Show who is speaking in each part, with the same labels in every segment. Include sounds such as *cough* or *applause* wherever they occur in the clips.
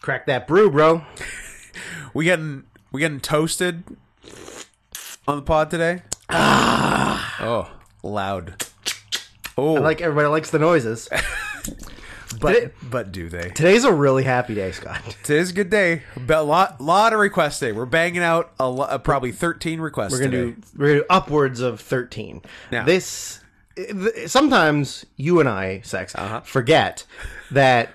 Speaker 1: Crack that brew, bro.
Speaker 2: We getting we getting toasted on the pod today. oh, loud. Oh,
Speaker 1: I Ah. like everybody likes the noises.
Speaker 2: but
Speaker 1: did it-
Speaker 2: but do they?
Speaker 1: Today's a really happy day, Scott.
Speaker 2: Today's a good day. But lot lot of requests today. We're banging out a lo- uh, probably thirteen requests.
Speaker 1: We're gonna
Speaker 2: today.
Speaker 1: do we're gonna do upwards of thirteen.
Speaker 2: Yeah.
Speaker 1: This th- sometimes you and I, sex, forget that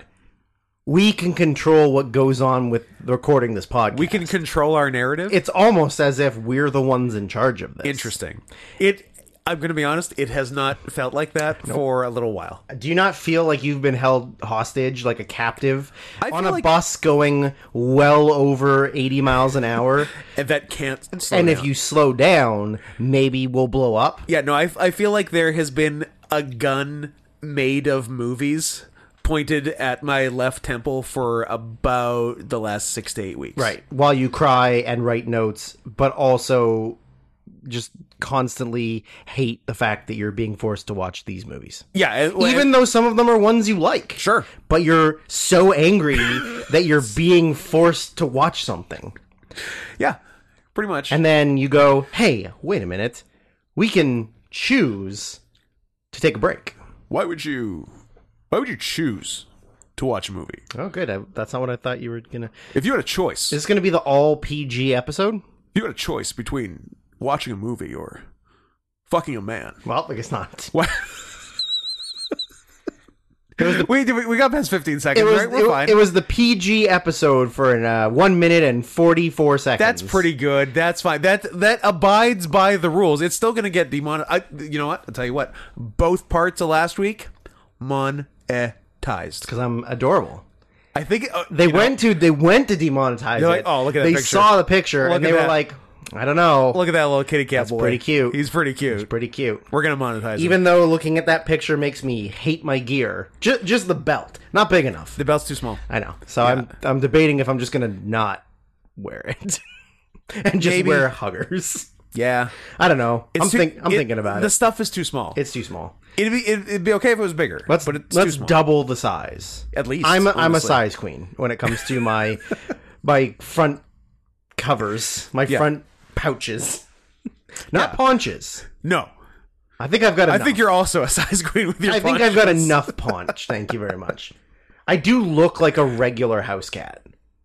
Speaker 1: we can control what goes on with recording this podcast.
Speaker 2: We can control our narrative.
Speaker 1: it's almost as if we're the ones in charge of this.
Speaker 2: Interesting. It. I'm gonna be honest. It has not felt like that for a little while.
Speaker 1: Do you not feel like you've been held hostage, like a captive,
Speaker 2: I
Speaker 1: on
Speaker 2: feel
Speaker 1: a
Speaker 2: like-
Speaker 1: bus going well over eighty miles an hour?
Speaker 2: And that can't. slow
Speaker 1: and if
Speaker 2: down.
Speaker 1: you slow down, maybe we'll blow up.
Speaker 2: Yeah, no, I, I feel like there has been a gun made of movies pointed at my left temple for about the last six to eight weeks.
Speaker 1: Right. While you cry and write notes, but also just constantly hate the fact that you're being forced to watch these movies.
Speaker 2: Yeah. and-
Speaker 1: Even though some of them are ones you like.
Speaker 2: Sure.
Speaker 1: But you're so angry *laughs* that you're being forced to watch something.
Speaker 2: yeah, pretty much.
Speaker 1: And then you go, hey, wait a minute. We can choose to take a break.
Speaker 2: why would you? Why would you choose to watch a movie
Speaker 1: Oh, good. I, that's not what I thought you were going to.
Speaker 2: if you had a choice?
Speaker 1: Is this going to be the all PG episode?
Speaker 2: if you had a choice between watching a movie or fucking a man.
Speaker 1: Well, I guess not.
Speaker 2: What? we, we we got past fifteen seconds,
Speaker 1: It was,
Speaker 2: right? We're
Speaker 1: it-
Speaker 2: fine.
Speaker 1: it was the PG episode for an, uh, one minute and 44 seconds.
Speaker 2: That's pretty good. That's fine. That that abides by the rules. It's still going to get demonetized. You know what? I'll tell you what. Both parts of last week monetized.
Speaker 1: Because I'm adorable.
Speaker 2: I think uh,
Speaker 1: They went to they went to demonetize
Speaker 2: They're like,
Speaker 1: it.
Speaker 2: "Oh, look at that
Speaker 1: They
Speaker 2: picture.
Speaker 1: saw the picture
Speaker 2: Look
Speaker 1: and
Speaker 2: at
Speaker 1: they were
Speaker 2: that."
Speaker 1: like, I don't know.
Speaker 2: Look at that little kitty cat boy.
Speaker 1: pretty cute.
Speaker 2: He's pretty cute.
Speaker 1: pretty cute.
Speaker 2: We're going to monetize. Even
Speaker 1: Even though looking at that picture makes me hate my gear. Just just the belt. Not big enough.
Speaker 2: the belt's too small.
Speaker 1: I know. So I'm I'm debating if I'm just gonna not wear it. *laughs* and just
Speaker 2: Maybe.
Speaker 1: wear huggers.
Speaker 2: Yeah,
Speaker 1: I don't know. I'm
Speaker 2: too-
Speaker 1: think I'm
Speaker 2: it-
Speaker 1: thinking about
Speaker 2: The
Speaker 1: it.
Speaker 2: stuff is too small.
Speaker 1: It's too small.
Speaker 2: it'd be it'd, it'd be okay if it was bigger.
Speaker 1: Let's
Speaker 2: but it's
Speaker 1: let's
Speaker 2: too small.
Speaker 1: double the size.
Speaker 2: At least,
Speaker 1: I'm a, I'm a
Speaker 2: honestly.
Speaker 1: size queen when it comes to my my front covers, my front
Speaker 2: *laughs*
Speaker 1: pouches, not paunches.
Speaker 2: no,
Speaker 1: I think I've got enough.
Speaker 2: I think you're also a *laughs* size queen with your.
Speaker 1: I think I've got enough paunch. Thank you very much. I do look like a regular house cat.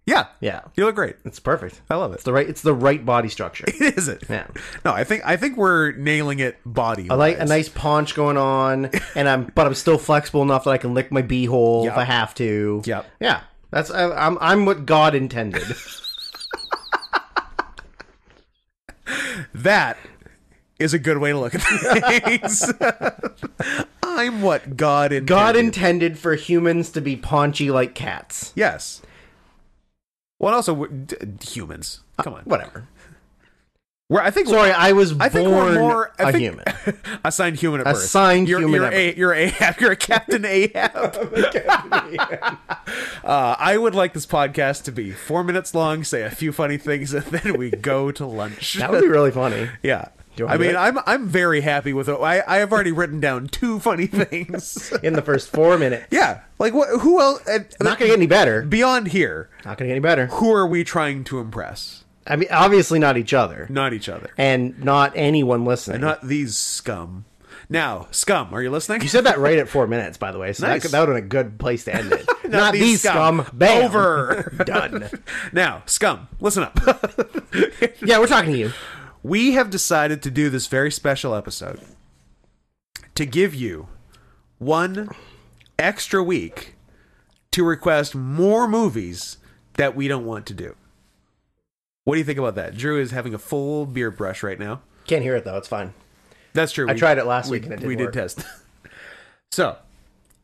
Speaker 2: Yeah,
Speaker 1: Yeah,
Speaker 2: you look great.
Speaker 1: it's perfect.
Speaker 2: I love it. *laughs*
Speaker 1: It's the right. It's the right body structure.
Speaker 2: Is it?
Speaker 1: Yeah.
Speaker 2: No, I think I think we're nailing it body.
Speaker 1: I like a nice paunch going on, and I'm but I'm still flexible enough that I can lick my beehole if I have to.
Speaker 2: Yep.
Speaker 1: Yeah. That's I, I'm I'm what God intended.
Speaker 2: That is a good way to look at *laughs* things. I'm what God intended.
Speaker 1: God intended for humans to be paunchy like cats.
Speaker 2: yes. What also we're- d- d- humans?
Speaker 1: Uh,
Speaker 2: Come on.
Speaker 1: Whatever.
Speaker 2: We're, I think
Speaker 1: Sorry, I was
Speaker 2: I think we're
Speaker 1: born
Speaker 2: more I
Speaker 1: a
Speaker 2: think,
Speaker 1: human.
Speaker 2: assigned human at birth.
Speaker 1: Assigned
Speaker 2: you're,
Speaker 1: human
Speaker 2: You're,
Speaker 1: at
Speaker 2: a, you're Ahab. You're a *laughs* Captain Ahab. uh, I would like this podcast to be four minutes long. Say a few funny things, and then we go to lunch.
Speaker 1: *laughs* That would be really funny.
Speaker 2: Yeah.
Speaker 1: you
Speaker 2: I
Speaker 1: wanna do
Speaker 2: mean,
Speaker 1: it?
Speaker 2: I'm I'm very happy with it. I I have already written down two funny *laughs* things.
Speaker 1: In the first four minutes.
Speaker 2: yeah. Like what? Who else? uh,
Speaker 1: Not gonna get any better.
Speaker 2: beyond here,
Speaker 1: Not gonna get any better.
Speaker 2: who are we trying to impress?
Speaker 1: I mean obviously not each other.
Speaker 2: Not each other.
Speaker 1: And not anyone listening.
Speaker 2: Not these scum. Now, scum, are you listening?
Speaker 1: you said that right at four minutes, by the way. So that,
Speaker 2: Nice.
Speaker 1: could- that would have been a good place to end it. *laughs* not, these scum. Bam.
Speaker 2: Over.
Speaker 1: *laughs* Done.
Speaker 2: *laughs* now, scum, listen up.
Speaker 1: Yeah, we're talking to you.
Speaker 2: we have decided to do this very special episode to give you one extra week to request more movies that we don't want to do. What do you think about that? Drew is having a full beard brush right now.
Speaker 1: Can't hear it though, it's fine.
Speaker 2: That's true.
Speaker 1: I tried it last
Speaker 2: we,
Speaker 1: week and it didn't
Speaker 2: we
Speaker 1: work.
Speaker 2: did test. *laughs* so,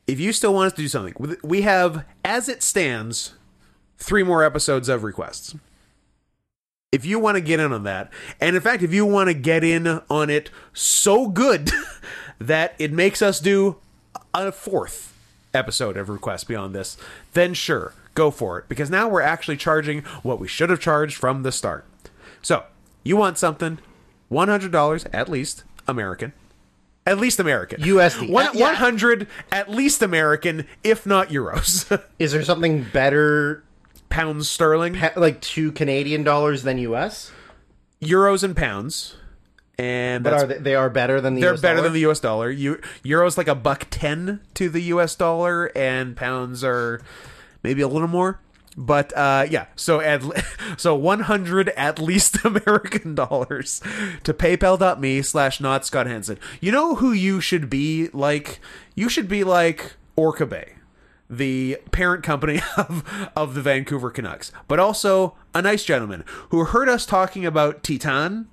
Speaker 2: if you still want us to do something, with- we have, as it stands, three more episodes of requests. If you want to get in on that, and in fact, if you want to get in on it so good *laughs* that it makes us do a fourth episode of requests beyond this, then sure, go for it. Because now we're actually charging what we should have charged from the start. So, you want something, $100 at least, American. At least American.
Speaker 1: USD.
Speaker 2: One,
Speaker 1: Yeah.
Speaker 2: 100 at least American, if not euros. *laughs*
Speaker 1: Is there something better
Speaker 2: pounds sterling,
Speaker 1: Pa- like two Canadian dollars than U.S.
Speaker 2: euros and pounds, and
Speaker 1: But
Speaker 2: that's,
Speaker 1: are they, they are better than the?
Speaker 2: they're
Speaker 1: US
Speaker 2: better
Speaker 1: dollar?
Speaker 2: than the U.S. dollar. Eu- euros like a buck ten to the U.S. dollar, and pounds are maybe a little more. But uh, yeah, so at le- *laughs* so one hundred at least *laughs* American dollars to PayPal.me slash not Scott Hansen. You know who you should be like? You should be like Orca Bay, the parent company *laughs* of of the Vancouver Canucks, but also a nice gentleman who heard us talking about Titan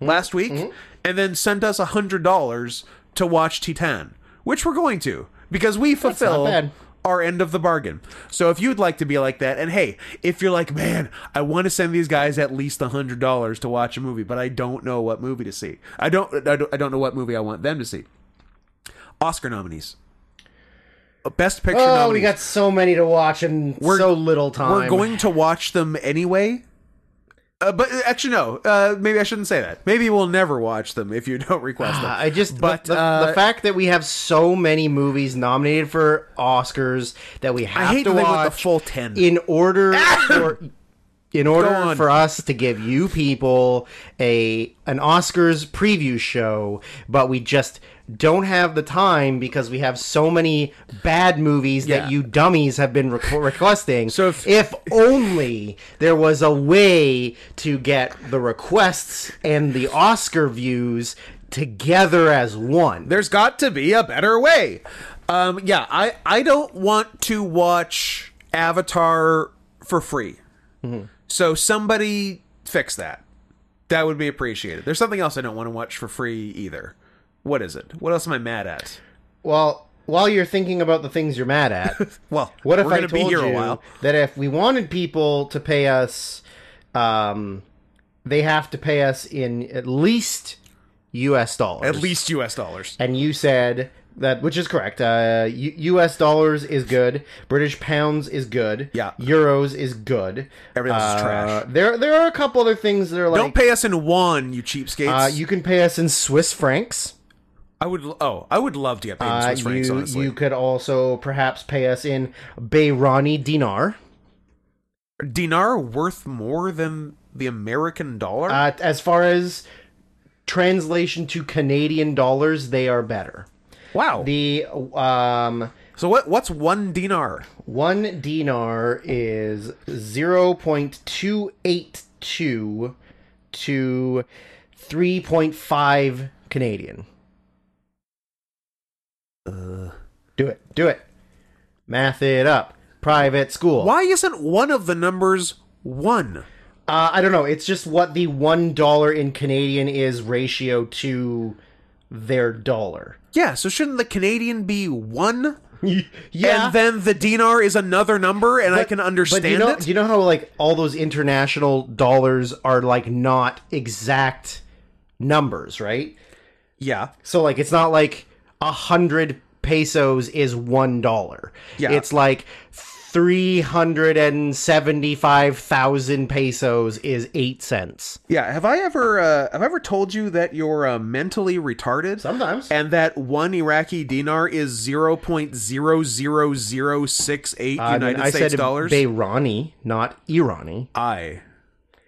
Speaker 2: last week
Speaker 1: Mm-hmm.
Speaker 2: and then sent us $100 to watch Titan, which we're going to because we fulfill
Speaker 1: bad.
Speaker 2: our end of the bargain. So if you'd like to be like that, and hey, if you're like, man, I want to send these guys at least $100 to watch a movie, but I don't know what movie to see. I don't, I don't, I don't know what movie I want them to see. Oscar nominees. Best picture
Speaker 1: Oh,
Speaker 2: nominees.
Speaker 1: we got so many to watch and so little time.
Speaker 2: We're going to watch them anyway. Uh, but uh, actually, no. Uh, maybe I shouldn't say that. Maybe we'll never watch them if you *laughs* don't request them.
Speaker 1: I just, but
Speaker 2: But,
Speaker 1: the,
Speaker 2: uh,
Speaker 1: the fact that we have so many movies nominated for Oscars that we have
Speaker 2: I hate
Speaker 1: to
Speaker 2: the thing
Speaker 1: watch
Speaker 2: with the full ten.
Speaker 1: in
Speaker 2: *laughs*
Speaker 1: order for in order
Speaker 2: on.
Speaker 1: for us to give you people a an Oscars preview show, but we just don't have the time because we have so many bad movies
Speaker 2: Yeah.
Speaker 1: that you dummies have been requ requesting.
Speaker 2: So if-
Speaker 1: only there was a way to get the requests and the Oscar views together as one.
Speaker 2: There's got to be a better way. Um, yeah, I I don't want to watch Avatar for free.
Speaker 1: Mm-hmm.
Speaker 2: So somebody fix that. That would be appreciated. There's something else I don't want to watch for free either. What is it? What else am I mad at?
Speaker 1: Well, while you're thinking about the things you're mad
Speaker 2: *laughs*
Speaker 1: at,
Speaker 2: Well,
Speaker 1: What if
Speaker 2: we're
Speaker 1: I
Speaker 2: gonna
Speaker 1: told
Speaker 2: be here
Speaker 1: you
Speaker 2: a while?
Speaker 1: that if we wanted people to pay us, um, they have to pay us in at least U.S. dollars.
Speaker 2: At least U.S. dollars.
Speaker 1: and you said that, which is correct. Uh, U- U.S. dollars is good. British pounds is good.
Speaker 2: Yeah.
Speaker 1: Euros is good.
Speaker 2: Everything else is
Speaker 1: Uh,
Speaker 2: trash.
Speaker 1: There, there are a couple other things that are like
Speaker 2: Don't pay us in one, you cheapskates.
Speaker 1: uh, you can pay us in Swiss francs.
Speaker 2: I would. Oh, I would love to get paid in
Speaker 1: Uh,
Speaker 2: Swiss francs.
Speaker 1: you,
Speaker 2: honestly,
Speaker 1: you could also perhaps pay us in Bayrani dinar.
Speaker 2: dinar worth more than the American dollar.
Speaker 1: Uh, as far as translation to Canadian dollars, they are better.
Speaker 2: wow.
Speaker 1: The um,
Speaker 2: so what? What's one dinar?
Speaker 1: one dinar is zero point two eight two to three point five Canadian. Do it, do it. Math it up. Private school.
Speaker 2: Why isn't one of the numbers one?
Speaker 1: Uh, I don't know. It's just what the one dollar in Canadian is ratio to their dollar.
Speaker 2: Yeah. So shouldn't the Canadian be one?
Speaker 1: yeah.
Speaker 2: And then the dinar is another number, and I can understand
Speaker 1: but do you know,
Speaker 2: it.
Speaker 1: Do you know how like all those international dollars are like not exact numbers, right?
Speaker 2: yeah.
Speaker 1: So like it's not like a hundred pesos is one dollar.
Speaker 2: Yeah.
Speaker 1: It's like three hundred and seventy-five thousand pesos is eight cents.
Speaker 2: Yeah. Have I ever uh, have I ever told you that you're uh, mentally retarded?
Speaker 1: Sometimes.
Speaker 2: and that one Iraqi dinar is zero point zero zero zero six eight
Speaker 1: I,
Speaker 2: United
Speaker 1: mean, I
Speaker 2: States
Speaker 1: said
Speaker 2: dollars.
Speaker 1: Bayrani, not Irani.
Speaker 2: I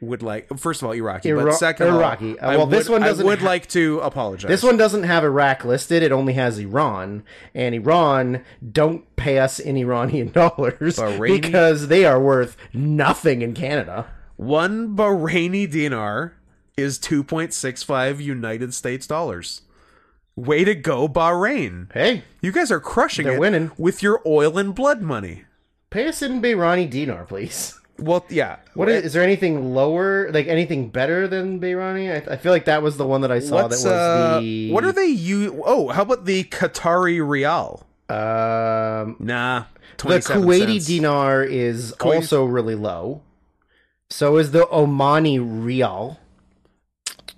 Speaker 2: would like first of all Iraqi, but
Speaker 1: Ira-
Speaker 2: second of all,
Speaker 1: Iraqi. Uh,
Speaker 2: I
Speaker 1: well, this one
Speaker 2: would-
Speaker 1: doesn't
Speaker 2: I would
Speaker 1: ha-
Speaker 2: like to apologize.
Speaker 1: This one doesn't have Iraq listed. It only has Iran, and Iran don't pay us in Iranian *laughs* dollars
Speaker 2: Bahraini?
Speaker 1: because they are worth nothing in Canada.
Speaker 2: one Bahraini dinar is two point six five United States dollars. Way to go, Bahrain!
Speaker 1: Hey,
Speaker 2: You guys are crushing
Speaker 1: They're
Speaker 2: it
Speaker 1: winning.
Speaker 2: with your oil and blood money.
Speaker 1: pay us in Bayrani dinar, please.
Speaker 2: Well, yeah.
Speaker 1: What is, is there anything lower, like anything better than Bayrani? I, I feel like that was the one that I saw.
Speaker 2: What's,
Speaker 1: that was
Speaker 2: uh,
Speaker 1: the
Speaker 2: what are they? You oh, how about the Qatari rial?
Speaker 1: um,
Speaker 2: Nah,
Speaker 1: the
Speaker 2: 27
Speaker 1: Kuwaiti
Speaker 2: cents.
Speaker 1: dinar is also really low. So is the Omani rial,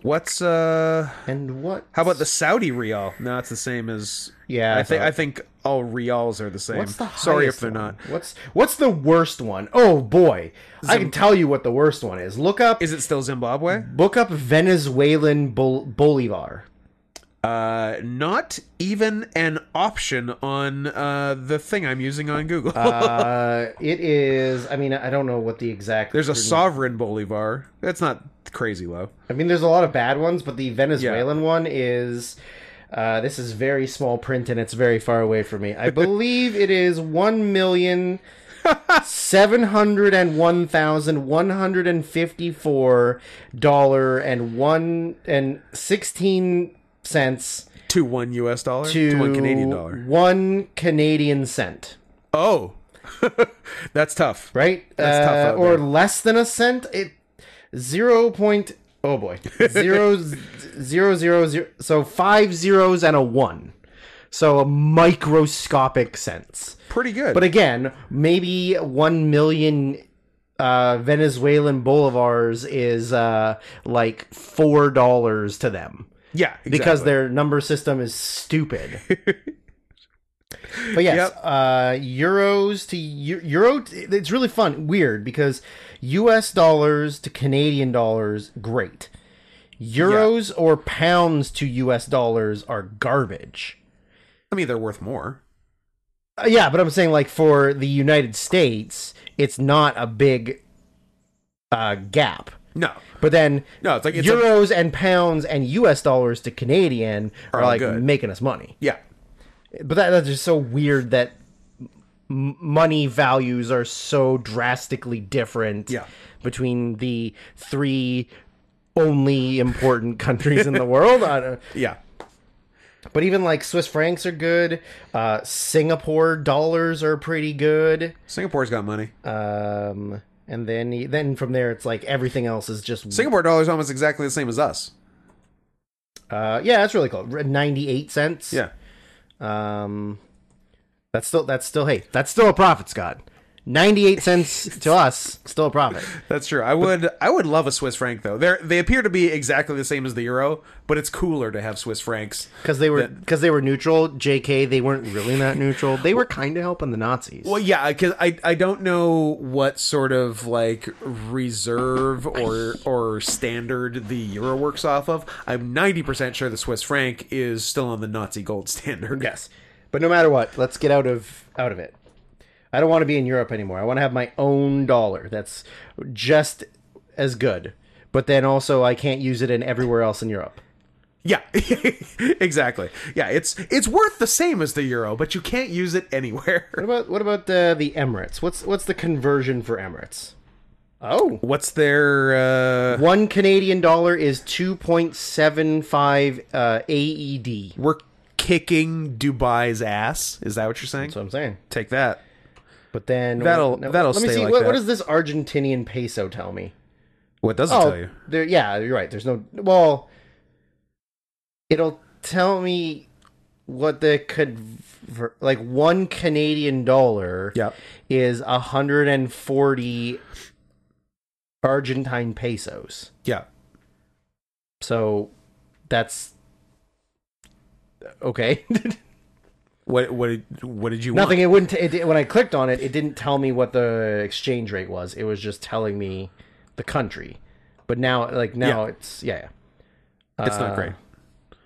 Speaker 2: What's uh?
Speaker 1: and what?
Speaker 2: How about the Saudi rial? No, it's the same as.
Speaker 1: Yeah,
Speaker 2: I
Speaker 1: I
Speaker 2: think
Speaker 1: thought-
Speaker 2: I think all rials are the same.
Speaker 1: What's the
Speaker 2: Sorry if
Speaker 1: highest
Speaker 2: they're not.
Speaker 1: one? What's what's the worst one? Oh boy, I can tell you what the worst one is. Look up,
Speaker 2: Is it still Zimbabwe? *laughs*
Speaker 1: look up Venezuelan bol- Bolivar.
Speaker 2: Uh, not even an option on uh, the thing I'm using on Google. *laughs*
Speaker 1: Uh, it is. I mean, I don't know what the exact.
Speaker 2: There's a sovereign bolivar. That's not crazy low.
Speaker 1: I mean, there's a lot of bad ones, but the Venezuelan one is. Uh, this is very small print and it's very far away from me. I believe it is one million seven hundred and one thousand one hundred and fifty-four dollar and one and sixteen cents
Speaker 2: To one U.S. dollar.
Speaker 1: to,
Speaker 2: one Canadian dollar.
Speaker 1: one Canadian cent.
Speaker 2: Oh, *laughs* that's tough.
Speaker 1: right? Uh,
Speaker 2: That's tough out
Speaker 1: or
Speaker 2: there.
Speaker 1: less than a cent. It zero point. Oh
Speaker 2: *laughs*
Speaker 1: boy, zero z- zero zero zero. So five zeros and a one. So a microscopic sense.
Speaker 2: Pretty good.
Speaker 1: But again, maybe one million uh, Venezuelan bolivars is uh, like four dollars to them
Speaker 2: yeah,
Speaker 1: because
Speaker 2: exactly.
Speaker 1: their number system is stupid. but yes,
Speaker 2: Yep.
Speaker 1: uh, euros to eu- euro. It's really fun, weird because U.S. dollars to Canadian dollars, great. Euros or pounds to U.S. dollars are garbage.
Speaker 2: I mean they're worth more.
Speaker 1: Uh, yeah, but I'm saying like for the United States, it's not a big uh, gap.
Speaker 2: No,
Speaker 1: But then
Speaker 2: no, it's like it's a-
Speaker 1: euros and pounds and U.S. dollars to Canadian are,
Speaker 2: all
Speaker 1: like
Speaker 2: good.
Speaker 1: making us money.
Speaker 2: yeah.
Speaker 1: But that, that's just so weird that m- money values are so drastically different
Speaker 2: Yeah.
Speaker 1: between the three only important countries
Speaker 2: *laughs*
Speaker 1: in the world. I don't-
Speaker 2: Yeah.
Speaker 1: But even like Swiss francs are good. Uh, Singapore dollars are pretty good.
Speaker 2: Singapore's got money.
Speaker 1: Um, and then then from there, it's like everything else is just
Speaker 2: Singapore dollar's almost exactly the same as us.
Speaker 1: uh, yeah, that's really cool. Ninety eight cents.
Speaker 2: Yeah.
Speaker 1: Um, that's still that's still hey that's still a profit, Scott. Ninety eight cents to us, still a profit.
Speaker 2: That's true. I would I would love a Swiss franc though. They they appear to be exactly the same as the euro, but it's cooler to have Swiss francs.
Speaker 1: because they were because they were neutral. J.K. They weren't really that neutral. They were kind of helping the Nazis.
Speaker 2: Well, yeah, because I I don't know what sort of like reserve or or standard the euro works off of. I'm ninety percent sure the Swiss franc is still on the Nazi gold *laughs* standard.
Speaker 1: yes, but no matter what, let's get out of out of it. I don't want to be in Europe anymore. I want to have my own dollar. That's just as good. But then also, I can't use it in everywhere else in Europe.
Speaker 2: Yeah, *laughs* exactly. Yeah, it's it's worth the same as the euro, but you can't use it anywhere.
Speaker 1: What about what about uh, the Emirates? What's what's the conversion for Emirates? Oh,
Speaker 2: *laughs* What's their? Uh,
Speaker 1: one Canadian dollar is two point seven five uh, AED.
Speaker 2: we're kicking Dubai's ass. Is that what you're saying?
Speaker 1: That's what I'm saying.
Speaker 2: Take that.
Speaker 1: But then
Speaker 2: That'll-
Speaker 1: now,
Speaker 2: that'll
Speaker 1: let me
Speaker 2: stay
Speaker 1: see
Speaker 2: like
Speaker 1: what, what
Speaker 2: that.
Speaker 1: does this Argentinian peso tell me?
Speaker 2: What does it tell
Speaker 1: Oh,
Speaker 2: you?
Speaker 1: there. Yeah, you're right. There's no well. It'll tell me what the conver- like one Canadian dollar
Speaker 2: Yep.
Speaker 1: is a hundred and forty Argentine pesos.
Speaker 2: Yeah.
Speaker 1: So that's okay. *laughs*
Speaker 2: What what did, what did you
Speaker 1: Nothing. It wouldn't. T- it, di- when I clicked on it, it didn't tell me what the exchange rate was. It was just telling me the country. But now, like now, it's yeah. yeah.
Speaker 2: want? It's not great. Uh,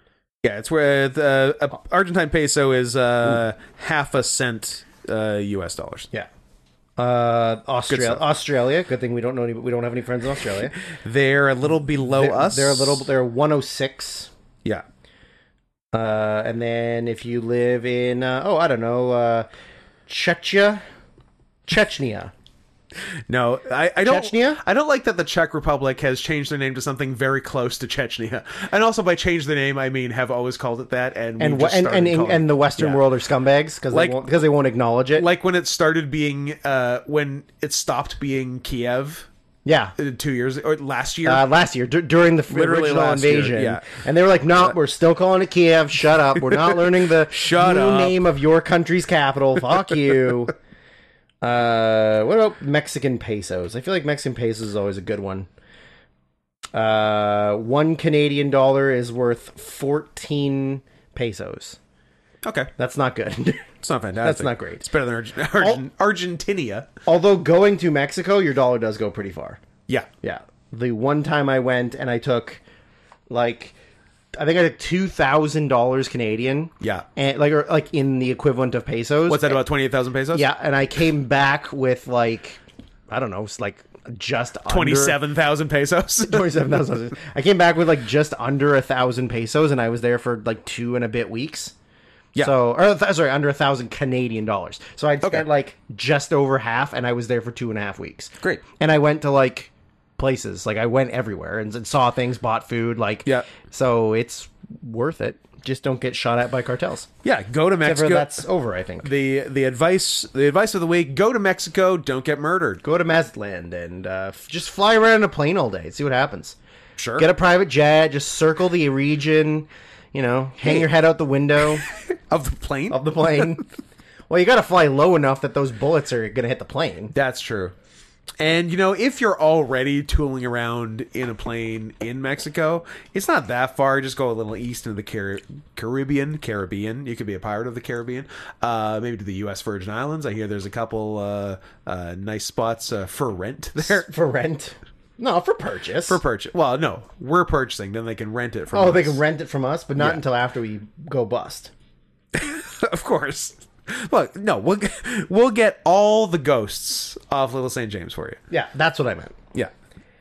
Speaker 2: Yeah, it's where the uh, Argentine peso is uh, half a cent uh, U.S. dollars.
Speaker 1: Yeah. Uh, Australia.
Speaker 2: stuff.
Speaker 1: Australia. Good thing we don't know any. We don't have any friends in
Speaker 2: *laughs*
Speaker 1: Australia.
Speaker 2: They're a little below us.
Speaker 1: They're a little. They're 106.
Speaker 2: yeah.
Speaker 1: Uh, and then if you live in, uh, oh, I don't know, uh, Chechnya, Chechnya.
Speaker 2: No, I, I don't.
Speaker 1: Chechnya?
Speaker 2: I don't like that the Czech Republic has changed their name to something very close to Chechnya. And also, by change the name, I mean have always called it that. And
Speaker 1: And
Speaker 2: we've
Speaker 1: wha-
Speaker 2: just
Speaker 1: and, and,
Speaker 2: started
Speaker 1: and,
Speaker 2: calling
Speaker 1: and the
Speaker 2: it-
Speaker 1: Western
Speaker 2: yeah.
Speaker 1: world are scumbags because
Speaker 2: Like-
Speaker 1: they won't because they won't acknowledge it.
Speaker 2: like when it started being uh, when it stopped being Kiev
Speaker 1: yeah,
Speaker 2: uh, two years or last year.
Speaker 1: uh, last year dur during the f-
Speaker 2: Literally
Speaker 1: original
Speaker 2: last year,
Speaker 1: invasion.
Speaker 2: yeah.
Speaker 1: And they were like, "No, we're still calling it Kiev. Shut up. We're
Speaker 2: *laughs*
Speaker 1: not learning the
Speaker 2: Shut
Speaker 1: new
Speaker 2: up.
Speaker 1: name of your country's capital.
Speaker 2: *laughs*
Speaker 1: Fuck you." Uh, what about Mexican pesos? I feel like Mexican pesos is always a good one. Uh, one Canadian dollar is worth fourteen pesos.
Speaker 2: okay,
Speaker 1: That's not good. *laughs*
Speaker 2: it's not fantastic.
Speaker 1: That's not great. Oh.
Speaker 2: It's better than Argent- Argent- Argentinia.
Speaker 1: Although going to Mexico, your dollar does go pretty far.
Speaker 2: Yeah,
Speaker 1: Yeah. The one time I went and I took like I think I took two thousand dollars Canadian,
Speaker 2: Yeah.
Speaker 1: and like or like in the equivalent of pesos.
Speaker 2: What's that about twenty eight thousand pesos?
Speaker 1: Yeah, and I came back with like I don't know, it's like just under-
Speaker 2: twenty seven thousand pesos.
Speaker 1: 27,000. I came back with like just under a thousand pesos, and I was there for like two and a bit weeks.
Speaker 2: Yeah.
Speaker 1: So, or th- sorry, under a thousand Canadian dollars. So I'd
Speaker 2: Okay.
Speaker 1: spent like just over half, and I was there for two and a half weeks.
Speaker 2: Great.
Speaker 1: And I went to like places, like I went everywhere and, and saw things, bought food, like
Speaker 2: Yeah.
Speaker 1: So it's worth it. Just don't get shot at by cartels.
Speaker 2: *laughs* yeah, go to
Speaker 1: Ever
Speaker 2: Mexico.
Speaker 1: that's over, I think.
Speaker 2: the the advice the advice of the week: go to Mexico, don't get murdered.
Speaker 1: Go to Mazatlan and uh, f- just fly around in a plane all day. See what happens.
Speaker 2: Sure.
Speaker 1: Get a private jet, just circle the region, you know, hang your head out the
Speaker 2: *laughs*
Speaker 1: window
Speaker 2: of the plane.
Speaker 1: of the plane. well, you got to fly low enough that those bullets are going to hit the plane.
Speaker 2: That's true. And you know, if you're already tooling around in a plane in Mexico, it's not that far. Just go a little east into the Car- Caribbean. Caribbean. You could be a pirate of the Caribbean. Uh, maybe to the U.S. Virgin Islands. I hear there's a couple uh, uh, nice spots uh, for rent *laughs* there.
Speaker 1: For rent? No, for purchase.
Speaker 2: For purchase. Well, no, we're purchasing. Then they can rent it from.
Speaker 1: oh,
Speaker 2: us.
Speaker 1: they can rent it from us, but not until after we go bust.
Speaker 2: *laughs* of course. Look, no, we'll we'll get all the ghosts off Little St. James for you.
Speaker 1: Yeah, that's what I meant.
Speaker 2: Yeah,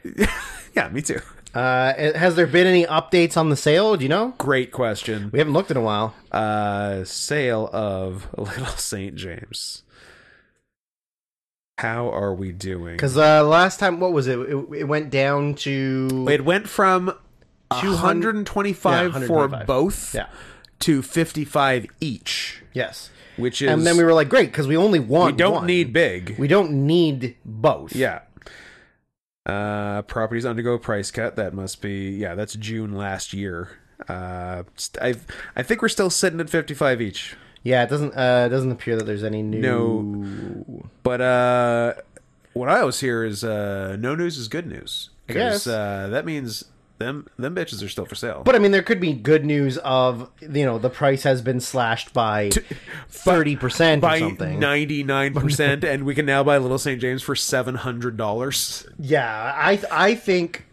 Speaker 2: *laughs* yeah, me too.
Speaker 1: Uh, has there been any updates on the sale? Do you know?
Speaker 2: Great question.
Speaker 1: We haven't looked in a while.
Speaker 2: uh sale of *laughs* little saint james how are we doing
Speaker 1: Because uh, last time, what was it? It, it went down to
Speaker 2: it went from 225
Speaker 1: Yeah,
Speaker 2: for
Speaker 1: 125.
Speaker 2: both
Speaker 1: Yeah.
Speaker 2: to 55 each
Speaker 1: yes,
Speaker 2: which is
Speaker 1: and then we were like, great, because we only want.
Speaker 2: we don't
Speaker 1: one.
Speaker 2: need big
Speaker 1: We don't need both.
Speaker 2: yeah uh properties undergo price cut that must be yeah that's june last year uh st- I've, i think we're still sitting at 55 each
Speaker 1: Yeah, it doesn't uh it doesn't appear that there's any new
Speaker 2: No. But uh, what I always hear is uh, no news is good news.
Speaker 1: guess.
Speaker 2: Because uh, that means them them bitches are still for sale.
Speaker 1: But I mean there could be good news of you know, the price has been slashed by thirty percent or
Speaker 2: by
Speaker 1: something.
Speaker 2: ninety nine *laughs* percent, and we can now buy Little St James for seven hundred dollars.
Speaker 1: yeah, I I think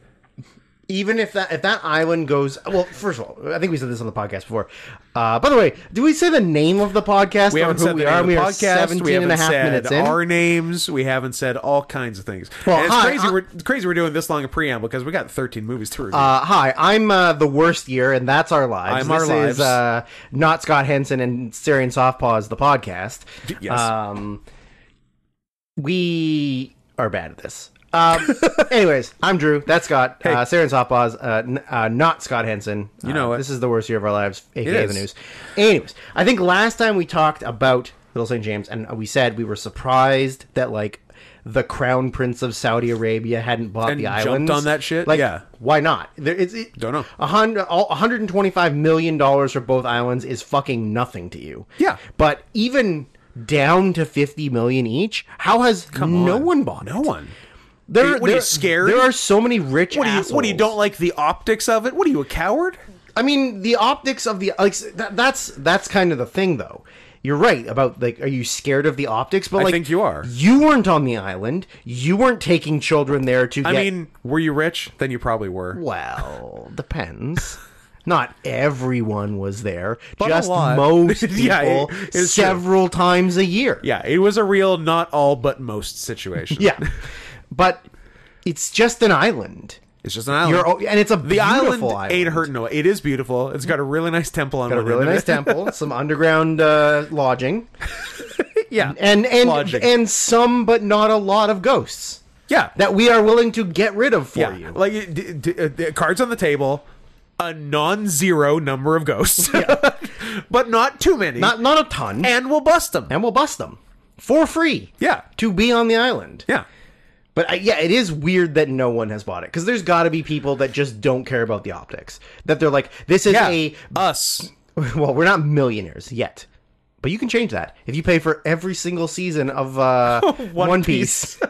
Speaker 1: even if that if that island goes well, first of all, I think we said this on the podcast before. Uh, by the way, did we say the name of the podcast
Speaker 2: We
Speaker 1: or
Speaker 2: haven't
Speaker 1: who
Speaker 2: said
Speaker 1: we
Speaker 2: the name
Speaker 1: are?
Speaker 2: of the
Speaker 1: We are
Speaker 2: podcast. We
Speaker 1: 17
Speaker 2: haven't
Speaker 1: and a half
Speaker 2: said
Speaker 1: minutes in.
Speaker 2: our names. We haven't said all kinds of things.
Speaker 1: Well,
Speaker 2: And it's
Speaker 1: hi,
Speaker 2: crazy.
Speaker 1: I-
Speaker 2: we're it's crazy. We're doing this long a preamble because we got thirteen movies to review.
Speaker 1: Uh, hi, I'm uh, the worst year, and that's our lives.
Speaker 2: I'm Our
Speaker 1: this
Speaker 2: Lives.
Speaker 1: is uh, not Scott Henson and Syrian Softpaws, the podcast.
Speaker 2: yes.
Speaker 1: Um, we are bad at this. Um, *laughs* anyways, I'm Drew. That's Scott. Uh, Sarah and Softpaws, uh, n- uh, not Scott Henson. You
Speaker 2: know it.
Speaker 1: This is the worst year of our lives, aka
Speaker 2: It
Speaker 1: the
Speaker 2: is.
Speaker 1: news. Anyways, I think last time we talked about Little St. James, and we said we were surprised that, like, the crown prince of Saudi Arabia hadn't bought
Speaker 2: And
Speaker 1: the
Speaker 2: jumped
Speaker 1: islands.
Speaker 2: on that shit?
Speaker 1: Like,
Speaker 2: Yeah.
Speaker 1: why not? There, it's, it,
Speaker 2: Don't know.
Speaker 1: A hundred, all- 125 million dollars for both islands is fucking nothing to you.
Speaker 2: Yeah.
Speaker 1: But even down to 50 million each, how has no
Speaker 2: on.
Speaker 1: one bought it?
Speaker 2: no one.
Speaker 1: There,
Speaker 2: What are you
Speaker 1: there-
Speaker 2: scared?
Speaker 1: There are so many rich
Speaker 2: What do you? What do you?
Speaker 1: assholes.
Speaker 2: Don't like the optics of it? What are you? A coward?
Speaker 1: I mean, the optics of the like that, that's that's kind of the thing though. You're right about like are you scared of the optics? But like
Speaker 2: think you are.
Speaker 1: You weren't on the island. You weren't taking children there to
Speaker 2: I
Speaker 1: get
Speaker 2: mean, were you rich? Then you probably were.
Speaker 1: Well, depends. Not everyone was there.
Speaker 2: a
Speaker 1: just
Speaker 2: lot. *laughs*
Speaker 1: most people
Speaker 2: Yeah, it- it's true.
Speaker 1: several times a year.
Speaker 2: Yeah, it was a real not all but most situation.
Speaker 1: Yeah. But it's just an island.
Speaker 2: It's just an island.
Speaker 1: You're, and it's a
Speaker 2: Oh. the island,
Speaker 1: beautiful island.
Speaker 2: ain't hurting no. It is beautiful. It's got a really nice temple on
Speaker 1: Got a
Speaker 2: one
Speaker 1: really
Speaker 2: end of
Speaker 1: nice
Speaker 2: it.
Speaker 1: temple, some underground uh, lodging,
Speaker 2: yeah.
Speaker 1: and and
Speaker 2: Lodging.
Speaker 1: and some but not a lot of ghosts
Speaker 2: yeah.
Speaker 1: that we are willing to get rid of for
Speaker 2: yeah.
Speaker 1: you.
Speaker 2: Like it- d- d- uh, d- cards on the table, a non-zero number of ghosts. *laughs* but not too many.
Speaker 1: Not not a ton,
Speaker 2: and we'll bust them.
Speaker 1: and we'll bust them for free.
Speaker 2: yeah.
Speaker 1: To be on the island.
Speaker 2: Yeah.
Speaker 1: But I, yeah, it is weird that no one has bought it because there's got to be people that just don't care about the optics. That they're like, this is
Speaker 2: Yeah.
Speaker 1: a *laughs*
Speaker 2: Us.
Speaker 1: well, we're not millionaires yet, but you can change that if you pay for every single season of
Speaker 2: *laughs*
Speaker 1: uh, One, Piece.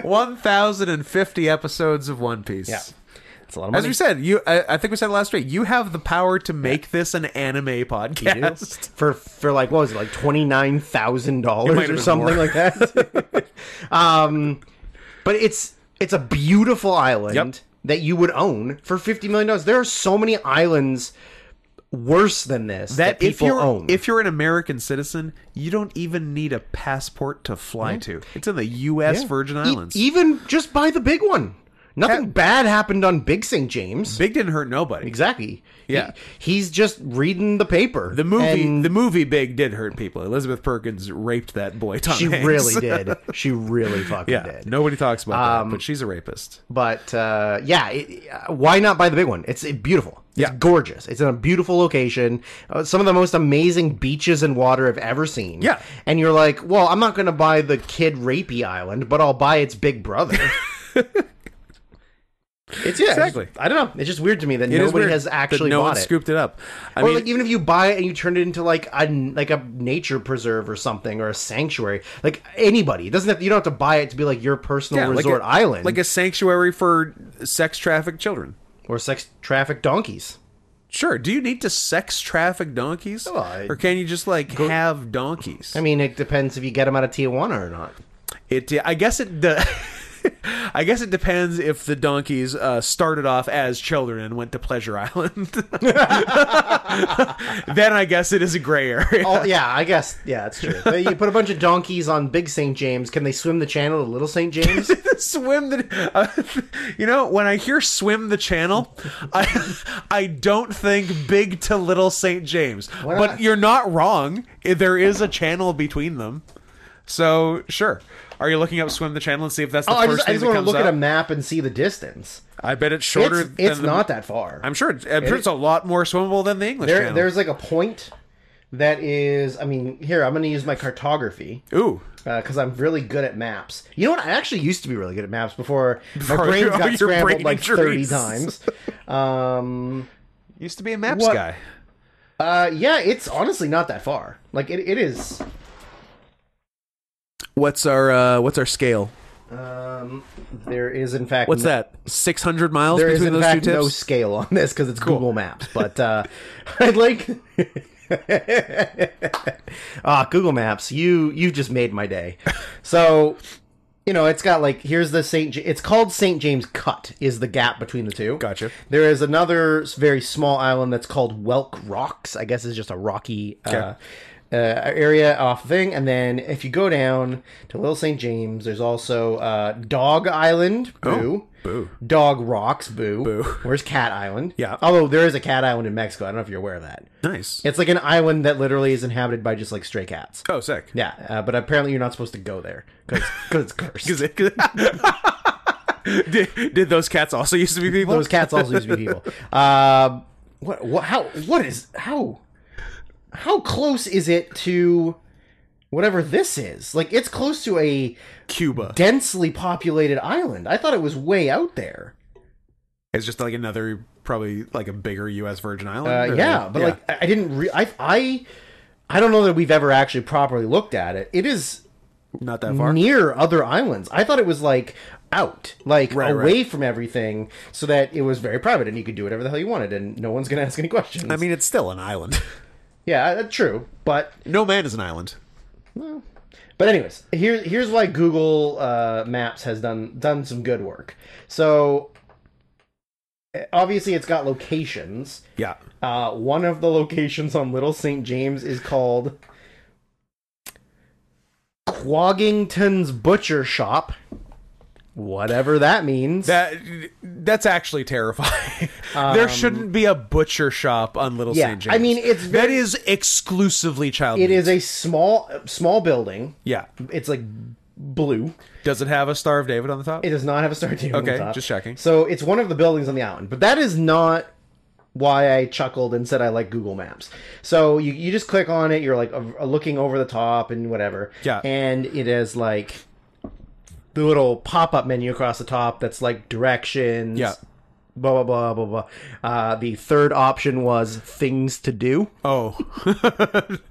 Speaker 2: One thousand and fifty episodes of One Piece.
Speaker 1: Yeah. *laughs* That's a lot of
Speaker 2: As
Speaker 1: money.
Speaker 2: we said, you I, I think we said last week, you have the power to make this an anime podcast.
Speaker 1: for for like what was it like twenty nine thousand dollars
Speaker 2: have
Speaker 1: or
Speaker 2: been
Speaker 1: something
Speaker 2: more.
Speaker 1: like
Speaker 2: *laughs*
Speaker 1: that. um, but it's it's a beautiful island.
Speaker 2: Yep.
Speaker 1: that you would own for fifty million dollars. There are so many islands worse than this that,
Speaker 2: that if
Speaker 1: people
Speaker 2: you're
Speaker 1: own.
Speaker 2: if you're an American citizen, you don't even need a passport to fly to. It's in the U.S.
Speaker 1: Yeah.
Speaker 2: Virgin
Speaker 1: E-
Speaker 2: Islands.
Speaker 1: even just buy the big one. Nothing bad happened on Big St. James.
Speaker 2: Big didn't hurt nobody.
Speaker 1: Exactly. He-
Speaker 2: Yeah.
Speaker 1: he's just reading the paper.
Speaker 2: The movie, *laughs*
Speaker 1: and
Speaker 2: the movie Big did hurt people. Elizabeth Perkins raped that boy. Tom
Speaker 1: she
Speaker 2: Hanks.
Speaker 1: really did. Um, She really fucking
Speaker 2: *laughs* Yeah,
Speaker 1: did.
Speaker 2: nobody talks about that, but she's a rapist.
Speaker 1: But uh, yeah, it, uh, why not buy the big one? It's uh, beautiful. It's
Speaker 2: Yeah.
Speaker 1: gorgeous. It's in a beautiful location. Uh, some of the most amazing beaches and water I've ever seen.
Speaker 2: Yeah.
Speaker 1: And you're like, well, I'm not going to buy the kid rapey island, but I'll buy its big
Speaker 2: *laughs*
Speaker 1: brother. it's yeah,
Speaker 2: Exactly.
Speaker 1: it's- I don't know. It's just weird to me that
Speaker 2: It is
Speaker 1: nobody
Speaker 2: weird
Speaker 1: has
Speaker 2: that
Speaker 1: actually
Speaker 2: no
Speaker 1: bought
Speaker 2: one
Speaker 1: it.
Speaker 2: scooped it up. I
Speaker 1: or
Speaker 2: mean,
Speaker 1: like even if you buy it and you turn it into like a like a nature preserve or something or a sanctuary, like anybody it doesn't have, you don't have to buy it to be like your personal
Speaker 2: yeah, like
Speaker 1: resort
Speaker 2: a-
Speaker 1: island
Speaker 2: like a sanctuary for sex trafficked children.
Speaker 1: or sex traffic donkeys.
Speaker 2: Sure. Do you need to sex traffic donkeys,
Speaker 1: Well, I-
Speaker 2: or can you just like have donkeys?
Speaker 1: I mean, it depends if you get them out of Tijuana or not.
Speaker 2: It. I guess it. De- *laughs* I guess it depends if the donkeys uh, started off as children and went to Pleasure *laughs* Island. then I guess it is a gray area.
Speaker 1: Oh yeah, I guess yeah, that's true. But you put a bunch of donkeys on Big St. James. Can they swim the channel to Little St. *laughs* James?
Speaker 2: *laughs* swim the. Uh, you know, when I hear swim the channel, I I don't think big to little St. James. but
Speaker 1: not?
Speaker 2: you're not wrong. There is a channel between them. So sure. Are you looking up swim the channel and see if that's the
Speaker 1: oh, I
Speaker 2: first
Speaker 1: just, I
Speaker 2: thing
Speaker 1: just
Speaker 2: that
Speaker 1: want to
Speaker 2: comes
Speaker 1: look
Speaker 2: up?
Speaker 1: at a map and see the distance.
Speaker 2: I bet
Speaker 1: It's,
Speaker 2: it's shorter.
Speaker 1: it's
Speaker 2: than the-
Speaker 1: not that far.
Speaker 2: I'm sure. It's, I'm sure
Speaker 1: It-
Speaker 2: it's a lot more swimmable than the English
Speaker 1: there,
Speaker 2: Channel.
Speaker 1: there's like a point that is. I mean, here I'm going to use my cartography.
Speaker 2: Ooh,
Speaker 1: because I'm really good at maps. You know what? I actually used to be really good at maps
Speaker 2: *laughs*
Speaker 1: before my
Speaker 2: Before
Speaker 1: brain
Speaker 2: all
Speaker 1: got
Speaker 2: your
Speaker 1: scrambled
Speaker 2: brain
Speaker 1: like
Speaker 2: injuries.
Speaker 1: 30
Speaker 2: *laughs*
Speaker 1: times. Um,
Speaker 2: used to be a maps
Speaker 1: What-
Speaker 2: guy.
Speaker 1: uh, yeah, it's honestly not that far. Like it, it is.
Speaker 2: What's our uh, What's our scale?
Speaker 1: Um, there is in fact
Speaker 2: What's
Speaker 1: no-
Speaker 2: that? Six hundred miles
Speaker 1: There is
Speaker 2: between
Speaker 1: in
Speaker 2: those two
Speaker 1: fact
Speaker 2: tips.
Speaker 1: no scale on this because it's Google Maps. But uh, *laughs* I'd like. *laughs* Ah, Google Maps, you you just made my day. So, you know, it's got like here's the Saint. J- It's called Saint James Cut. Is the gap between the two?
Speaker 2: Gotcha.
Speaker 1: There is another s- very small island that's called Welk Rocks. I guess is just a rocky uh, uh, area off thing. And then if you go down to Little St. James, there's also uh, Dog Island. Boo.
Speaker 2: Oh, boo.
Speaker 1: Dog Rocks. Boo.
Speaker 2: Boo.
Speaker 1: Where's Cat Island?
Speaker 2: Yeah.
Speaker 1: Although there is a Cat Island in Mexico. I don't know if you're aware of that.
Speaker 2: Nice.
Speaker 1: It's like an island that literally is inhabited by just like stray cats.
Speaker 2: oh,
Speaker 1: *laughs*
Speaker 2: sick.
Speaker 1: Yeah, uh, but apparently you're not supposed to go there because it's cursed. *laughs*
Speaker 2: Is it- did, did those cats also used to be people?
Speaker 1: Those cats also used to be
Speaker 2: *laughs*
Speaker 1: people. Um, what, what? How? What is? How? How close is it to whatever this is? Like it's close to a
Speaker 2: Cuba.
Speaker 1: densely populated island. I thought it was way out there.
Speaker 2: it's just like another, probably like a bigger U.S. Virgin Island.
Speaker 1: Uh,
Speaker 2: or-
Speaker 1: yeah, but like I I didn't. Re- I I I don't know that we've ever actually properly looked at it. It is
Speaker 2: not that far.
Speaker 1: near other islands. I thought it was like out, like
Speaker 2: Right,
Speaker 1: away from everything, so that it was very private and you could do whatever the hell you wanted, and no one's gonna ask any questions.
Speaker 2: I mean, it's still an island. *laughs*
Speaker 1: yeah, that's true. But
Speaker 2: no man is an island.
Speaker 1: but anyways, here here's why Google uh, Maps has done done some good work. So eh, obviously, it's got locations.
Speaker 2: Yeah.
Speaker 1: Uh, one of the locations on Little St. James is called Quoggington's Butcher Shop. Whatever that means.
Speaker 2: That that's actually terrifying. *laughs* there shouldn't be a butcher shop on Little
Speaker 1: Um, yeah,
Speaker 2: St. James.
Speaker 1: I mean, it's
Speaker 2: that
Speaker 1: very,
Speaker 2: is exclusively child.
Speaker 1: it
Speaker 2: meat.
Speaker 1: is a small small building.
Speaker 2: Yeah.
Speaker 1: It's like blue.
Speaker 2: Does it have a Star of David on the top?
Speaker 1: It does not have a star table. on
Speaker 2: Okay,
Speaker 1: the top.
Speaker 2: just checking.
Speaker 1: So it's one of the buildings on the island, but that is not why I chuckled and said I like Google Maps. So you, you just click on it, you're like uh, looking over the top and whatever.
Speaker 2: Yeah.
Speaker 1: And it is like the little pop up menu across the top that's like directions.
Speaker 2: Yeah.
Speaker 1: Blah blah blah blah blah. Uh, the third option was things to do.
Speaker 2: oh,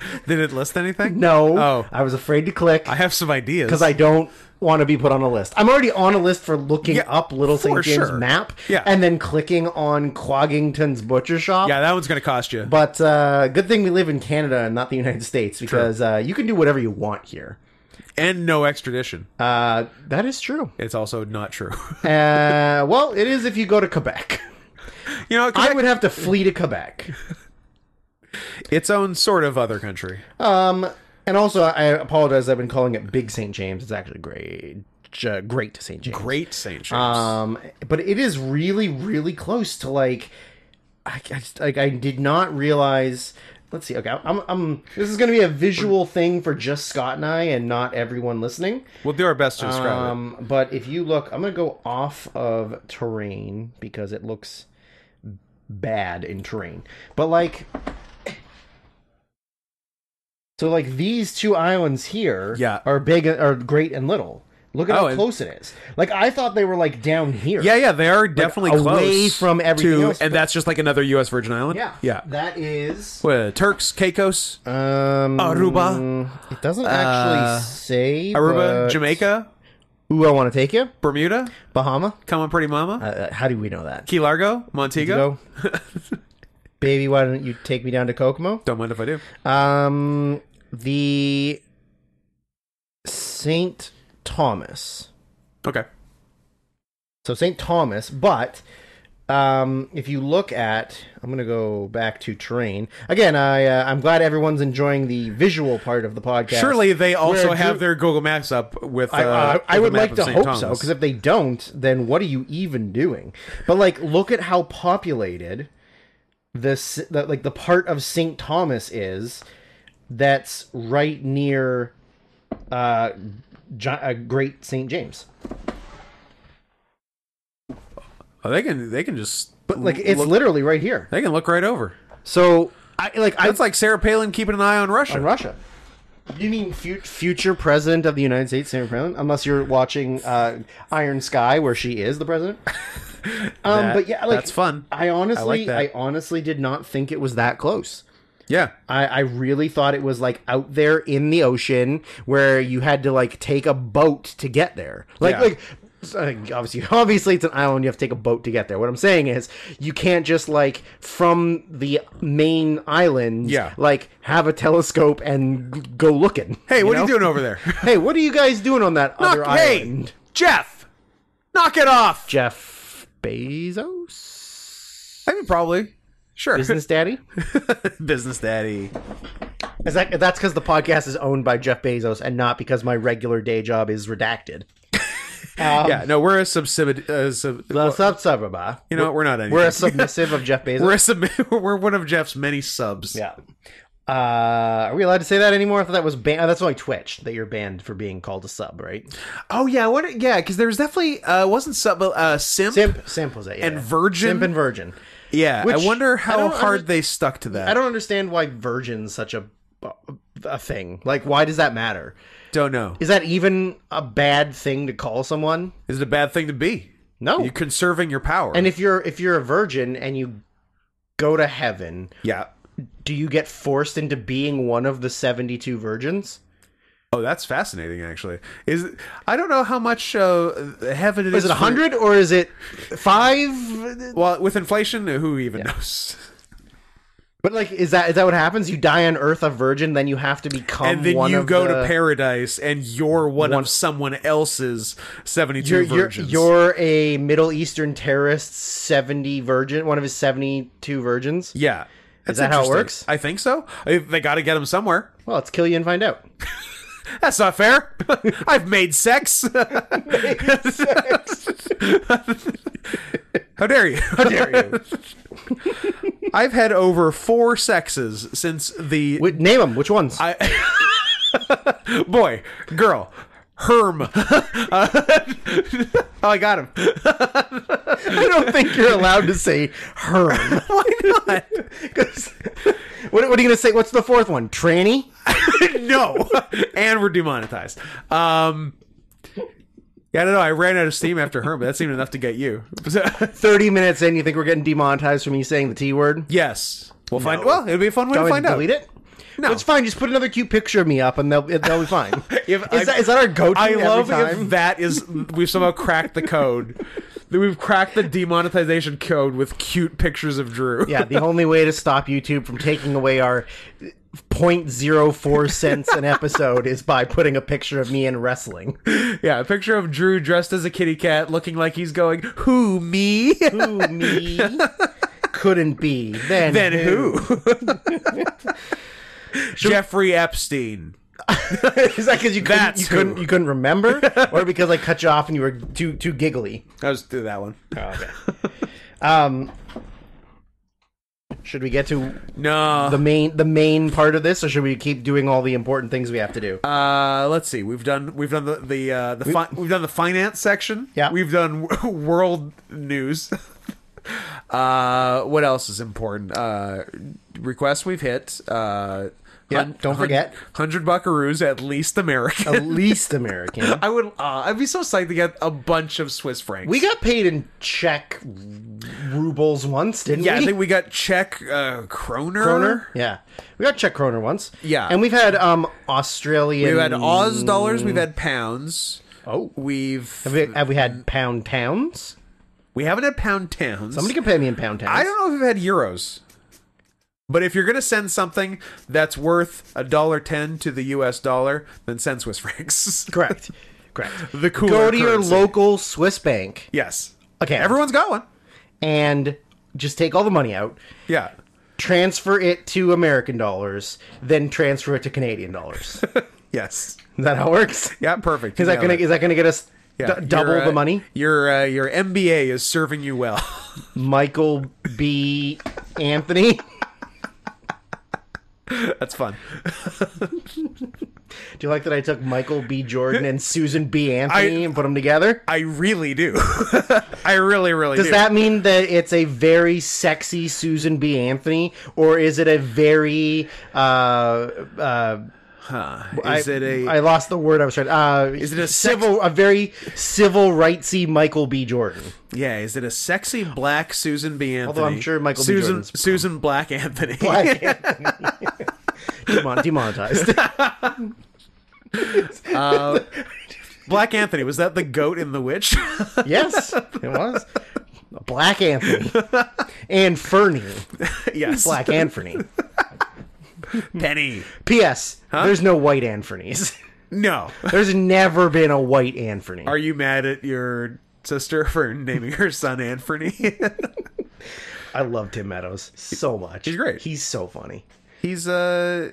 Speaker 2: *laughs* did it list anything?
Speaker 1: No,
Speaker 2: Oh.
Speaker 1: I was afraid to click.
Speaker 2: I have some ideas.
Speaker 1: because I don't want to be put on a list. I'm already on a list for looking
Speaker 2: Yeah,
Speaker 1: up Little
Speaker 2: for
Speaker 1: St. James
Speaker 2: sure.
Speaker 1: map
Speaker 2: Yeah.
Speaker 1: and then clicking on Cloggington's Butcher Shop.
Speaker 2: yeah, that one's gonna cost you.
Speaker 1: But uh, good thing we live in Canada and not the United States because uh, you can do whatever you want here.
Speaker 2: and no extradition.
Speaker 1: Uh, that is true.
Speaker 2: It's also not true. *laughs*
Speaker 1: Uh, well, it is if you go to Quebec. *laughs*
Speaker 2: you know,
Speaker 1: I
Speaker 2: Quebec,
Speaker 1: would have to flee to Quebec.
Speaker 2: its own sort of other country.
Speaker 1: Um, and also, I apologize. I've been calling it Big St. James. It's actually great, uh, Great St. James.
Speaker 2: Great Saint James.
Speaker 1: Um, but it is really, really close to like. I, I just, like I did not realize. Let's see. Okay, I'm. I'm this is going to be a visual thing for just Scott and I, and not everyone listening.
Speaker 2: we'll do our best to describe it.
Speaker 1: Um, but if you look, I'm gonna go off of terrain because it looks bad in terrain. But like, so like these two islands here,
Speaker 2: Yeah.
Speaker 1: are big, are great and little. Look at
Speaker 2: Oh,
Speaker 1: how
Speaker 2: and-
Speaker 1: close it is. Like I thought they were like down here.
Speaker 2: Yeah, yeah, they are definitely
Speaker 1: away
Speaker 2: close
Speaker 1: from everything
Speaker 2: to,
Speaker 1: else,
Speaker 2: and
Speaker 1: but-
Speaker 2: that's just like another U.S. Virgin Island.
Speaker 1: yeah,
Speaker 2: yeah.
Speaker 1: That is
Speaker 2: What, Turks, Caicos,
Speaker 1: um,
Speaker 2: Aruba?
Speaker 1: It doesn't actually
Speaker 2: Uh,
Speaker 1: say
Speaker 2: Aruba,
Speaker 1: but-
Speaker 2: Jamaica,
Speaker 1: Ooh, I want to take you.
Speaker 2: Bermuda,
Speaker 1: Bahama.
Speaker 2: Come on, Pretty Mama,
Speaker 1: Uh, how do we know that?
Speaker 2: Key Largo, Montego.
Speaker 1: go.
Speaker 2: *laughs*
Speaker 1: Baby, why don't you take me down to Kokomo?
Speaker 2: Don't mind if I do.
Speaker 1: Um, the Saint Thomas.
Speaker 2: Okay.
Speaker 1: So Saint Thomas, but um, if you look at, I'm gonna go back to terrain again. I uh, I'm glad everyone's enjoying the visual part of the podcast.
Speaker 2: Surely they also
Speaker 1: Where
Speaker 2: have
Speaker 1: do-
Speaker 2: their Google Maps up with. Uh,
Speaker 1: I, I, I
Speaker 2: with
Speaker 1: would
Speaker 2: a map
Speaker 1: like
Speaker 2: of
Speaker 1: to
Speaker 2: St.
Speaker 1: hope so, 'cause so
Speaker 2: Thomas.
Speaker 1: because if they don't, then what are you even doing? But like, look at how populated this the, like the part of St. Thomas is that's right near uh, Gi- uh Great St. James.
Speaker 2: oh, they can they can just but
Speaker 1: Like it's literally right here.
Speaker 2: they can look right over.
Speaker 1: So I like I
Speaker 2: That's like Sarah Palin keeping an eye on Russia.
Speaker 1: in Russia. You mean fut- future president of the United States, Sarah Palin? Unless you're watching uh, Iron Sky, where she is the
Speaker 2: *laughs*
Speaker 1: president. um,
Speaker 2: That-
Speaker 1: but yeah, like
Speaker 2: that's fun.
Speaker 1: I honestly, I,
Speaker 2: like that.
Speaker 1: honestly did not think it was that close.
Speaker 2: yeah,
Speaker 1: I, I really thought it was like out there in the ocean where you had to like take a boat to get there. Like
Speaker 2: Yeah.
Speaker 1: like so, like, obviously *laughs* obviously it's an island you have to take a boat to get there. What I'm saying is you can't just like from the main island
Speaker 2: Yeah.
Speaker 1: like have a telescope and g- go looking.
Speaker 2: Hey, what
Speaker 1: know?
Speaker 2: are you doing over there? *laughs*
Speaker 1: Hey, what are you guys doing on that other
Speaker 2: Knock, hey,
Speaker 1: island?
Speaker 2: Jeff, knock it off.
Speaker 1: Jeff Bezos?
Speaker 2: I mean, probably. Sure.
Speaker 1: *laughs* Business daddy?
Speaker 2: *laughs* Business daddy.
Speaker 1: Is that that's because the podcast is owned by Jeff Bezos and not because my regular day job is redacted? Um,
Speaker 2: yeah, no, we're a subsidi- uh, sub-
Speaker 1: the sub suburba.
Speaker 2: You know, what? we're not anything.
Speaker 1: We're a submissive of Jeff Bezos.
Speaker 2: *laughs* We're, a sub- we're one of Jeff's many subs.
Speaker 1: yeah. Uh, are we allowed to say that anymore? I thought that was ban- oh, that's only Twitch that you're banned for being called a sub, right?
Speaker 2: Oh yeah, what? Yeah, because there was definitely uh, wasn't sub uh, simp,
Speaker 1: Simp, simp was it? Yeah.
Speaker 2: and virgin.
Speaker 1: simp and virgin.
Speaker 2: yeah,
Speaker 1: Which-
Speaker 2: I wonder
Speaker 1: I
Speaker 2: how
Speaker 1: don't
Speaker 2: hard
Speaker 1: under-
Speaker 2: they stuck to that.
Speaker 1: I don't understand why virgin's such a a thing. Like, why does that matter?
Speaker 2: Don't know.
Speaker 1: Is that even a bad thing to call someone?
Speaker 2: Is it a bad thing to be?
Speaker 1: No.
Speaker 2: You conserving your power.
Speaker 1: and if you're if you're a virgin and you go to heaven,
Speaker 2: yeah.
Speaker 1: do you get forced into being one of the 72 virgins?
Speaker 2: Oh, that's fascinating. Actually, is I don't know how much uh, heaven it is.
Speaker 1: Is it
Speaker 2: for-
Speaker 1: 100 or is it 5?
Speaker 2: Well, with inflation, who even knows?
Speaker 1: But like is that is that what happens? You die on earth a virgin then you have to become
Speaker 2: And then
Speaker 1: one
Speaker 2: you
Speaker 1: of
Speaker 2: go
Speaker 1: the-
Speaker 2: to paradise, and you're one, of someone else's seventy-two
Speaker 1: you're, you're,
Speaker 2: virgins.
Speaker 1: you're a Middle Eastern terrorist 70 virgin, one of his 72 virgins.
Speaker 2: yeah. That's
Speaker 1: that how it
Speaker 2: interesting.
Speaker 1: works?
Speaker 2: I think so. I- They got to get him somewhere.
Speaker 1: Well, let's kill you and find out.
Speaker 2: That's not fair. *laughs* I've made sex. *laughs* How dare you?
Speaker 1: How dare you?
Speaker 2: *laughs* I've had over four sexes since the
Speaker 1: Wait, name them. Which ones?
Speaker 2: boy, girl, herm. *laughs* Uh, oh, I got him.
Speaker 1: *laughs* I don't think you're allowed to say her.
Speaker 2: *laughs* Why not?
Speaker 1: *laughs* 'Cause- what, what are you going to say? What's the fourth one? Tranny?
Speaker 2: no. and we're demonetized. Um, yeah, I don't know. I ran out of steam after herm, but that seemed enough to get you. *laughs*
Speaker 1: 30 minutes in, you think we're getting demonetized for me saying the T word?
Speaker 2: yes. We'll find.
Speaker 1: No.
Speaker 2: Well, it'll be a fun way
Speaker 1: Go
Speaker 2: to
Speaker 1: ahead
Speaker 2: find
Speaker 1: and
Speaker 2: out.
Speaker 1: delete it? No. It's fine. Just put another cute picture of me up and they'll, they'll be fine.
Speaker 2: *laughs* If I-
Speaker 1: is, that, is that our go to?
Speaker 2: I love
Speaker 1: time?
Speaker 2: *laughs* if that is we've somehow cracked the code. That we've cracked the demonetization code with cute pictures of Drew.
Speaker 1: Yeah, the only way to stop YouTube from taking away our 0.04 cents an episode is by putting a picture of me in wrestling.
Speaker 2: *laughs* Yeah, a picture of Drew dressed as a kitty cat, looking like he's going, "Who me? *laughs*
Speaker 1: Who me? *laughs* Couldn't be. Then,
Speaker 2: then who?" *laughs* Jeffrey Epstein.
Speaker 1: *laughs* is that because you couldn't
Speaker 2: That's
Speaker 1: you couldn't,
Speaker 2: who.
Speaker 1: you couldn't
Speaker 2: *laughs*
Speaker 1: remember, or because I cut you off and you were too too giggly?
Speaker 2: I was do that one.
Speaker 1: Um, should we get to
Speaker 2: No,
Speaker 1: the main the main part of this, or should we keep doing all the important things we have to do?
Speaker 2: Uh, let's see. We've done we've done the the uh, the fi- we've done the finance section.
Speaker 1: Yeah.
Speaker 2: We've done world news. *laughs* uh, what else is important? Uh, requests we've hit. Uh,
Speaker 1: Yeah, don't forget.
Speaker 2: hundred buckaroos at least American.
Speaker 1: At least *laughs* American.
Speaker 2: I would. Uh, I'd be so psyched to get a bunch of Swiss francs.
Speaker 1: We got paid in Czech rubles once, didn't
Speaker 2: yeah,
Speaker 1: we?
Speaker 2: I think we got Czech uh, kroner.
Speaker 1: kroner. Yeah, we got Czech kroner once.
Speaker 2: Yeah.
Speaker 1: and we've had um Australian.
Speaker 2: We've had Oz dollars. We've had pounds.
Speaker 1: Mm. Oh,
Speaker 2: We've
Speaker 1: have we, have we had pound towns?
Speaker 2: we haven't had pound towns.
Speaker 1: Somebody can pay me in pound towns.
Speaker 2: I don't know if we've had euros, but if you're gonna send something that's worth a dollar ten to the U.S. dollar, then send Swiss *laughs* francs.
Speaker 1: *laughs* Correct. Correct.
Speaker 2: *laughs* the cooler
Speaker 1: Go to your
Speaker 2: currency.
Speaker 1: local Swiss bank
Speaker 2: Yes.
Speaker 1: account
Speaker 2: Everyone's got one.
Speaker 1: and just take all the money out,
Speaker 2: Yeah.
Speaker 1: transfer it to American dollars, then transfer it to Canadian
Speaker 2: *laughs*
Speaker 1: dollars. Is
Speaker 2: Yes.
Speaker 1: that how it works?
Speaker 2: Yeah. Perfect.
Speaker 1: Is that gonna is that gonna get us
Speaker 2: Yeah,
Speaker 1: d-
Speaker 2: your,
Speaker 1: double
Speaker 2: uh,
Speaker 1: the money?
Speaker 2: Your uh, your MBA is serving you well. *laughs*
Speaker 1: Michael B. Anthony.
Speaker 2: that's fun.
Speaker 1: Do you like that I took Michael B. Jordan and Susan B. Anthony
Speaker 2: I-
Speaker 1: and put them together?
Speaker 2: I really do. *laughs* I really, really
Speaker 1: Does
Speaker 2: do.
Speaker 1: that mean that it's a very sexy Susan B. Anthony, or is it a very uh, uh,
Speaker 2: Huh.
Speaker 1: I-
Speaker 2: Is it a?
Speaker 1: I lost the word I was trying. Uh, is
Speaker 2: it a
Speaker 1: civil? a very civil rightsy Michael B.
Speaker 2: *laughs*
Speaker 1: Jordan.
Speaker 2: yeah, is it a sexy black Susan B. Anthony?
Speaker 1: Although I'm sure Michael B.
Speaker 2: Susan
Speaker 1: Jordan's-
Speaker 2: Susan Black Anthony.
Speaker 1: *laughs* Demon- demonetized.
Speaker 2: *laughs* Black Anthony was that the goat in the witch? *laughs*
Speaker 1: yes, it was Black
Speaker 2: *laughs*
Speaker 1: Anthony and Fernie,
Speaker 2: yes, *laughs*
Speaker 1: Black Anthony.
Speaker 2: Penny.
Speaker 1: P.S. There's no white Anthony's.
Speaker 2: No,
Speaker 1: There's never been a white Anthony.
Speaker 2: are you mad at your sister for naming her son Anthony?
Speaker 1: *laughs* I love Tim Meadows so much.
Speaker 2: He's great.
Speaker 1: He's so funny.
Speaker 2: he's uh,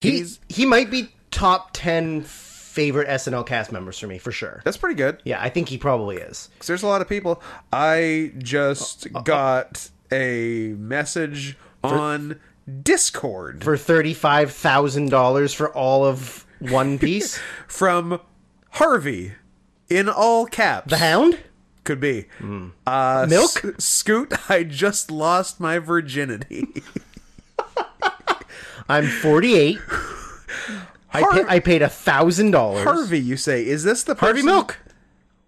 Speaker 1: He's
Speaker 2: He's-
Speaker 1: he might be top ten favorite SNL cast members for me for sure.
Speaker 2: that's pretty good.
Speaker 1: Yeah, I think he probably is.
Speaker 2: 'Cause there's a lot of people. I just
Speaker 1: Uh,
Speaker 2: got a message on Discord
Speaker 1: for thirty-five thousand dollars for all of One
Speaker 2: *laughs*
Speaker 1: Piece.
Speaker 2: from Harvey, in all caps.
Speaker 1: the Hound.
Speaker 2: Could be. Uh,
Speaker 1: Milk?
Speaker 2: S- Scoot, I just lost my
Speaker 1: *laughs*
Speaker 2: virginity.
Speaker 1: I'm forty-eight. I,
Speaker 2: Harv-
Speaker 1: pa- I paid a thousand dollars.
Speaker 2: Harvey, you say, is this the
Speaker 1: Harvey
Speaker 2: person-
Speaker 1: Milk.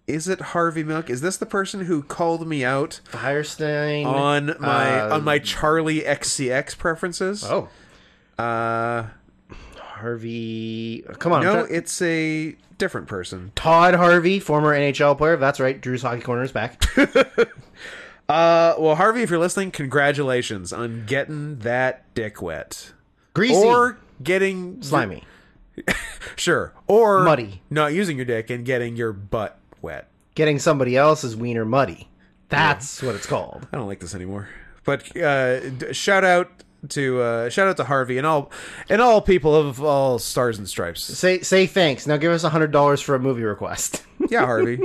Speaker 2: Is it Harvey Milk? Is this the person who called me out
Speaker 1: Firestein.
Speaker 2: on my on my Charlie XCX preferences?
Speaker 1: oh. Uh, Harvey. Come on. I'm
Speaker 2: no,
Speaker 1: trying-
Speaker 2: it's a different person.
Speaker 1: Todd Harvey, former NHL player. That's right. Drew's Hockey Corner is back.
Speaker 2: Uh, well, Harvey, if you're listening, congratulations on getting that dick wet
Speaker 1: *laughs* Greasy.
Speaker 2: or getting
Speaker 1: slimy.
Speaker 2: Sure, or
Speaker 1: Muddy.
Speaker 2: Not using your dick and getting your butt wet.
Speaker 1: Getting somebody else's wiener muddy. That's what it's called.
Speaker 2: I don't like this anymore. But uh, d- shout out to uh, shout out to Harvey and all and all people of all stars and stripes.
Speaker 1: Say say thanks. Now give us hundred dollars for a movie request. *laughs*
Speaker 2: Yeah, Harvey.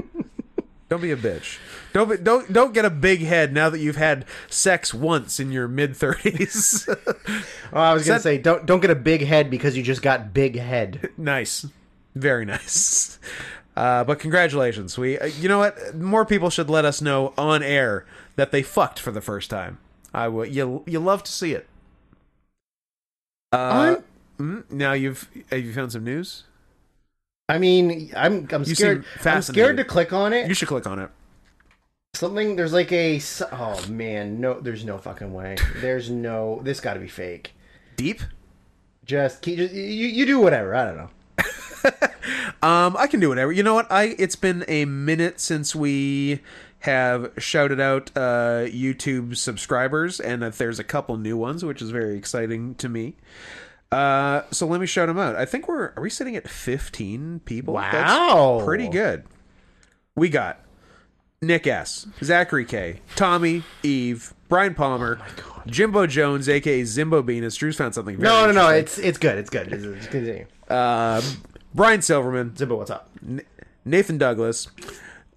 Speaker 2: don't be a bitch. Don't be, don't don't get a big head now that you've had sex once in your mid thirties.
Speaker 1: Oh, I was gonna
Speaker 2: Send-
Speaker 1: say don't don't get a big head because you just got big *laughs* head.
Speaker 2: *laughs* nice, very nice. Uh, but congratulations. We uh, you know what? More people should let us know on air that they fucked for the first time. I will. You you love to see it. Uh, mm, now you've have you found some news?
Speaker 1: I mean, I'm I'm
Speaker 2: You
Speaker 1: scared.
Speaker 2: seem
Speaker 1: I'm scared
Speaker 2: fascinated.
Speaker 1: to click on
Speaker 2: You
Speaker 1: it.
Speaker 2: should click on it.
Speaker 1: Something there's like a s- oh man, no, there's no fucking way. There's no. This got to be fake.
Speaker 2: Deep.
Speaker 1: Just keep just, you you do whatever. I don't know.
Speaker 2: Um, I can do whatever. You know what? I it's been a minute since we have shouted out uh, YouTube subscribers, and that there's a couple new ones, which is very exciting to me. Uh, so let me shout them out. I think we're are we sitting at 15 people?
Speaker 1: Wow.
Speaker 2: That's pretty good. We got Nick S, Zachary K, Tommy, Eve, Brian Palmer, Jimbo Jones, aka Zimbo Venus. Drew's found something. Very
Speaker 1: Oh No, no, no.
Speaker 2: interesting.
Speaker 1: It's it's good. It's good. It's, it's continue.
Speaker 2: Brian Silverman,
Speaker 1: Zimbo, what's up?
Speaker 2: Nathan Douglas,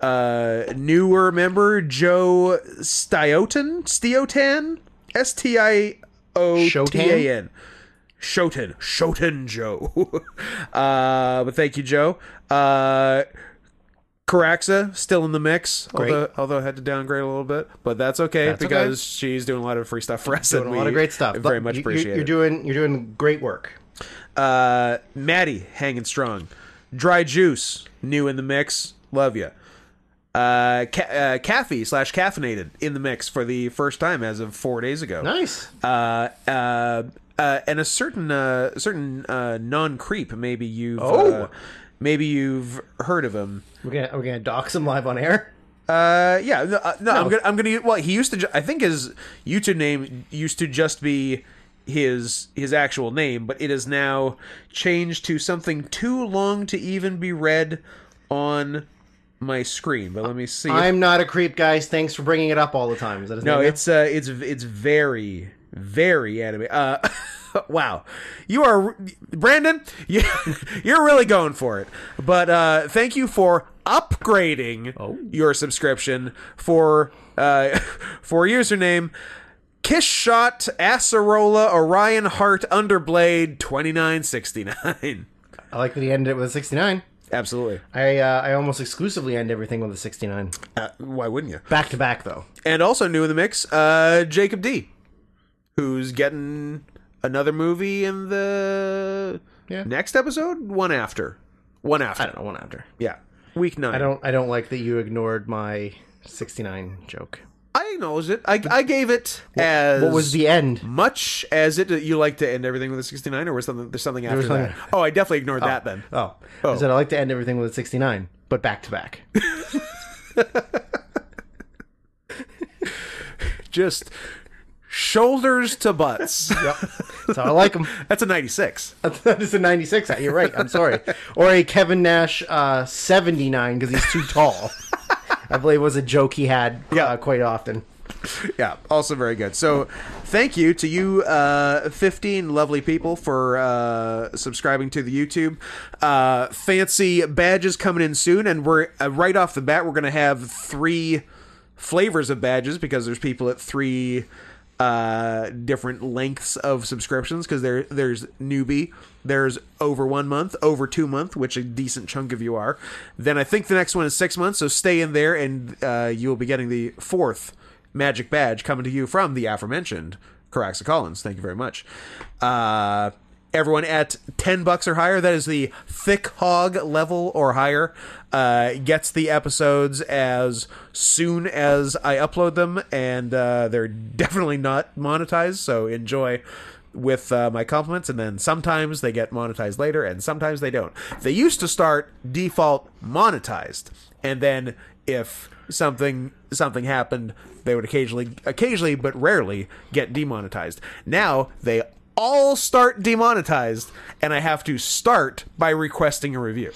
Speaker 2: uh, newer member Joe Stiotan, Stiotan, S T I O T A N, Shoten, Shoten Joe. *laughs* uh, but thank you, Joe. Uh, Caraxa still in the mix, although although I had to downgrade a little bit, but that's okay
Speaker 1: okay.
Speaker 2: because she's doing a lot of free stuff for us.
Speaker 1: Doing a
Speaker 2: and
Speaker 1: lot of
Speaker 2: we
Speaker 1: great stuff.
Speaker 2: Very
Speaker 1: But
Speaker 2: much
Speaker 1: you-
Speaker 2: appreciate
Speaker 1: you're,
Speaker 2: it.
Speaker 1: you're doing you're doing great work.
Speaker 2: Uh, Maddie hanging strong. Dry juice new in the mix. Love you. Uh, ca- uh, Caffey slash caffeinated in the mix for the first time as of four days ago.
Speaker 1: Nice.
Speaker 2: Uh, uh, uh, and a certain uh, certain uh, non creep. Maybe you've uh,
Speaker 1: Oh.
Speaker 2: maybe you've heard of him.
Speaker 1: We're gonna we're gonna dox him live on air.
Speaker 2: Uh, yeah, no, uh, no, I'm gonna, I'm gonna. Well, he used to. Ju- I think his YouTube name used to just be his his actual name, but it is now changed to something too long to even be read on my screen. But let me see.
Speaker 1: I'm not a creep, guys. Thanks for bringing it up all the time. Is that his
Speaker 2: no,
Speaker 1: name?
Speaker 2: it's uh, it's it's very very anime. Uh, *laughs* wow, you are Brandon. You *laughs* you're really going for it. But uh, thank you for upgrading your subscription for uh *laughs* for username. Kiss shot Acerola Orion Heart Underblade twenty nine sixty nine. *laughs*
Speaker 1: I like that he ended it with a 69.
Speaker 2: Absolutely.
Speaker 1: I uh, I almost exclusively end everything with a 69.
Speaker 2: Uh, why wouldn't you?
Speaker 1: Back to back though.
Speaker 2: And also new in the mix, uh, Jacob D, who's getting another movie in the
Speaker 1: Yeah.
Speaker 2: next episode, one after, one after,
Speaker 1: I don't know. One after.
Speaker 2: yeah, week nine.
Speaker 1: I don't I don't like that you ignored my 69 joke.
Speaker 2: I acknowledge it. I, I gave it as
Speaker 1: What was the end?
Speaker 2: much as it. You like to end everything with a sixty nine, or was something? There's something after
Speaker 1: was
Speaker 2: that.
Speaker 1: something-
Speaker 2: Oh, I definitely ignored that then.
Speaker 1: Oh, I said I like to end everything with a 69, but back to
Speaker 2: *laughs*
Speaker 1: back.
Speaker 2: Just shoulders to butts. *laughs*
Speaker 1: So I like them.
Speaker 2: That's a ninety six.
Speaker 1: *laughs* That is a 96. You're right. I'm *laughs* sorry. Or a Kevin Nash uh, 79 because he's too *laughs* tall. I believe was a joke he had
Speaker 2: Yeah.
Speaker 1: uh, quite often.
Speaker 2: *laughs* Yeah, also very good. So, thank you to you, uh, 15 lovely people, for uh, subscribing to the YouTube. Uh, fancy badges coming in soon, and we're uh, right off the bat, we're going to have three flavors of badges because there's people at three uh different lengths of subscriptions because there there's newbie there's over one month over two month which a decent chunk of you are then i think the next one is six months so stay in there and uh you'll be getting the fourth magic badge coming to you from the aforementioned Caraxa Collins. Thank you very much. Uh, everyone at 10 bucks or higher, that is the thick hog level or higher, uh, gets the episodes as soon as I upload them, and uh, they're *laughs* definitely not monetized, so enjoy with uh, my compliments and then sometimes they get monetized later and sometimes they don't they used to start default monetized and then if something something happened they would occasionally occasionally but rarely get demonetized now they all start demonetized and i have to start by requesting a review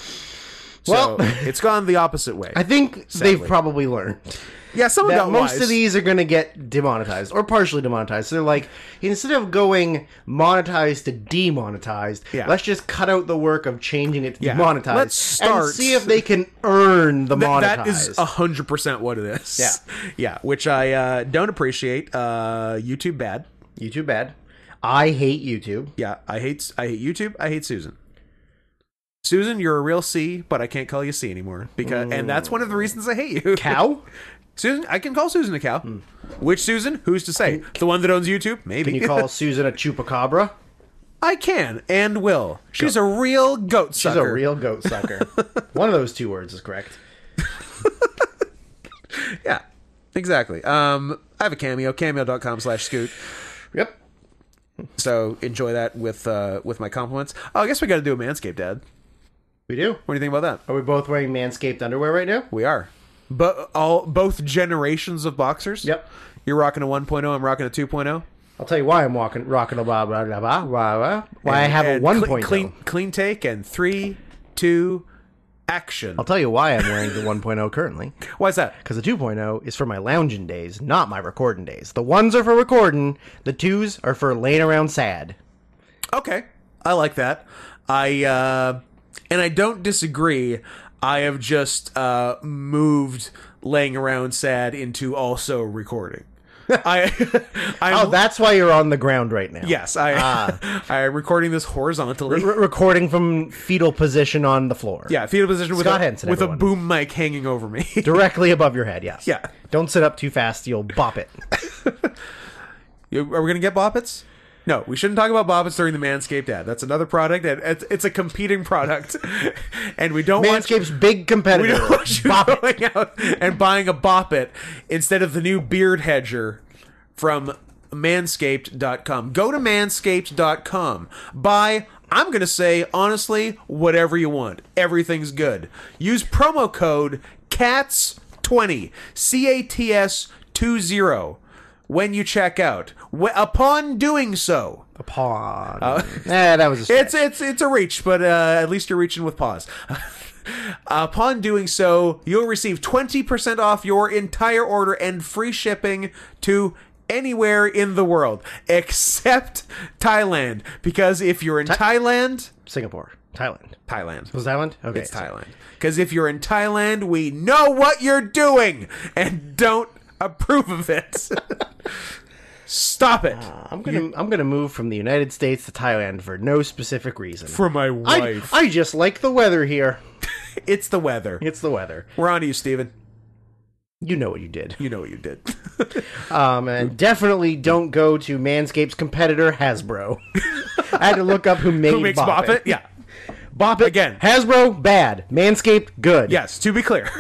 Speaker 2: so
Speaker 1: Well-
Speaker 2: *laughs* it's gone the opposite way
Speaker 1: I think
Speaker 2: Sadly.
Speaker 1: they've probably learned
Speaker 2: yeah someone
Speaker 1: that
Speaker 2: got
Speaker 1: most
Speaker 2: wise.
Speaker 1: of these are going to get demonetized or partially demonetized. So they're like, instead of going monetized to demonetized,
Speaker 2: Yeah.
Speaker 1: let's just cut out the work of changing it to
Speaker 2: Yeah.
Speaker 1: monetized
Speaker 2: Let's start-
Speaker 1: and see if they can earn the monetized.
Speaker 2: That is a hundred percent what it is.
Speaker 1: Yeah.
Speaker 2: *laughs* yeah, which I uh, don't appreciate. Uh, YouTube bad.
Speaker 1: YouTube bad. I hate YouTube.
Speaker 2: Yeah, I hate I hate YouTube. I hate Susan. Susan, you're a real C, but I can't call you C anymore because, and that's one of the reasons I hate you.
Speaker 1: Cow?
Speaker 2: *laughs*
Speaker 1: Hmm.
Speaker 2: Susan, I can call Susan a cow. Which Susan? Who's to say? the one that owns YouTube? Maybe.
Speaker 1: Can you *laughs* call Susan a chupacabra?
Speaker 2: I can and will. She's a real goat
Speaker 1: She's
Speaker 2: sucker.
Speaker 1: a real goat
Speaker 2: *laughs*
Speaker 1: sucker. One of those two words is correct.
Speaker 2: Yeah, exactly. Um, I have a cameo. Cameo.com slash scoot.
Speaker 1: Yep.
Speaker 2: So enjoy that with uh with my compliments. Oh, I guess we got to do a manscape, Dad.
Speaker 1: We do.
Speaker 2: What do you think about that?
Speaker 1: Are we both wearing manscaped underwear right now?
Speaker 2: We are. But all both generations of boxers.
Speaker 1: Yep.
Speaker 2: You're rocking a 1.0. I'm rocking a oh? 2.0.
Speaker 1: I'll tell you why I'm walking, rocking a blah blah blah blah blah. blah. Why I
Speaker 2: And-
Speaker 1: have a
Speaker 2: and
Speaker 1: one
Speaker 2: clean-
Speaker 1: point. oh.
Speaker 2: Clean, clean take and three, two, action.
Speaker 1: I'll tell you why I'm wearing the 1.0 currently.
Speaker 2: Why's that?
Speaker 1: Because the 2.0 is for my lounging days, not my recording days. The ones are for recording, the twos are for laying around sad.
Speaker 2: Okay, I like that. I uh, and I don't disagree. I have just uh, moved laying around sad into also
Speaker 1: *laughs*
Speaker 2: recording. I, *laughs* I'm,
Speaker 1: Oh, Ah. that's why you're on the ground right now.
Speaker 2: yes, *laughs* I, I'm recording this
Speaker 1: *laughs*
Speaker 2: horizontally.
Speaker 1: R- recording from fetal position on the floor.
Speaker 2: yeah, fetal position with
Speaker 1: Scott
Speaker 2: a,
Speaker 1: Hansen,
Speaker 2: with a
Speaker 1: everyone.
Speaker 2: boom mic hanging over me. *laughs*
Speaker 1: Directly above your head, yes.
Speaker 2: Yeah.
Speaker 1: Don't sit up too fast, you'll bop it.
Speaker 2: You- Are we gonna get boppets? No, we shouldn't talk about boppets during the Manscaped ad. That's another product. and It's, it's a competing product, *laughs* and we don't want
Speaker 1: Manscaped's big competitor.
Speaker 2: We don't want you
Speaker 1: bop it.
Speaker 2: going out and buying a Boppet instead of the new Beard Hedger from manscaped.com. Go to manscaped.com. Buy, I'm going to say, honestly, whatever you want. Everything's good. Use promo code CATS20, C A T S 20, when you check out. Wh- upon doing so,
Speaker 1: Pawn.
Speaker 2: Oh.
Speaker 1: Eh, that was a stretch.
Speaker 2: *laughs* it's it's it's a reach, but uh, at least you're reaching with *laughs* paws. Upon doing so, you'll receive 20% off your entire order and free shipping to anywhere in the world except Thailand. Because if you're in Thailand,
Speaker 1: Singapore. Thailand.
Speaker 2: Thailand.
Speaker 1: Was Thailand? Okay.
Speaker 2: It's Thailand. Because if you're in Thailand, we know what you're doing and don't approve of it. *laughs* Stop it.
Speaker 1: I'm gonna I'm gonna move from the United States to Thailand for no specific reason.
Speaker 2: For my
Speaker 1: I,
Speaker 2: wife.
Speaker 1: I just like the weather here.
Speaker 2: it's the weather.
Speaker 1: It's the weather.
Speaker 2: We're on to you, Steven.
Speaker 1: You know what you did.
Speaker 2: You know what you did. *laughs*
Speaker 1: Um, and definitely don't go to Manscaped's competitor
Speaker 2: *laughs*
Speaker 1: Hasbro. I had to look up who made
Speaker 2: Who makes
Speaker 1: Bop,
Speaker 2: Boppet?
Speaker 1: it.
Speaker 2: Yeah.
Speaker 1: Bop it
Speaker 2: Again.
Speaker 1: Hasbro bad. Manscaped good.
Speaker 2: Yes, to be clear.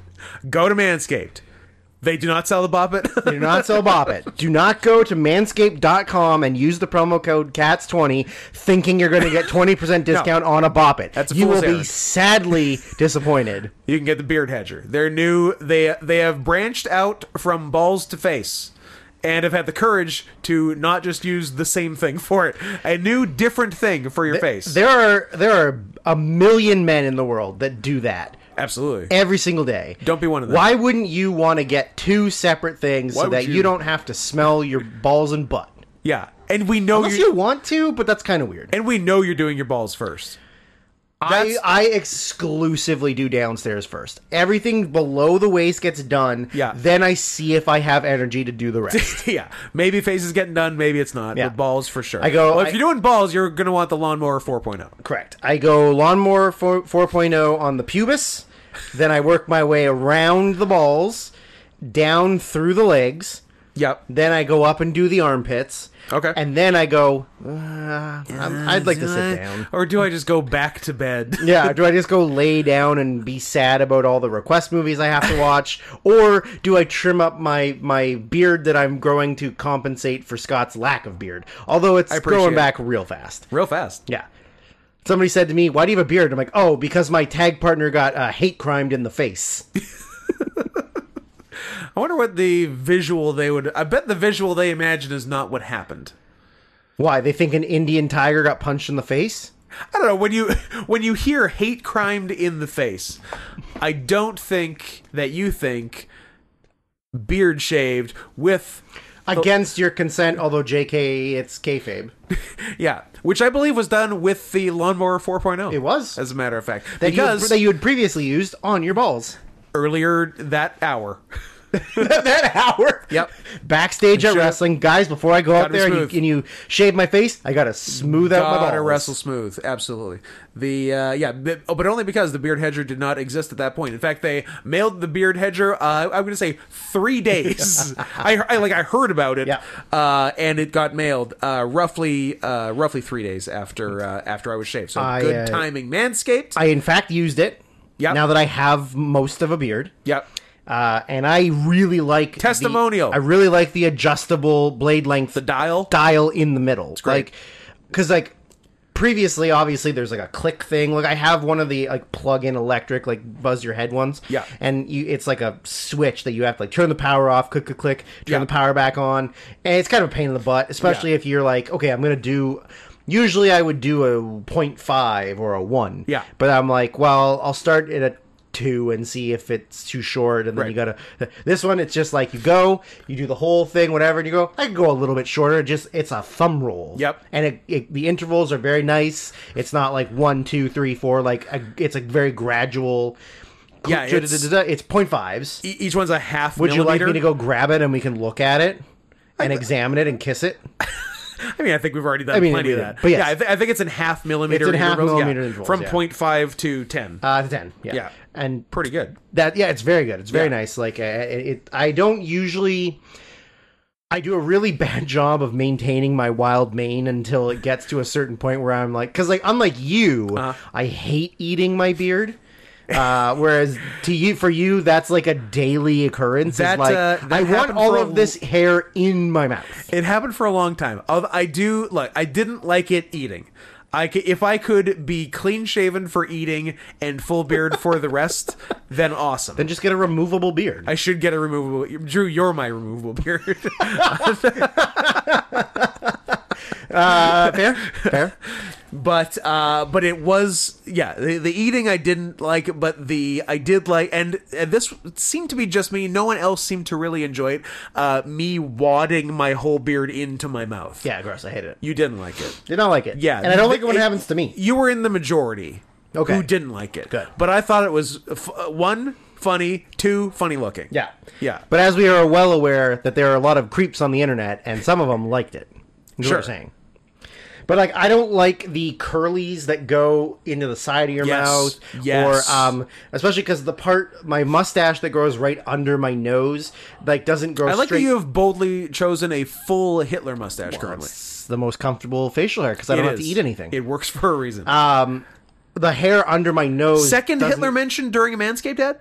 Speaker 2: *laughs* Go to Manscaped. They do not sell the Boppet.
Speaker 1: Do not sell Bop it. Do not go to manscaped.com and use the promo code CATS20 thinking you're going to get 20% discount on a Bop it.
Speaker 2: That's a
Speaker 1: you
Speaker 2: fool's
Speaker 1: will be
Speaker 2: errand. *laughs*
Speaker 1: sadly disappointed.
Speaker 2: *laughs* you can get the Beard Hedger. They're new. They they have branched out from balls to face and have had the courage to not just use the same thing for it. A new different thing for your face.
Speaker 1: There are there are a million men in the world that do that
Speaker 2: Absolutely.
Speaker 1: every single day.
Speaker 2: Don't be one of them.
Speaker 1: Why wouldn't you want to get two separate things so
Speaker 2: would
Speaker 1: that you?
Speaker 2: you?
Speaker 1: don't have to smell your balls and butt?
Speaker 2: yeah. And we know
Speaker 1: Unless
Speaker 2: you
Speaker 1: you want to, but that's kind of weird.
Speaker 2: and we know you're doing your balls first. *laughs*
Speaker 1: I, I exclusively do downstairs first. Everything below the waist gets done.
Speaker 2: Yeah.
Speaker 1: Then I see if I have energy to do the
Speaker 2: *laughs*
Speaker 1: rest.
Speaker 2: yeah. Maybe face is getting done, maybe it's not.
Speaker 1: Yeah.
Speaker 2: But balls for sure.
Speaker 1: I go-
Speaker 2: Well, if
Speaker 1: I-
Speaker 2: you're doing balls, you're going to want the lawnmower oh. 4.0.
Speaker 1: Correct. I go lawnmower 4, 4.0 on the pubis. Then I work my way around the balls, down through the legs.
Speaker 2: Yep.
Speaker 1: Then I go up and do the armpits.
Speaker 2: Okay.
Speaker 1: And then I go, uh, I'm, I'd like to sit down.
Speaker 2: Uh, Or do I just go back to bed?
Speaker 1: *laughs* Yeah, do I just go lay down and be sad about all the request movies I have to watch, or do I trim up my my beard that I'm growing to compensate for Scott's lack of beard? Although it's
Speaker 2: appreciate
Speaker 1: growing
Speaker 2: it.
Speaker 1: back real fast.
Speaker 2: Real fast.
Speaker 1: Yeah. Somebody said to me, "Why do you have a beard?" I'm like, "Oh, because my tag partner got uh, hate crimed in the face." *laughs*
Speaker 2: I wonder what the visual they would. I bet the visual they imagine is not what happened.
Speaker 1: Why? They think an Indian tiger got punched in the face?
Speaker 2: I don't know when you *laughs* when you hear hate crimed in the face. I don't think that you think beard shaved with
Speaker 1: Against your consent, although JK, it's kayfabe.
Speaker 2: yeah, which I believe was done with the lawnmower 4.0. It
Speaker 1: was.
Speaker 2: as a matter of fact,
Speaker 1: That you,
Speaker 2: because
Speaker 1: that you had previously used on your balls.
Speaker 2: earlier that hour.
Speaker 1: *laughs* that hour.
Speaker 2: Yep.
Speaker 1: Backstage at
Speaker 2: Sure.
Speaker 1: wrestling, guys. Before I go out
Speaker 2: be
Speaker 1: there and you,
Speaker 2: smooth.
Speaker 1: and you shave my face, I gotta smooth out my
Speaker 2: Gotta
Speaker 1: balls.
Speaker 2: wrestle smooth, absolutely. The uh, yeah, but, oh, but only because the beard hedger did not exist at that point. In fact, they mailed the beard hedger. Uh, I'm going to say
Speaker 1: *laughs*
Speaker 2: three days. I, I like I heard about it,
Speaker 1: Yeah.
Speaker 2: uh, and it got mailed uh, roughly uh, roughly three days after uh, after I was shaved. So
Speaker 1: I,
Speaker 2: good
Speaker 1: uh,
Speaker 2: timing, Manscaped.
Speaker 1: I in fact used it.
Speaker 2: Yep.
Speaker 1: Now that I have most of a beard.
Speaker 2: yep.
Speaker 1: Uh, and I really like the-
Speaker 2: Testimonial.
Speaker 1: I really like the adjustable blade length
Speaker 2: The dial.
Speaker 1: dial in the middle. It's
Speaker 2: great.
Speaker 1: Like, because like previously, obviously, there's like a click thing. Like I have one of the like plug-in electric, like buzz your head ones.
Speaker 2: Yeah.
Speaker 1: and you, it's like a switch that you have to like turn the power off, click, click, click, turn
Speaker 2: Yeah.
Speaker 1: the power back on, and it's kind of a pain in the butt, especially
Speaker 2: Yeah.
Speaker 1: if you're like, okay, I'm gonna do. Usually, I would do a 0.5 or a one.
Speaker 2: Yeah.
Speaker 1: but I'm like, well, I'll start at a two and see if it's too short, and then
Speaker 2: Right.
Speaker 1: you gotta. This one, it's just like you go, you do the whole thing, whatever, and you go. I can go a little bit shorter. Just it's a thumb roll.
Speaker 2: Yep.
Speaker 1: And it, it, the intervals are very nice. It's not like one, two, three, four. Like a, it's a very gradual.
Speaker 2: Yeah,
Speaker 1: it's,
Speaker 2: Uh, it's-
Speaker 1: it's point fives.
Speaker 2: E- Each one's a half.
Speaker 1: Would you like
Speaker 2: millimeter.
Speaker 1: me to go grab it and we can look at it and examine it and kiss it?
Speaker 2: I mean, I think we've already done
Speaker 1: I mean,
Speaker 2: plenty of
Speaker 1: we
Speaker 2: that.
Speaker 1: did, but yes.
Speaker 2: yeah, I, th- I think it's in half millimeter.
Speaker 1: It's in half
Speaker 2: intervals, yeah.
Speaker 1: millimeter intervals,
Speaker 2: from
Speaker 1: yeah.
Speaker 2: 0.5 to 10.
Speaker 1: Uh, ten. Yeah.
Speaker 2: Yeah.
Speaker 1: And
Speaker 2: Pretty good.
Speaker 1: that yeah it's very good it's very
Speaker 2: Yeah.
Speaker 1: nice like uh, it, it i don't usually i do a really *laughs* bad job of maintaining my wild mane until it gets to a certain point where i'm like because like unlike you
Speaker 2: Uh-huh.
Speaker 1: i hate eating my beard uh, whereas to you, for you, that's like a daily occurrence. It's
Speaker 2: That,
Speaker 1: like,
Speaker 2: uh, that
Speaker 1: I want
Speaker 2: happened
Speaker 1: all
Speaker 2: for a
Speaker 1: of this hair in my mouth.
Speaker 2: It happened for a long time. Of I do like I didn't like it eating. I c- if I could be clean shaven for eating and full beard for the rest, *laughs* then awesome.
Speaker 1: Then just get a removable beard.
Speaker 2: I should get a removable. Drew, you're my removable beard. *laughs*
Speaker 1: Uh, fair, fair.
Speaker 2: but uh but it was yeah the, the eating i didn't like but the i did like and, and this seemed to be just me no one else seemed to really enjoy it uh me wadding my whole beard into my mouth
Speaker 1: *laughs* Yeah, gross. I hate it.
Speaker 2: you didn't like it
Speaker 1: Did not like it.
Speaker 2: yeah
Speaker 1: and I don't
Speaker 2: the-
Speaker 1: like it when it happens to me.
Speaker 2: you were in the majority
Speaker 1: Okay.
Speaker 2: who didn't like it
Speaker 1: Good.
Speaker 2: but i thought it was f- uh, one funny two funny looking
Speaker 1: Yeah.
Speaker 2: yeah
Speaker 1: But as we are well aware that there are a lot of creeps on the internet and some of them liked it. You know
Speaker 2: Sure.
Speaker 1: what I'm saying. But like I don't like the curlies that go into the side of your
Speaker 2: Yes.
Speaker 1: mouth
Speaker 2: Yes.
Speaker 1: or um especially cuz the part my mustache that grows right under my nose like doesn't grow
Speaker 2: i like
Speaker 1: straight.
Speaker 2: that you have boldly chosen a full hitler mustache currently
Speaker 1: It's the most comfortable facial hair cuz I don't
Speaker 2: It
Speaker 1: have to
Speaker 2: is.
Speaker 1: eat anything.
Speaker 2: it works for a reason
Speaker 1: um the hair under my nose
Speaker 2: 2nd
Speaker 1: doesn't-
Speaker 2: *laughs* hitler mentioned during a manscaped ad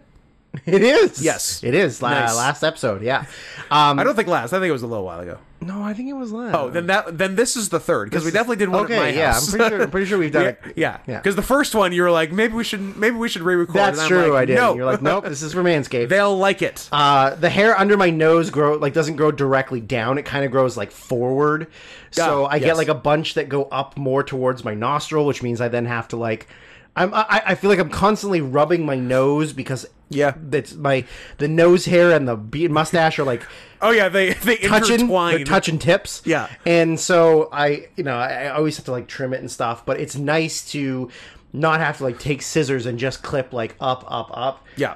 Speaker 1: It is.
Speaker 2: Yes.
Speaker 1: It is. La-
Speaker 2: Nice.
Speaker 1: last episode, yeah. Um
Speaker 2: I don't think last. I think it was a little while ago.
Speaker 1: no, I think it was last.
Speaker 2: Oh, then that then this is the third because we definitely did one
Speaker 1: okay,
Speaker 2: at my
Speaker 1: yeah,
Speaker 2: house.
Speaker 1: I'm pretty sure I'm pretty sure we've done it.
Speaker 2: *laughs* yeah,
Speaker 1: Yeah.
Speaker 2: because the first one you were like, maybe we should maybe we should re-record.
Speaker 1: That's
Speaker 2: and I'm
Speaker 1: true.
Speaker 2: like,
Speaker 1: I did.
Speaker 2: No,
Speaker 1: You're like, nope. This is for Manscaped.
Speaker 2: they'll like it.
Speaker 1: uh, the hair under my nose grow like doesn't grow directly down. It kind of grows like forward. So
Speaker 2: Ah,
Speaker 1: I get
Speaker 2: yes.
Speaker 1: like a bunch that go up more towards my nostril, which means I then have to like. I'm, I, I feel like I'm constantly rubbing my nose because
Speaker 2: Yeah.
Speaker 1: that's my the nose hair and the beard mustache are like
Speaker 2: oh yeah, they they
Speaker 1: touching they're
Speaker 2: intertwine.
Speaker 1: touching tips
Speaker 2: Yeah.
Speaker 1: and so i you know I, I always have to like trim it and stuff but it's nice to not have to like take scissors and just clip like up up up
Speaker 2: yeah,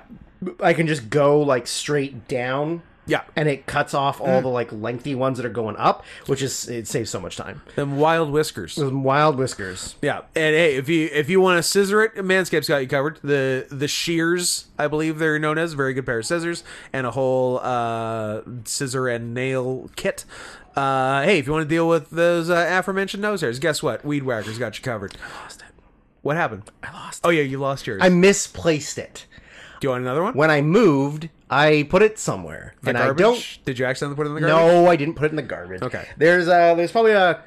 Speaker 1: i can just go like straight down
Speaker 2: Yeah. Mm.
Speaker 1: and it cuts off all the like lengthy ones that are going up which is it saves so much time
Speaker 2: them wild whiskers.
Speaker 1: Those wild whiskers
Speaker 2: Yeah, and hey, if you if you want to scissor it, Manscaped's got you covered. The the shears, I believe they're known as, very good pair of scissors, and a whole uh, scissor and nail kit. Uh, hey, if you want to deal with those uh, aforementioned nose hairs, guess what? Weed Whacker's got you covered. What happened? I
Speaker 1: lost
Speaker 2: Oh yeah, you lost yours.
Speaker 1: i misplaced it
Speaker 2: Do you want another one?
Speaker 1: when i moved i put it somewhere
Speaker 2: The
Speaker 1: and
Speaker 2: garbage?
Speaker 1: i don't
Speaker 2: Did you accidentally put it in the garbage?
Speaker 1: No, I didn't put it in the garbage.
Speaker 2: Okay.
Speaker 1: There's uh there's probably a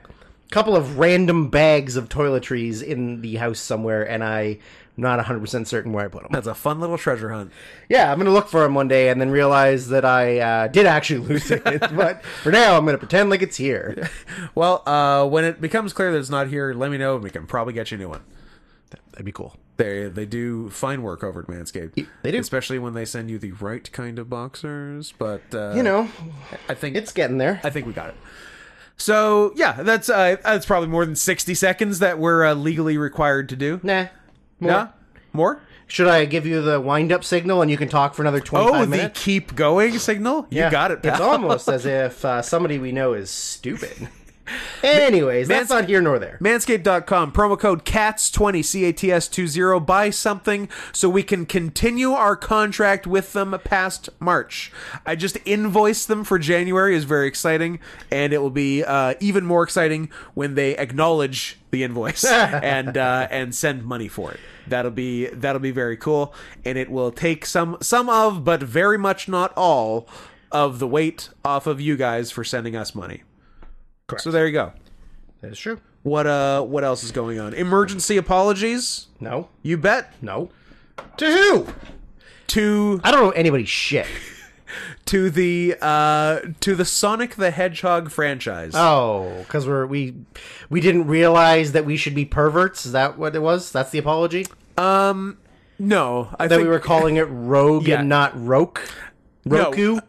Speaker 1: couple of random bags of toiletries in the house somewhere and I'm not 100% certain where I put them.
Speaker 2: That's a fun little treasure hunt.
Speaker 1: Yeah, I'm going to look for them one day and then realize that I uh, did actually *laughs* lose
Speaker 2: *laughs*
Speaker 1: it. but for now, I'm going to pretend like it's here.
Speaker 2: Well, uh, when it becomes clear that it's not here, let me know, and we can probably get you a new one.
Speaker 1: That'd be cool.
Speaker 2: They they do fine work over at Manscaped.
Speaker 1: they do.
Speaker 2: especially when they send you the right kind of boxers. But uh,
Speaker 1: You know,
Speaker 2: I think
Speaker 1: it's getting there.
Speaker 2: I think we got it. So yeah, that's uh, that's probably more than sixty seconds that we're uh, legally required to do.
Speaker 1: Nah. More.
Speaker 2: Yeah? more.
Speaker 1: Should I give you the wind up signal and you can talk for another 25
Speaker 2: Oh, the
Speaker 1: minutes?
Speaker 2: keep going signal. *laughs* You got it. Pal.
Speaker 1: It's almost as if uh, somebody we know is
Speaker 2: *laughs*
Speaker 1: stupid. Anyways, that's not here nor there.
Speaker 2: Manscaped.com, promo code CATS20, C A T S 20, buy something so we can continue our contract with them past March. I just invoiced them for January, is very exciting, and it will be uh, even more exciting when they acknowledge the invoice and uh, and send money for it. That'll be that'll be very cool, and it will take some some of, but very much not all, of the weight off of you guys for sending us money. So there you go.
Speaker 1: That's true.
Speaker 2: What uh what else is going on? Emergency apologies?
Speaker 1: No.
Speaker 2: You bet.
Speaker 1: No. To who?
Speaker 2: To
Speaker 1: I don't know anybody shit.
Speaker 2: to the uh to the Sonic the Hedgehog franchise.
Speaker 1: Oh, because we're we we didn't realize that we should be perverts. Is that what it was? That's the apology
Speaker 2: um no, I
Speaker 1: that
Speaker 2: think
Speaker 1: we were calling it Rogue
Speaker 2: Yeah.
Speaker 1: and not Roke.
Speaker 2: No.
Speaker 1: Roku.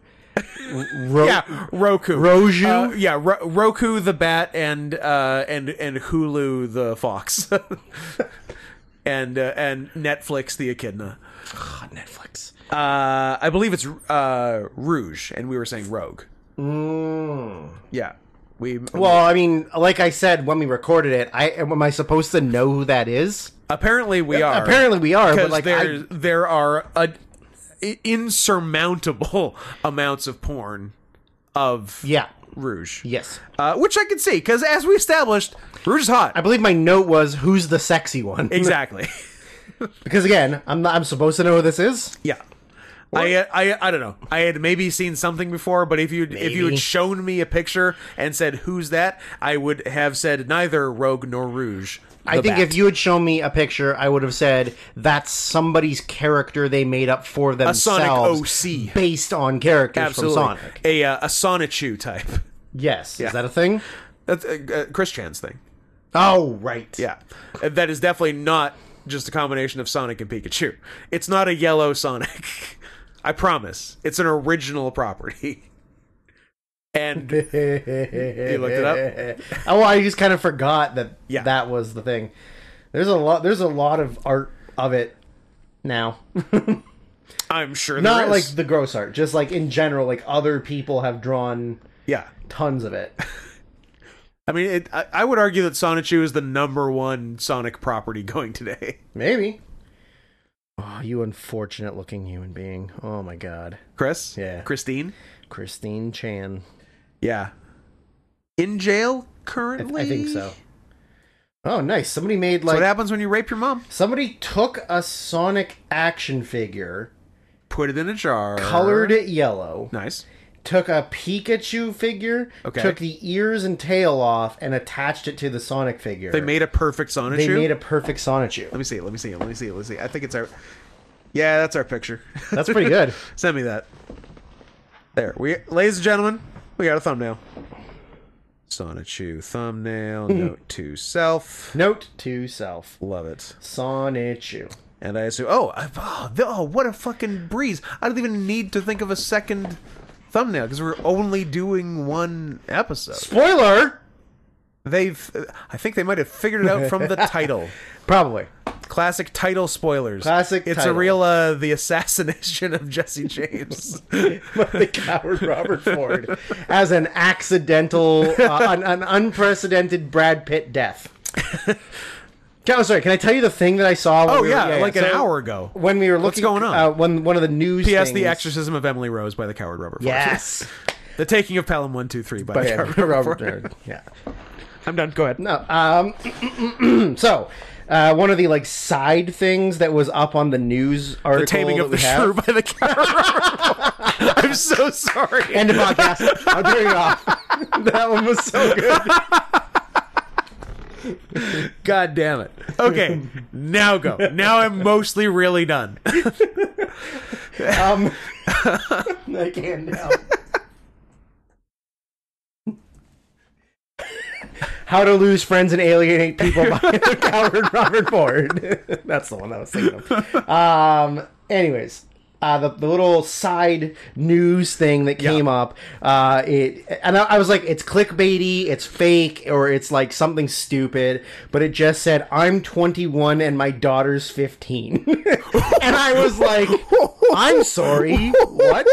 Speaker 1: Ro-
Speaker 2: yeah, Roku.
Speaker 1: Roju?
Speaker 2: Uh, yeah, Ro- Roku the bat and uh and and Hulu the fox. *laughs* and uh, and Netflix the echidna.
Speaker 1: God, Netflix.
Speaker 2: Uh I believe it's uh Rouge and we were saying Rogue.
Speaker 1: Mm.
Speaker 2: Yeah. We
Speaker 1: Well, I mean, like I said when we recorded it, I am I supposed to know who that is?
Speaker 2: apparently we are.
Speaker 1: Apparently, we are, but
Speaker 2: because
Speaker 1: like,
Speaker 2: there
Speaker 1: I,
Speaker 2: there are a, i- insurmountable amounts of porn of
Speaker 1: yeah,
Speaker 2: Rouge,
Speaker 1: yes.
Speaker 2: uh, which I can see because as we established, Rouge is hot.
Speaker 1: I believe my note was who's the sexy one *laughs*
Speaker 2: exactly.
Speaker 1: because again, I'm not, I'm supposed to know who this is.
Speaker 2: yeah. I, uh, I I don't know. I had maybe seen something before, but if you if you
Speaker 1: Maybe.
Speaker 2: had shown me a picture and said who's that, I would have said neither Rogue nor Rouge.
Speaker 1: I think if you had shown me a picture, I would have said that's somebody's character they made up for
Speaker 2: Sonic
Speaker 1: themselves,
Speaker 2: OC.
Speaker 1: based on characters
Speaker 2: absolutely
Speaker 1: from Sonic.
Speaker 2: a uh, a Sonichu type, *laughs*
Speaker 1: Yes, is that a thing?
Speaker 2: that's uh, uh, Chris Chan's thing.
Speaker 1: Oh, right.
Speaker 2: Yeah. Uh, That is definitely not just a combination of Sonic and Pikachu. It's not a yellow Sonic. *laughs* I promise. It's an original property. *laughs* And
Speaker 1: you looked it *laughs*
Speaker 2: it
Speaker 1: *laughs* oh, I just kind of forgot that
Speaker 2: Yeah.
Speaker 1: that was the thing. There's a lot. There's a lot of art of it
Speaker 2: *laughs*
Speaker 1: now.
Speaker 2: I'm sure there
Speaker 1: Not like
Speaker 2: is.
Speaker 1: the gross art, just like in general. Like other people have drawn
Speaker 2: Yeah.
Speaker 1: tons of
Speaker 2: *laughs*
Speaker 1: it.
Speaker 2: I mean, it, I, I would argue that Sonichu is the number one Sonic property *laughs* going today.
Speaker 1: Maybe. Oh, you unfortunate looking human being. Oh my god.
Speaker 2: Chris?
Speaker 1: Yeah.
Speaker 2: Christine?
Speaker 1: Christine Chan.
Speaker 2: Yeah. In jail
Speaker 1: I,
Speaker 2: currently?
Speaker 1: I think so. Oh, nice. Somebody made
Speaker 2: What
Speaker 1: like
Speaker 2: happens when you rape your mom?
Speaker 1: somebody took a Sonic action figure,
Speaker 2: Put it in a jar.
Speaker 1: colored it yellow,
Speaker 2: Nice.
Speaker 1: took a Pikachu figure,
Speaker 2: Okay.
Speaker 1: took the ears and tail off, and attached it to the Sonic figure.
Speaker 2: They made a perfect Sonichu.
Speaker 1: they made a perfect Sonichu.
Speaker 2: Let me see it. Let me see it. Let me see it. Let me see. it. I think it's our. Yeah, that's our picture. *laughs*
Speaker 1: That's pretty good.
Speaker 2: Send me that. There. We, ladies and gentlemen, we got a thumbnail. Sonichu thumbnail
Speaker 1: Hmm.
Speaker 2: note to self.
Speaker 1: Note to self.
Speaker 2: Love it.
Speaker 1: Sonichu.
Speaker 2: And I assume. Oh, I, oh, the, oh, what a fucking breeze! I don't even need to think of a second thumbnail because we're only doing one episode.
Speaker 1: Spoiler!
Speaker 2: They've. I think they might have figured it out
Speaker 1: *laughs*
Speaker 2: from the title.
Speaker 1: Probably.
Speaker 2: Classic title spoilers.
Speaker 1: Classic
Speaker 2: It's
Speaker 1: title.
Speaker 2: a real uh, the assassination of Jesse James.
Speaker 1: *laughs* the coward Robert Ford as an accidental, uh, an, an unprecedented Brad Pitt death. Can- oh, sorry. Can I tell you the thing that I saw? when
Speaker 2: *laughs* Oh,
Speaker 1: we were-
Speaker 2: yeah, like an hour ago.
Speaker 1: when we were looking.
Speaker 2: going on?
Speaker 1: Uh, when one of the news.
Speaker 2: P.S. The
Speaker 1: things-
Speaker 2: Exorcism of Emily Rose by the Coward Robert. Ford.
Speaker 1: Yes.
Speaker 2: *laughs* the Taking of Pelham One Two Three by,
Speaker 1: By
Speaker 2: the
Speaker 1: him,
Speaker 2: Coward Robert.
Speaker 1: Robert
Speaker 2: Ford.
Speaker 1: Ford. Yeah.
Speaker 2: I'm done. Go ahead.
Speaker 1: No. Um. *clears throat* so. Uh, one of the like side things that was up on the news article
Speaker 2: The Taming
Speaker 1: that
Speaker 2: of
Speaker 1: we
Speaker 2: the
Speaker 1: have.
Speaker 2: Shrew by the Coward Robert. Ford. *laughs* I'm so sorry.
Speaker 1: *laughs* End of podcast. I'll turn it off. *laughs* that one was so good. *laughs*
Speaker 2: God damn it. Okay, now go. Now I'm mostly really done.
Speaker 1: Um, *laughs* I can now. How to lose friends and alienate people by *laughs* the coward Robert Ford. *laughs* That's the one I was thinking of. Um, anyways, uh, the, the little side news thing that came up, uh, it and I, I was like, it's clickbaity, it's fake, or it's like something stupid. But it just said, "I'm 21 and my daughter's 15," *laughs* and I was like, "I'm sorry, what?"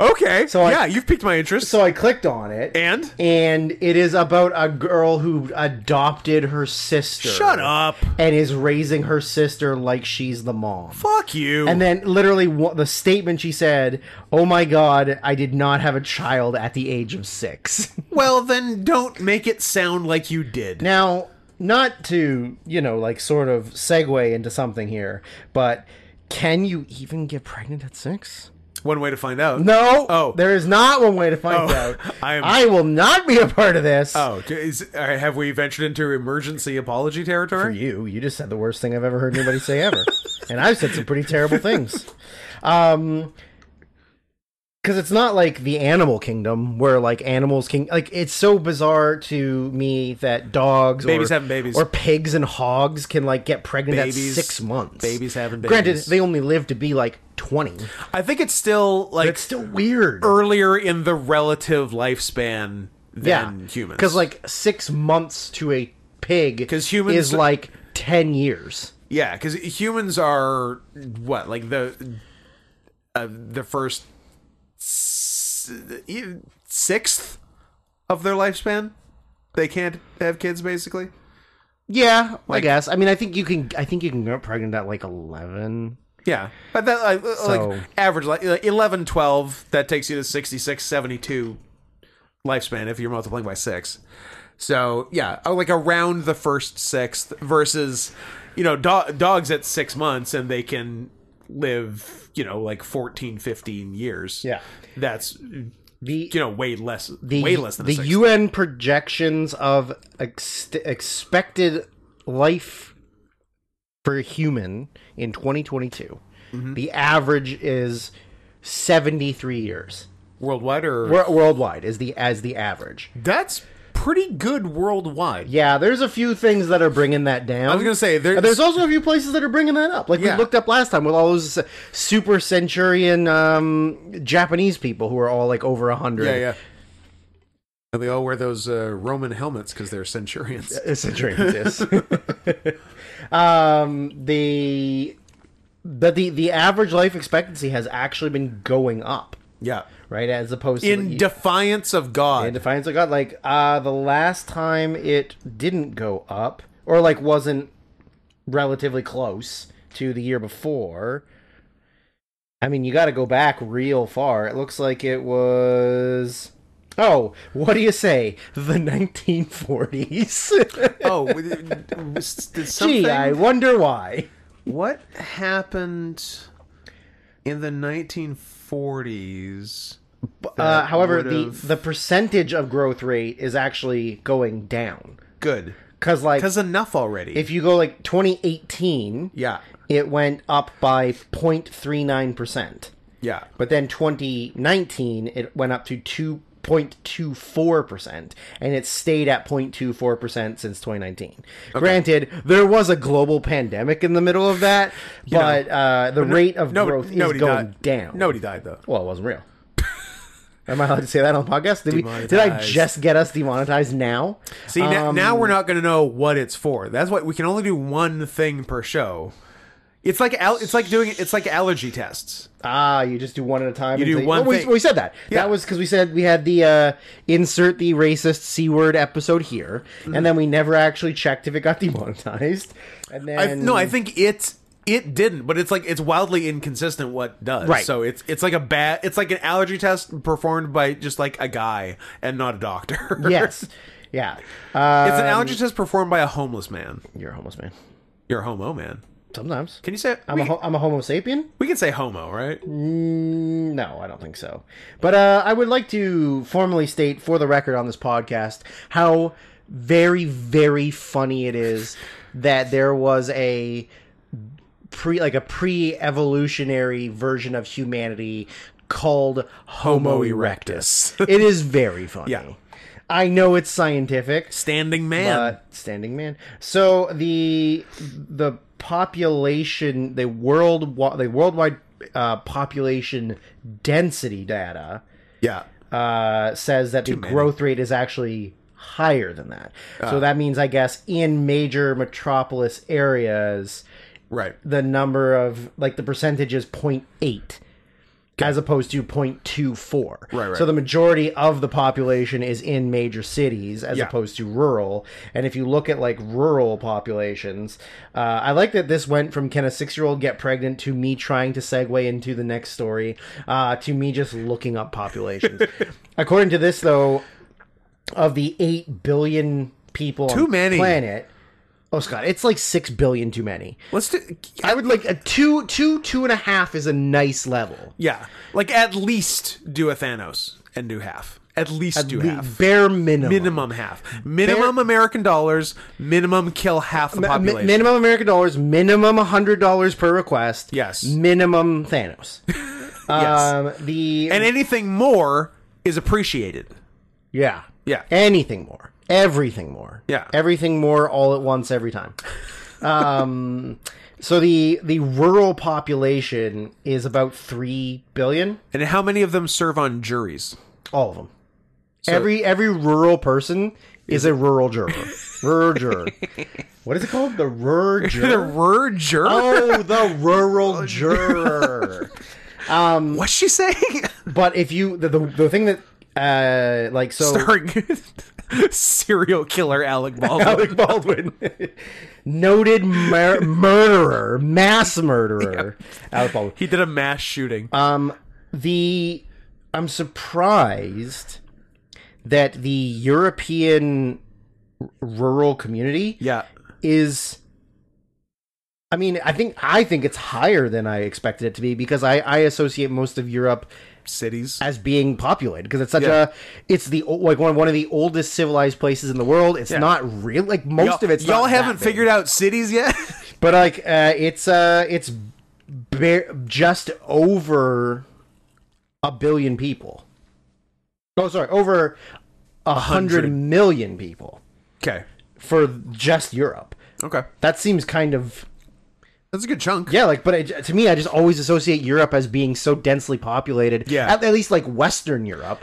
Speaker 2: Okay.
Speaker 1: I-
Speaker 2: yeah, you've piqued my interest.
Speaker 1: So I clicked on it,
Speaker 2: and
Speaker 1: and it is about a girl who adopted her sister.
Speaker 2: shut up.
Speaker 1: And is raising her sister like she's the mom.
Speaker 2: Fuck you.
Speaker 1: And then, literally, wha- the statement she said, "Oh my god, I did not have a child at the age of six. *laughs*
Speaker 2: well, then don't make it sound like you did.
Speaker 1: now, not to you know, like, sort of segue into something here, but can you even get pregnant at six?
Speaker 2: It's one way to find out.
Speaker 1: No.
Speaker 2: Oh.
Speaker 1: There is not one way to find
Speaker 2: Oh,
Speaker 1: out.
Speaker 2: *laughs* I am-
Speaker 1: I will not be a part of this.
Speaker 2: Oh, d- is, all right, have we ventured into emergency apology
Speaker 1: For
Speaker 2: territory?
Speaker 1: you, you just said the worst thing I've ever heard anybody say ever. and I've said some pretty terrible things. Um because it's not like the animal kingdom where like animals can like it's so bizarre to me that dogs
Speaker 2: Babies
Speaker 1: or,
Speaker 2: having babies.
Speaker 1: or pigs and hogs can like get pregnant
Speaker 2: Babies-
Speaker 1: at 6 months.
Speaker 2: babies having babies.
Speaker 1: Granted, they only live to be like 20.
Speaker 2: I think it's still like
Speaker 1: It's still weird.
Speaker 2: earlier in the relative lifespan than humans.
Speaker 1: Because like six months to a pig
Speaker 2: 'Cause humans-
Speaker 1: is like ten years.
Speaker 2: yeah, because humans are what like the uh, the first s- e- sixth of their lifespan. They can't have kids, basically.
Speaker 1: Yeah, I guess. I mean, I think you can. I think you can get pregnant at like eleven.
Speaker 2: Yeah, but that like,
Speaker 1: So-
Speaker 2: like average like like, 11, 12, that takes you to 66, 72 lifespan if you're multiplying by six. So yeah, oh, like around the first sixth versus you know do- dogs at six months and they can live you know like 14 15 years
Speaker 1: Yeah.
Speaker 2: that's
Speaker 1: The
Speaker 2: you know way less
Speaker 1: the,
Speaker 2: way less than
Speaker 1: the
Speaker 2: a sixth.
Speaker 1: UN projections of ex- expected life for a human in 2022.
Speaker 2: Mm-hmm.
Speaker 1: The average is 73 years
Speaker 2: worldwide or
Speaker 1: Wor- worldwide is the as the average.
Speaker 2: that's pretty good worldwide
Speaker 1: Yeah, there's a few things that are bringing that down.
Speaker 2: i was gonna say there's,
Speaker 1: And there's also a few places that are bringing that up. Like
Speaker 2: Yeah.
Speaker 1: we looked up last time with all those super centurion um, Japanese people who are all like over a hundred.
Speaker 2: Yeah, yeah. And they all wear those uh, Roman helmets because they're centurions.
Speaker 1: *laughs* Uh,
Speaker 2: *laughs*
Speaker 1: Centurions, yes. um, the but the the average life expectancy has actually been going up,
Speaker 2: Yeah.
Speaker 1: right? As opposed to
Speaker 2: In
Speaker 1: the-
Speaker 2: defiance of God.
Speaker 1: in defiance of God. Like uh, the last time it didn't go up, or like wasn't relatively close to the year before. I mean, you got to go back real far. It looks like it was. Oh, what do you say? The *laughs* 1940s.
Speaker 2: oh, w- was- did something.
Speaker 1: Gee, I wonder why.
Speaker 2: What happened in the 1940s?
Speaker 1: Uh, however, the,
Speaker 2: would've-
Speaker 1: the percentage of growth rate is actually going down.
Speaker 2: Good.
Speaker 1: Because, like,
Speaker 2: Because enough already.
Speaker 1: if you go like 2018,
Speaker 2: yeah.
Speaker 1: it went up by 0.39%.
Speaker 2: Yeah.
Speaker 1: But then 2019, it went up to 2.24%, and it stayed at 0.24% since 2019. Granted, there was a global pandemic in the middle of
Speaker 2: *laughs*
Speaker 1: that, but uh, the rate of
Speaker 2: No,
Speaker 1: growth is
Speaker 2: nobody
Speaker 1: going
Speaker 2: died.
Speaker 1: down.
Speaker 2: Nobody died, though.
Speaker 1: Well, it wasn't real. *laughs* Am I allowed to say that on the podcast? Did, we, did I
Speaker 2: Demonetized.
Speaker 1: just get us demonetized now?
Speaker 2: See, now,
Speaker 1: Um,
Speaker 2: now we're not going to know what it's for. That's why we can only do one thing per show. It's like al- it's like doing it's like allergy tests.
Speaker 1: Ah, you just do one at a time. You
Speaker 2: do one
Speaker 1: we,
Speaker 2: thing.
Speaker 1: we said that.
Speaker 2: Yeah.
Speaker 1: That was because we said we had the uh, insert the racist c word episode here, and then we never actually checked if it got *laughs* demonetized. And then
Speaker 2: I, no, I think it it didn't, but it's like it's wildly inconsistent what does.
Speaker 1: Right.
Speaker 2: So it's it's like a bad it's like an allergy test performed by just like a guy and not a doctor. *laughs*
Speaker 1: yes, yeah.
Speaker 2: it's
Speaker 1: Uh,
Speaker 2: an allergy test performed by a homeless man.
Speaker 1: you're a homeless man.
Speaker 2: You're a homo man.
Speaker 1: Sometimes
Speaker 2: Can you say
Speaker 1: I'm
Speaker 2: we,
Speaker 1: a ho- I'm a Homo sapien.
Speaker 2: we can say homo, right?
Speaker 1: Mm, No, I don't think so. But uh, I would like to formally state for the record on this podcast how very, very funny it *laughs* is that there was a pre like a pre-evolutionary version of humanity called Homo erectus. it is very funny. *laughs*
Speaker 2: Yeah.
Speaker 1: I know it's scientific,
Speaker 2: Standing man.
Speaker 1: uh, standing man. So the the population, the world, the worldwide uh, population density data
Speaker 2: yeah.
Speaker 1: uh, says that the
Speaker 2: many.
Speaker 1: growth rate is actually higher than that. so that means, I guess, in major metropolis areas,
Speaker 2: Right.
Speaker 1: the number of like the percentage is 0.8 as opposed to 0.24
Speaker 2: Right, right.
Speaker 1: so the majority of the population is in major cities as
Speaker 2: Yeah.
Speaker 1: opposed to rural and if you look at like rural populations uh, i like that this went from can a six-year-old get pregnant to me trying to segue into the next story uh, to me just looking up
Speaker 2: *laughs*
Speaker 1: populations according to this though of the 8 billion people
Speaker 2: Too
Speaker 1: on the
Speaker 2: many.
Speaker 1: planet Oh, Scott, it's like six billion too many.
Speaker 2: Let's do.
Speaker 1: I would like a two, two, two and a half is a nice level.
Speaker 2: Yeah, like at least do a Thanos and do half. At least do
Speaker 1: The
Speaker 2: half.
Speaker 1: bare minimum.
Speaker 2: Minimum half. Minimum American dollars. Minimum kill half the
Speaker 1: Mi- mi-
Speaker 2: population.
Speaker 1: minimum American dollars, minimum hundred dollars per request.
Speaker 2: Yes.
Speaker 1: Minimum Thanos. Um, the
Speaker 2: and anything more is appreciated.
Speaker 1: yeah
Speaker 2: Yeah.
Speaker 1: anything more, everything more.
Speaker 2: Yeah.
Speaker 1: everything more all at once every time. Um, *laughs* so the the rural population is about three billion.
Speaker 2: And how many of them serve on juries?
Speaker 1: All of them. every every rural person is a rural juror. *laughs* rural juror. What is it called? The rural
Speaker 2: The
Speaker 1: juror.
Speaker 2: rur juror?
Speaker 1: oh, the *laughs* rural juror.
Speaker 2: What's she saying?
Speaker 1: But if you the the, the thing that uh like so
Speaker 2: Starring *laughs* serial
Speaker 1: *laughs*
Speaker 2: killer Alec Baldwin.
Speaker 1: Alec Baldwin, *laughs* noted mur- murderer, mass murderer, Alec Baldwin.
Speaker 2: He did a mass shooting.
Speaker 1: Um, the I'm surprised that the European r- rural community
Speaker 2: yeah.
Speaker 1: is I mean, I think I think it's higher than I expected it to be because I, I associate most of Europe
Speaker 2: Cities.
Speaker 1: as being populated because it's such
Speaker 2: Yeah.
Speaker 1: a it's the o- like one, one of the oldest civilized places in the world. It's not real like most
Speaker 2: Y'all,
Speaker 1: of it's
Speaker 2: y'all
Speaker 1: not that
Speaker 2: haven't
Speaker 1: big.
Speaker 2: figured out cities
Speaker 1: *laughs*
Speaker 2: yet?
Speaker 1: but like uh, it's uh it's bare, just over a billion people. Oh, sorry, over a hundred
Speaker 2: hundred.
Speaker 1: million people
Speaker 2: okay.
Speaker 1: for just Europe.
Speaker 2: Okay.
Speaker 1: That seems kind of
Speaker 2: That's a good chunk.
Speaker 1: Yeah, like, but it, to me, I just always associate Europe as being so densely populated.
Speaker 2: Yeah.
Speaker 1: at, at least like Western Europe.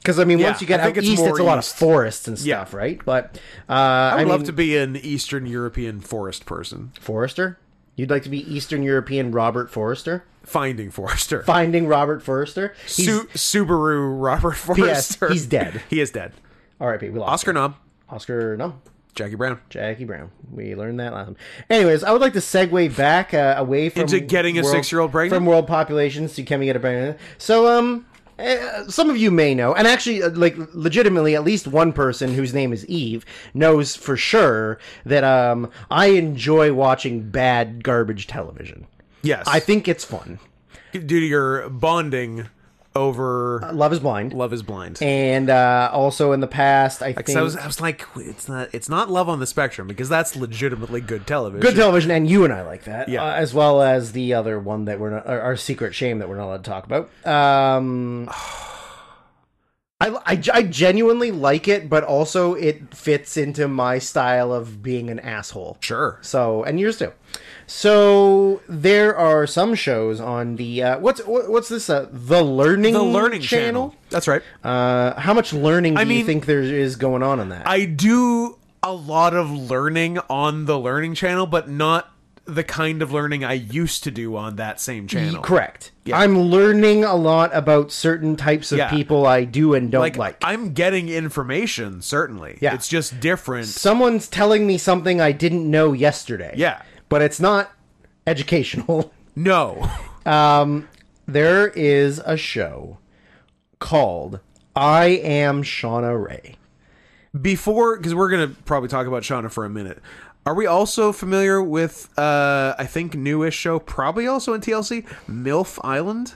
Speaker 1: Because I mean,
Speaker 2: Yeah,
Speaker 1: once you get
Speaker 2: I
Speaker 1: out
Speaker 2: think it's
Speaker 1: east,
Speaker 2: more
Speaker 1: it's a lot of
Speaker 2: east.
Speaker 1: forests and
Speaker 2: Yeah.
Speaker 1: stuff, right? But uh, I,
Speaker 2: I'd
Speaker 1: mean,
Speaker 2: love to be an Eastern European forest person.
Speaker 1: Forrester. You'd like to be Eastern European Robert Forrester,
Speaker 2: Finding Forrester.
Speaker 1: finding Robert Forrester. He's,
Speaker 2: Su- Subaru Robert Forrester.
Speaker 1: he's dead.
Speaker 2: *laughs* He is dead.
Speaker 1: R.I.P. We lost
Speaker 2: Oscar nom.
Speaker 1: him. Oscar. No,
Speaker 2: Jackie Brown.
Speaker 1: Jackie Brown. We learned that last time. Anyways, I would like to segue back uh, away from
Speaker 2: Into getting a
Speaker 1: world-
Speaker 2: six-year-old pregnant?
Speaker 1: from world populations to can we get a pregnant? So, um, eh, some of you may know, and actually, uh, like, legitimately, at least one person whose name is Eve knows for sure that um, I enjoy watching bad garbage television.
Speaker 2: Yes.
Speaker 1: I think it's fun.
Speaker 2: due to your bonding over
Speaker 1: Love is blind.
Speaker 2: Love is Blind.
Speaker 1: And uh, also in the past, I
Speaker 2: So
Speaker 1: think
Speaker 2: I was, I was like, it's not, it's not Love on the Spectrum because that's legitimately good television.
Speaker 1: good television, and you and I like that,
Speaker 2: Yeah.
Speaker 1: uh, as well as the other one that we're not, our, our secret shame that we're not allowed to talk about. Um, *sighs* I, I, I genuinely like it, but also it fits into my style of being an asshole.
Speaker 2: Sure.
Speaker 1: So, and yours too. So there are some shows on the uh, what's what, what's this uh, the learning
Speaker 2: The Learning Mm, Channel. That's right.
Speaker 1: Uh, how much learning do you
Speaker 2: mean-
Speaker 1: think there is going on in that?
Speaker 2: I do a lot of learning on the Learning Channel, but not the kind of learning I used to do on that same channel.
Speaker 1: Correct. I'm learning a lot about certain types of
Speaker 2: Yeah.
Speaker 1: people I do and don't like.
Speaker 2: Like, I'm getting information, certainly.
Speaker 1: Yeah.
Speaker 2: It's just different.
Speaker 1: Someone's telling me something I didn't know yesterday.
Speaker 2: Yeah.
Speaker 1: But it's not educational. *laughs*
Speaker 2: No.
Speaker 1: There is a show called I Am Shauna Ray.
Speaker 2: Before, because we're going to probably talk about Shauna for a minute. Are we also familiar with, uh, I think, newish show, probably also in TLC, MILF Island?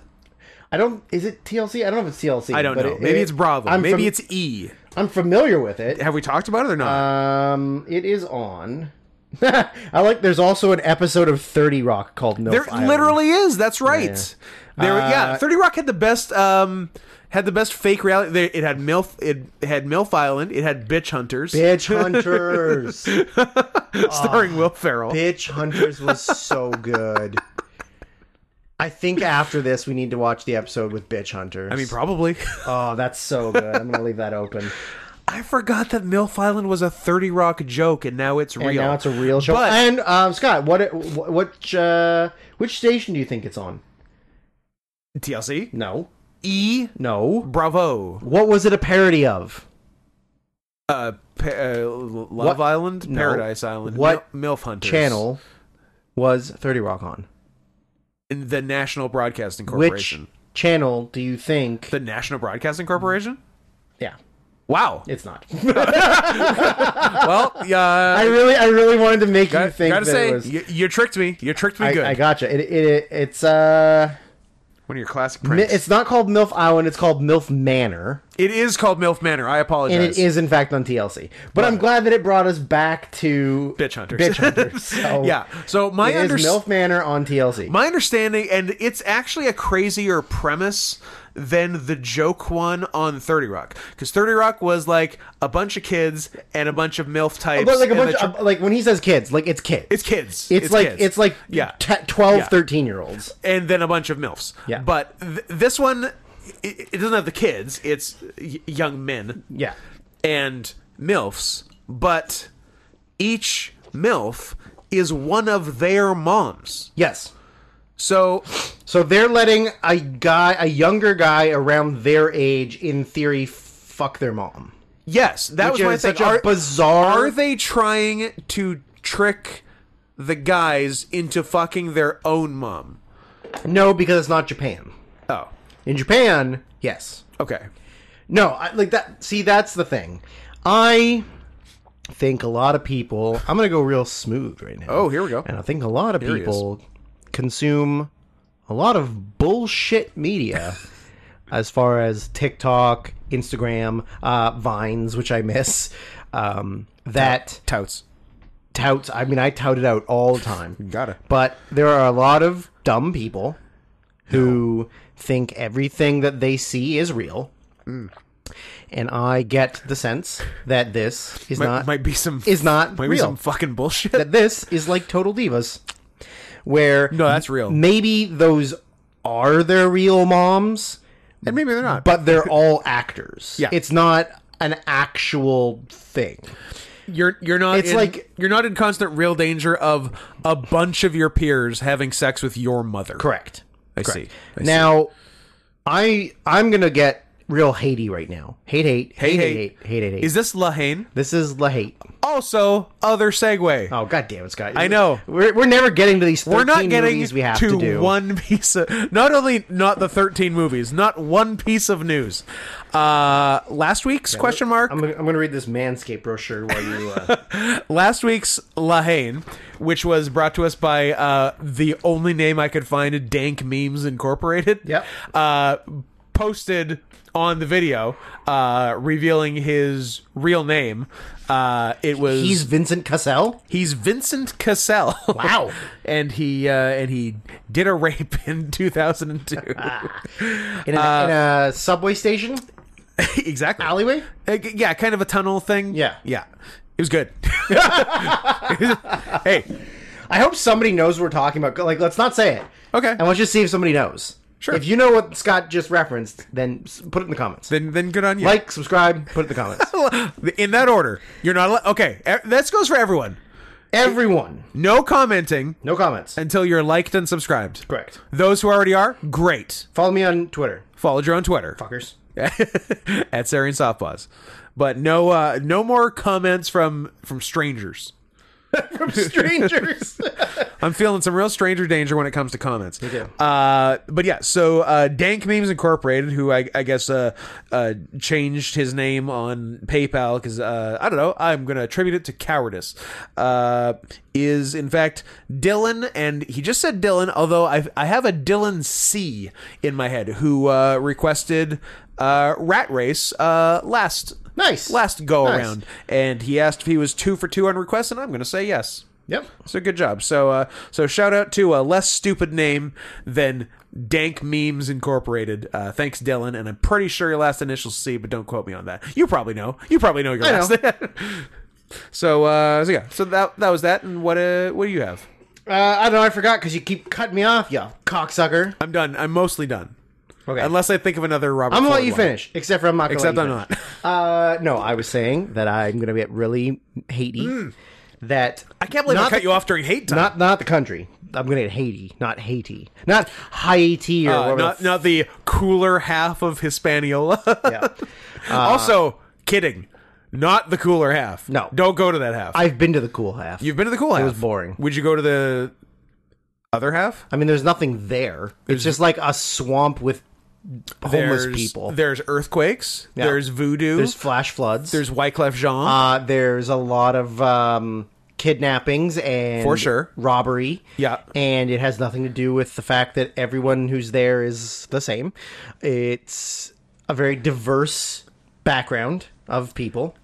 Speaker 1: I don't is it TLC? I don't know if it's TLC.
Speaker 2: I don't know. Maybe it's Bravo.
Speaker 1: I'm
Speaker 2: Maybe
Speaker 1: fam-
Speaker 2: it's E.
Speaker 1: I'm familiar with it.
Speaker 2: Have we talked about it or not?
Speaker 1: Um it is on *laughs* I like there's also an episode of 30 Rock called No
Speaker 2: there literally is. That's right. There, yeah.
Speaker 1: Uh,
Speaker 2: Thirty Rock had the best. Um, had the best fake reality. There, it had MILF. It had MILF Island. It had Bitch Hunters,
Speaker 1: Bitch
Speaker 2: *laughs*
Speaker 1: Hunters.
Speaker 2: starring Will Ferrell.
Speaker 1: Bitch Hunters was so good. I think after this we need to watch the episode with Bitch Hunters.
Speaker 2: I mean, probably. *laughs*
Speaker 1: oh, that's so good. I'm gonna leave that open.
Speaker 2: I forgot that MILF Island was a Thirty Rock joke, and now it's real.
Speaker 1: And now it's a real show.
Speaker 2: But-
Speaker 1: and um, Scott, what what which, uh, which station do you think it's on?
Speaker 2: TLC.
Speaker 1: No,
Speaker 2: E.
Speaker 1: no.
Speaker 2: Bravo.
Speaker 1: What was it a parody of?
Speaker 2: Uh, pa- uh Love Island,
Speaker 1: no.
Speaker 2: Paradise Island.
Speaker 1: What
Speaker 2: Mil- MILF Hunters
Speaker 1: Channel was Thirty Rock on.
Speaker 2: In the National Broadcasting
Speaker 1: Which
Speaker 2: Corporation.
Speaker 1: channel do you think?
Speaker 2: The National Broadcasting Corporation.
Speaker 1: yeah, *laughs*
Speaker 2: Wow.
Speaker 1: It's not.
Speaker 2: Well, yeah.
Speaker 1: *laughs* I really, I really wanted to make you
Speaker 2: Gotta,
Speaker 1: think
Speaker 2: gotta
Speaker 1: that
Speaker 2: say,
Speaker 1: it was.
Speaker 2: you, you tricked me. You tricked me
Speaker 1: I,
Speaker 2: good.
Speaker 1: I gotcha. It, it, it's uh,
Speaker 2: One of your classic
Speaker 1: mi-
Speaker 2: pranks.
Speaker 1: it's not called Milf Island. It's called Milf Manor,
Speaker 2: It is called MILF Manor. I apologize.
Speaker 1: and it is in fact on TLC. But I'm glad that it brought us back to
Speaker 2: Bitch Hunters.
Speaker 1: Bitch
Speaker 2: *laughs*
Speaker 1: Hunters. So
Speaker 2: Yeah. So my
Speaker 1: it
Speaker 2: under-
Speaker 1: is Milf Manor on TLC.
Speaker 2: my understanding, and it's actually a crazier premise than the joke one on Thirty Rock, because Thirty Rock was like a bunch of kids and a bunch of MILF types.
Speaker 1: but like a
Speaker 2: and
Speaker 1: bunch,
Speaker 2: the tr-
Speaker 1: of, like when he says kids, like it's kids.
Speaker 2: it's kids.
Speaker 1: it's, like
Speaker 2: kids.
Speaker 1: it's like
Speaker 2: yeah.
Speaker 1: te- 12,
Speaker 2: Yeah.
Speaker 1: 13 year olds.
Speaker 2: and then a bunch of milfs.
Speaker 1: Yeah.
Speaker 2: But th- this one, it, it doesn't have the kids. It's y- young men.
Speaker 1: Yeah.
Speaker 2: and MILFs, but each MILF is one of their moms.
Speaker 1: Yes.
Speaker 2: So,
Speaker 1: So they're letting a guy, a younger guy around their age, in theory, fuck their mom.
Speaker 2: yes, that
Speaker 1: Which
Speaker 2: was my
Speaker 1: is
Speaker 2: thing.
Speaker 1: such a
Speaker 2: are,
Speaker 1: bizarre.
Speaker 2: are they trying to trick the guys into fucking their own mom?
Speaker 1: No, because it's not Japan.
Speaker 2: Oh,
Speaker 1: In Japan, yes.
Speaker 2: okay.
Speaker 1: No, I, like that. See, that's the thing. I think a lot of people. I'm gonna go real smooth right now.
Speaker 2: Oh, here we go.
Speaker 1: And I think a lot of
Speaker 2: he
Speaker 1: people consume a lot of bullshit
Speaker 2: *laughs*
Speaker 1: media, as far as TikTok, Instagram, uh, Vines, which I miss. Um, that
Speaker 2: Touts.
Speaker 1: touts. I mean, I tout it out all the time.
Speaker 2: Gotta.
Speaker 1: But there are a lot of dumb people who think everything that they see is real. And I get the sense that this is
Speaker 2: Might,
Speaker 1: not
Speaker 2: might be some.
Speaker 1: is not
Speaker 2: might
Speaker 1: real.
Speaker 2: be some fucking bullshit.
Speaker 1: that this is like total divas where
Speaker 2: no, that's real.
Speaker 1: maybe those are their real moms,
Speaker 2: and maybe they're not.
Speaker 1: but
Speaker 2: *laughs*
Speaker 1: they're all actors.
Speaker 2: Yeah.
Speaker 1: It's not an actual thing.
Speaker 2: You're you're not.
Speaker 1: It's
Speaker 2: in-
Speaker 1: like-
Speaker 2: you're not in constant real danger of a bunch of your peers having sex with your mother.
Speaker 1: Correct.
Speaker 2: I see. I see.
Speaker 1: Now, I I'm gonna get real hatey right now. Hate, hate, hate, hate, hate,
Speaker 2: hate.
Speaker 1: hate, hate. hate.
Speaker 2: Is this Lahane?
Speaker 1: this is la hate.
Speaker 2: Also, other segue.
Speaker 1: Oh god damn it, Scott!
Speaker 2: I know.
Speaker 1: We're, we're never getting to these. 13
Speaker 2: We're not getting
Speaker 1: movies we have
Speaker 2: to,
Speaker 1: to, do.
Speaker 2: one piece of not only not the thirteen movies, not one piece of news. Uh, last week's question mark.
Speaker 1: I'm, gonna- I'm gonna read this Manscaped brochure while you. Uh,
Speaker 2: last week's Lahane, which was brought to us by uh, the only name I could find, Dank Memes Incorporated.
Speaker 1: Yep.
Speaker 2: Uh, posted on the video uh, revealing his real name. Uh, it
Speaker 1: *laughs*
Speaker 2: was
Speaker 1: he's Vincent Cassell.
Speaker 2: He's Vincent Cassell.
Speaker 1: Wow.
Speaker 2: *laughs* and he uh, and he did a rape in *laughs* 2002.
Speaker 1: In a,
Speaker 2: Uh,
Speaker 1: in a subway station
Speaker 2: *laughs* exactly.
Speaker 1: alleyway.
Speaker 2: Uh, g- yeah, kind of a tunnel thing.
Speaker 1: Yeah.
Speaker 2: Yeah. It was good. *laughs* hey.
Speaker 1: I hope somebody knows what we're talking about. Like, let's not say it.
Speaker 2: Okay.
Speaker 1: And let's just see if somebody knows.
Speaker 2: Sure.
Speaker 1: If you know what Scott just referenced, then s- put it in the comments.
Speaker 2: Then then good on you.
Speaker 1: Like, subscribe, put it in the
Speaker 2: *laughs*
Speaker 1: comments.
Speaker 2: in that order. You're not allowed. Okay. e- This goes for everyone.
Speaker 1: Everyone.
Speaker 2: No commenting
Speaker 1: No comments.
Speaker 2: until you're liked and subscribed.
Speaker 1: Correct.
Speaker 2: Those who already are, great.
Speaker 1: Follow me on Twitter,
Speaker 2: Followed your on Twitter.
Speaker 1: fuckers.
Speaker 2: *laughs* at Sarian Softpaws. But no uh no more comments from from strangers.
Speaker 1: From strangers. *laughs*
Speaker 2: I'm feeling some real stranger danger when it comes to comments. Uh, but yeah, so uh, Dank Memes Incorporated, who I, I guess uh, uh, changed his name on PayPal because uh, I don't know, I'm going to attribute it to cowardice, uh, is in fact Dylan, and he just said Dylan, although I, I have a Dylan C in my head who uh, requested uh, Rat Race uh, last
Speaker 1: Nice.
Speaker 2: last go
Speaker 1: Nice.
Speaker 2: around, and he asked if he was two for two on requests, and I'm going to say yes.
Speaker 1: yep.
Speaker 2: So good job. So uh, so shout out to a less stupid name than Dank Memes Incorporated. Uh, thanks, Dylan. And I'm pretty sure your last initial C, but don't quote me on that. You probably know. You probably know your
Speaker 1: I
Speaker 2: last. *laughs* so uh, so yeah. So that that was that. And what uh, what do you have?
Speaker 1: Uh, I don't know. I forgot because you keep cutting me off, you cocksucker.
Speaker 2: I'm done. I'm mostly done.
Speaker 1: Okay.
Speaker 2: Unless I think of another Robert.
Speaker 1: I'm gonna let
Speaker 2: Ford
Speaker 1: you
Speaker 2: one.
Speaker 1: finish, except for I'm not. Gonna
Speaker 2: Except
Speaker 1: let
Speaker 2: I'm
Speaker 1: you
Speaker 2: not.
Speaker 1: finish. Uh, no, I was saying that I'm gonna get really hatey. That
Speaker 2: Mm. I can't believe I
Speaker 1: not
Speaker 2: cut
Speaker 1: the-
Speaker 2: you off during hate time.
Speaker 1: Not not the country. I'm gonna get Haiti, not Haiti, not Haiti or
Speaker 2: Uh,
Speaker 1: whatever.
Speaker 2: not, not the cooler half of Hispaniola. *laughs*
Speaker 1: Yeah.
Speaker 2: also, kidding. Not the cooler half.
Speaker 1: No.
Speaker 2: Don't go to that half.
Speaker 1: I've been to the cool half.
Speaker 2: You've been to the cool half. It
Speaker 1: was boring.
Speaker 2: Would you go to the other half?
Speaker 1: I mean, there's nothing there. It's just like a swamp with homeless
Speaker 2: there's,
Speaker 1: people.
Speaker 2: There's earthquakes.
Speaker 1: Yeah.
Speaker 2: There's voodoo.
Speaker 1: There's
Speaker 2: There's,
Speaker 1: flash floods.
Speaker 2: Wyclef Jean.
Speaker 1: uh, there's a lot of um, kidnappings and
Speaker 2: For sure.
Speaker 1: robbery.
Speaker 2: Yeah.
Speaker 1: and it has nothing to do with the fact that everyone who's there is the same. It's a very diverse background of people.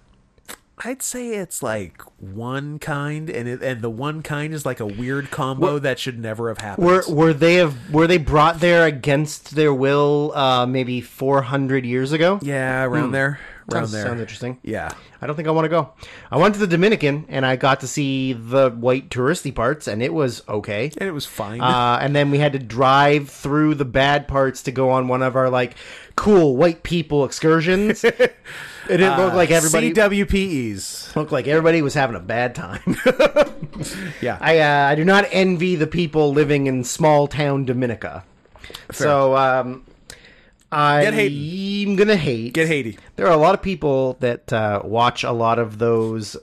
Speaker 2: I'd say it's like one kind, and it, and the one kind is like a weird combo that should never have happened.
Speaker 1: Were were they of, were they brought there against their will? Uh, maybe four hundred years ago.
Speaker 2: yeah, around there, around
Speaker 1: sounds,
Speaker 2: there.
Speaker 1: Hmm. sounds interesting.
Speaker 2: yeah,
Speaker 1: I don't think I want to go. I went to the Dominican and I got to see the white touristy parts, and it was okay.
Speaker 2: and it was fine.
Speaker 1: Uh, and then we had to drive through the bad parts to go on one of our like cool white people
Speaker 2: *laughs*
Speaker 1: excursions. it didn't
Speaker 2: Uh,
Speaker 1: look like everybody
Speaker 2: CWPEs.
Speaker 1: looked like everybody was having a bad time.
Speaker 2: *laughs* Yeah,
Speaker 1: I uh, I do not envy the people living in small town Dominica. So um, I am gonna hate.
Speaker 2: get Haiti.
Speaker 1: There are a lot of people that uh, watch a lot of those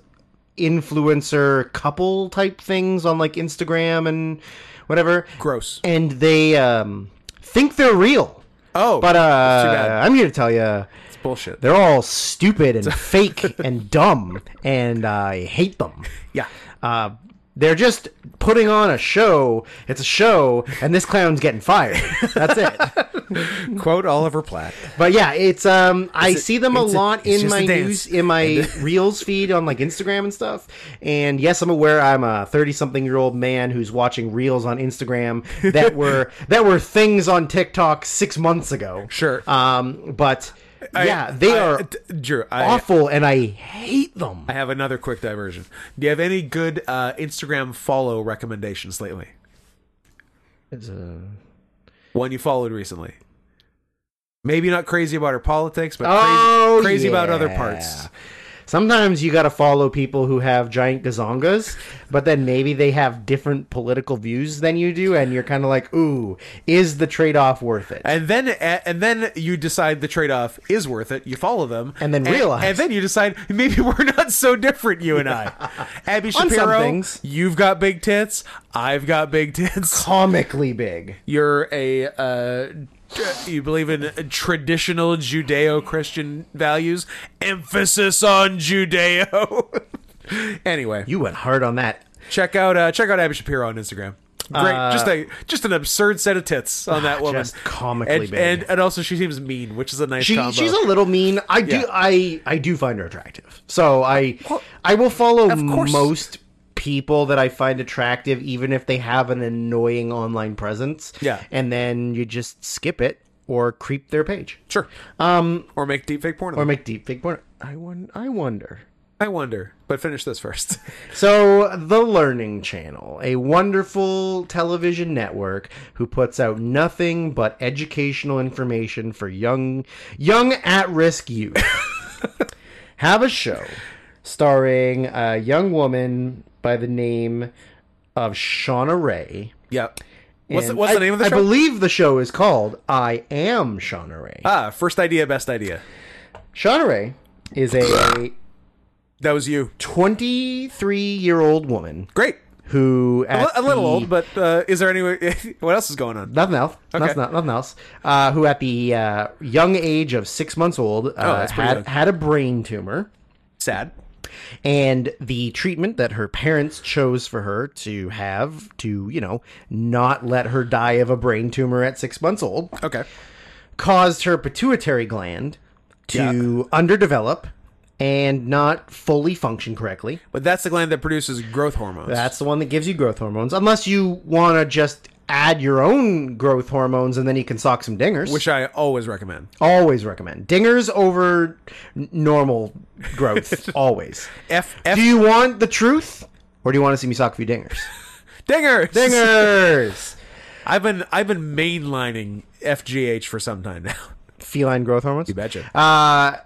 Speaker 1: influencer couple type things on like Instagram and whatever,
Speaker 2: Gross.
Speaker 1: and they um, think they're real.
Speaker 2: Oh,
Speaker 1: But
Speaker 2: too
Speaker 1: uh,
Speaker 2: bad.
Speaker 1: I'm here to tell you,
Speaker 2: it's bullshit.
Speaker 1: they're all stupid
Speaker 2: *laughs*
Speaker 1: and fake and dumb, and I hate them.
Speaker 2: Yeah,
Speaker 1: Uh, they're just putting on a show. It's a show, and this clown's getting fired. That's it.
Speaker 2: quote Oliver Platt.
Speaker 1: but yeah, it's um, I
Speaker 2: It's a-
Speaker 1: see them a
Speaker 2: it's a-
Speaker 1: lot
Speaker 2: it's
Speaker 1: in
Speaker 2: just
Speaker 1: my
Speaker 2: a dance.
Speaker 1: news, in my
Speaker 2: *laughs*
Speaker 1: reels feed on like Instagram and stuff. And yes, I'm aware I'm a 30 something year old man who's watching reels on Instagram
Speaker 2: *laughs*
Speaker 1: that were that were things on TikTok six months ago.
Speaker 2: Sure.
Speaker 1: Um, but
Speaker 2: I-
Speaker 1: yeah, they
Speaker 2: I-
Speaker 1: are
Speaker 2: d- Drew. I,
Speaker 1: awful, and I hate them.
Speaker 2: I have another quick diversion. Do you have any good uh, Instagram follow recommendations lately? One you followed recently. Maybe not crazy about her politics, but crazy,
Speaker 1: Oh,
Speaker 2: crazy about
Speaker 1: yeah.
Speaker 2: other parts.
Speaker 1: Sometimes you got to follow people who have giant gazongas, but then maybe they have different political views than you do, and you're kind of like, ooh, is the trade off worth it?
Speaker 2: And then a- and then you decide the trade off is worth it. You follow them,
Speaker 1: And then realize.
Speaker 2: and then you decide maybe *laughs* we're not so different, you
Speaker 1: *laughs*
Speaker 2: and I. Abby
Speaker 1: some
Speaker 2: Shapiro,
Speaker 1: things.
Speaker 2: you've got big tits. I've got big tits.
Speaker 1: Comically big.
Speaker 2: you're a uh, you believe in traditional judeo-christian values emphasis on judeo *laughs* anyway
Speaker 1: You went hard on that.
Speaker 2: check out uh, check out abby shapiro on instagram great just a just an absurd set of tits
Speaker 1: *laughs*
Speaker 2: on that woman
Speaker 1: Uh, Just comically
Speaker 2: and,
Speaker 1: big.
Speaker 2: and and also she seems mean which is a nice
Speaker 1: She,
Speaker 2: combo
Speaker 1: she's a little mean. I do
Speaker 2: Yeah.
Speaker 1: I I do find her attractive. So I I will follow
Speaker 2: course.
Speaker 1: most people that I find attractive even if they have an annoying online presence.
Speaker 2: Yeah.
Speaker 1: And then you just skip it or creep their page.
Speaker 2: sure um or make deep fake porn of
Speaker 1: or
Speaker 2: them.
Speaker 1: make deep fake porn. I won- I wonder.
Speaker 2: i wonder but finish this first *laughs*
Speaker 1: So the Learning Channel, a wonderful television network who puts out nothing but educational information for young young at-risk
Speaker 2: *laughs*
Speaker 1: youth. Have a show starring a young woman by the name of Shauna Ray.
Speaker 2: yep what's, the,
Speaker 1: And
Speaker 2: what's
Speaker 1: I,
Speaker 2: the name of the
Speaker 1: I
Speaker 2: show
Speaker 1: believe the show is called I Am Shauna Ray.
Speaker 2: ah first idea best idea
Speaker 1: Shauna Ray is a
Speaker 2: that was you
Speaker 1: 23-year-old woman
Speaker 2: great
Speaker 1: who at
Speaker 2: a little
Speaker 1: the-
Speaker 2: old, but uh, is there any? *laughs* what else is going on?
Speaker 1: nothing else nothing, else- nothing else uh, who at the uh, young age of six months old uh,
Speaker 2: Oh, that's pretty
Speaker 1: had,
Speaker 2: young.
Speaker 1: had a brain tumor
Speaker 2: Sad.
Speaker 1: and the treatment that her parents chose for her to have to you know not let her die of a brain tumor at six months old
Speaker 2: Okay.
Speaker 1: caused her pituitary gland to underdevelop and not fully function correctly
Speaker 2: But that's the gland that produces growth hormones.
Speaker 1: That's the one that gives you growth hormones, unless you want to just add your own growth hormones and then you can sock some dingers.
Speaker 2: which I always recommend.
Speaker 1: always recommend dingers over n- normal
Speaker 2: *laughs*
Speaker 1: growth. always.
Speaker 2: F F
Speaker 1: Do you want the truth, or do you want to see me sock a few
Speaker 2: *laughs*
Speaker 1: dingers?
Speaker 2: dingers.
Speaker 1: Dingers.
Speaker 2: *laughs* I've been I've been mainlining FGH for some time now. *laughs*
Speaker 1: Feline growth hormones. You
Speaker 2: betcha.
Speaker 1: Uh,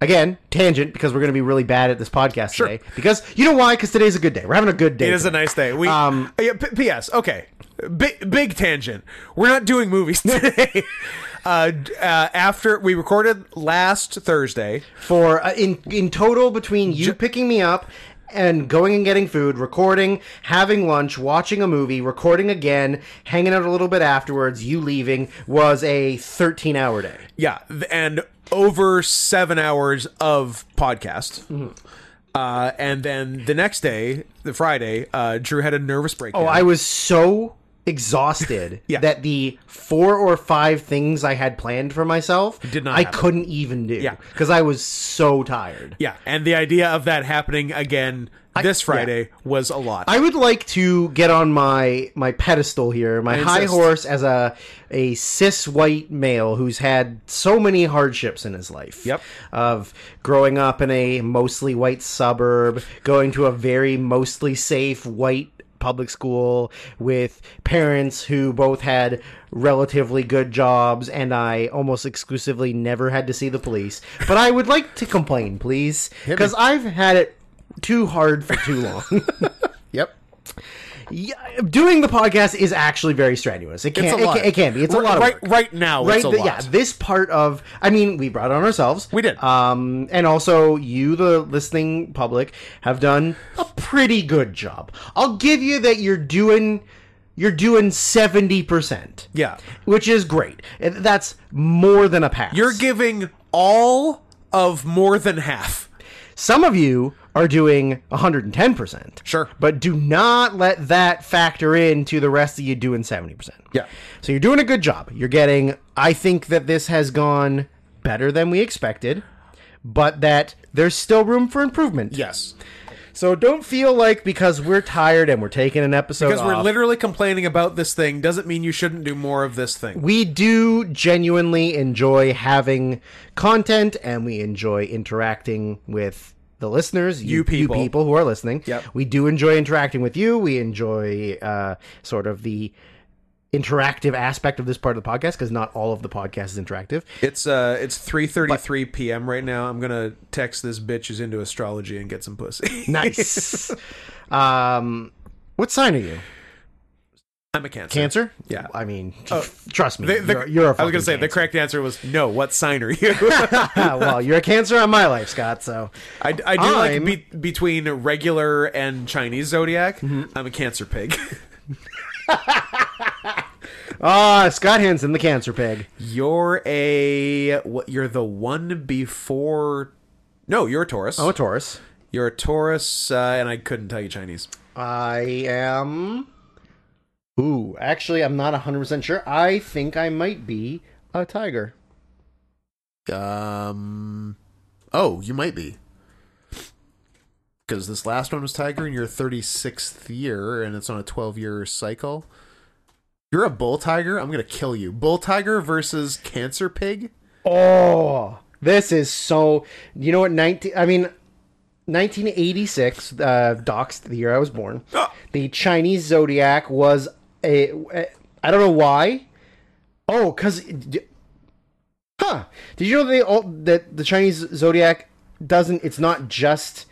Speaker 1: again, tangent because we're going to be really bad at this podcast today. Because you know why? Because today's a good day. We're having a good day.
Speaker 2: It is a
Speaker 1: today.
Speaker 2: nice day. We. uh,
Speaker 1: Um,
Speaker 2: yeah, P- P.S. Okay. Big big tangent. We're not doing movies *laughs* today. uh, d- uh, after we recorded last Thursday.
Speaker 1: for uh, in in total between you picking me up and going and getting food, recording, having lunch, watching a movie, recording again, hanging out a little bit afterwards, you leaving was a 13 hour day.
Speaker 2: Yeah, th- and over seven hours of podcast.
Speaker 1: Mm-hmm.
Speaker 2: Uh, and then the next day, the Friday, uh, Drew had a nervous breakdown.
Speaker 1: Oh, I was so exhausted
Speaker 2: *laughs* Yeah.
Speaker 1: that the four or five things I had planned for myself
Speaker 2: did not
Speaker 1: I
Speaker 2: happen.
Speaker 1: couldn't even do
Speaker 2: Yeah.
Speaker 1: because I was so tired.
Speaker 2: yeah, and the idea of that happening again this Friday was a lot.
Speaker 1: I would like to get on my my pedestal here, my high
Speaker 2: insist.
Speaker 1: horse as a a cis white male who's had so many hardships in his life.
Speaker 2: Yep.
Speaker 1: Of growing up in a mostly white suburb, going to a very mostly safe white public school with parents who both had relatively good jobs and I almost exclusively never had to see the police. But I would like to complain, please, cuz I've had it too hard for too long.
Speaker 2: yep.
Speaker 1: Yeah, doing the podcast is actually very strenuous. It can,
Speaker 2: It's a
Speaker 1: it
Speaker 2: lot.
Speaker 1: can, it can be. It's a
Speaker 2: Right-
Speaker 1: lot of
Speaker 2: right,
Speaker 1: work.
Speaker 2: Right now,
Speaker 1: Right,
Speaker 2: it's a
Speaker 1: the-
Speaker 2: lot.
Speaker 1: yeah. This part of, I mean, we brought it on ourselves.
Speaker 2: We did.
Speaker 1: um, and also you, the listening public, have done a pretty good job. I'll give you that. You're doing, you're doing seventy percent.
Speaker 2: Yeah.
Speaker 1: which is great. And That's more than a pass.
Speaker 2: You're giving all of more than half.
Speaker 1: Some of you are doing 110%.
Speaker 2: Sure.
Speaker 1: But do not let that factor into the rest of you doing 70%.
Speaker 2: Yeah.
Speaker 1: So you're doing a good job. You're getting, I think that this has gone better than we expected, but that there's still room for improvement.
Speaker 2: Yes.
Speaker 1: So don't feel like because we're tired and we're taking an episode
Speaker 2: Because we're
Speaker 1: off-
Speaker 2: literally complaining about this thing doesn't mean you shouldn't do more of this thing.
Speaker 1: we do genuinely enjoy having content and we enjoy interacting with the listeners, you,
Speaker 2: people.
Speaker 1: who are listening.
Speaker 2: Yep.
Speaker 1: We do enjoy interacting with you. We enjoy uh, sort of the interactive aspect of this part of the podcast because not all of the podcast is interactive.
Speaker 2: It's uh it's 3:33 p.m. right now. I'm going to text this bitch who's into astrology and get some pussy. *laughs*
Speaker 1: Nice. *laughs* um, what sign are you?
Speaker 2: I'm a cancer.
Speaker 1: Cancer?
Speaker 2: Yeah. Oh,
Speaker 1: I mean, trust me.
Speaker 2: The- the-
Speaker 1: you're, you're a
Speaker 2: I was going to say
Speaker 1: fucking
Speaker 2: the
Speaker 1: cancer.
Speaker 2: correct answer was no. What sign are you? *laughs*
Speaker 1: *laughs* well, you're a cancer on my life, Scott. So
Speaker 2: I, I do like
Speaker 1: I'm-
Speaker 2: be, between regular and Chinese zodiac.
Speaker 1: Mm-hmm.
Speaker 2: I'm a cancer pig. *laughs*
Speaker 1: ah, Scott Hansen, the cancer pig.
Speaker 2: You're a what? You're the one before. No, you're a Taurus.
Speaker 1: I'm a Oh, Taurus.
Speaker 2: You're a Taurus, uh, and I couldn't tell you Chinese.
Speaker 1: I am. Ooh, actually, I'm not 100% sure. I think I might be a tiger.
Speaker 2: Um,
Speaker 3: Oh, you might be. Because this last one was Tiger in your 36th year, and it's on a 12 year cycle. You're a bull tiger? I'm going to kill you. Bull tiger versus cancer pig?
Speaker 1: Oh, this is so. You know what? 19. I mean, 1986, uh, doxed the year I was born.
Speaker 2: Ah!
Speaker 1: The Chinese zodiac was a. I don't know why. Oh, because. Huh. Did you know they all, that the Chinese zodiac doesn't. It's not just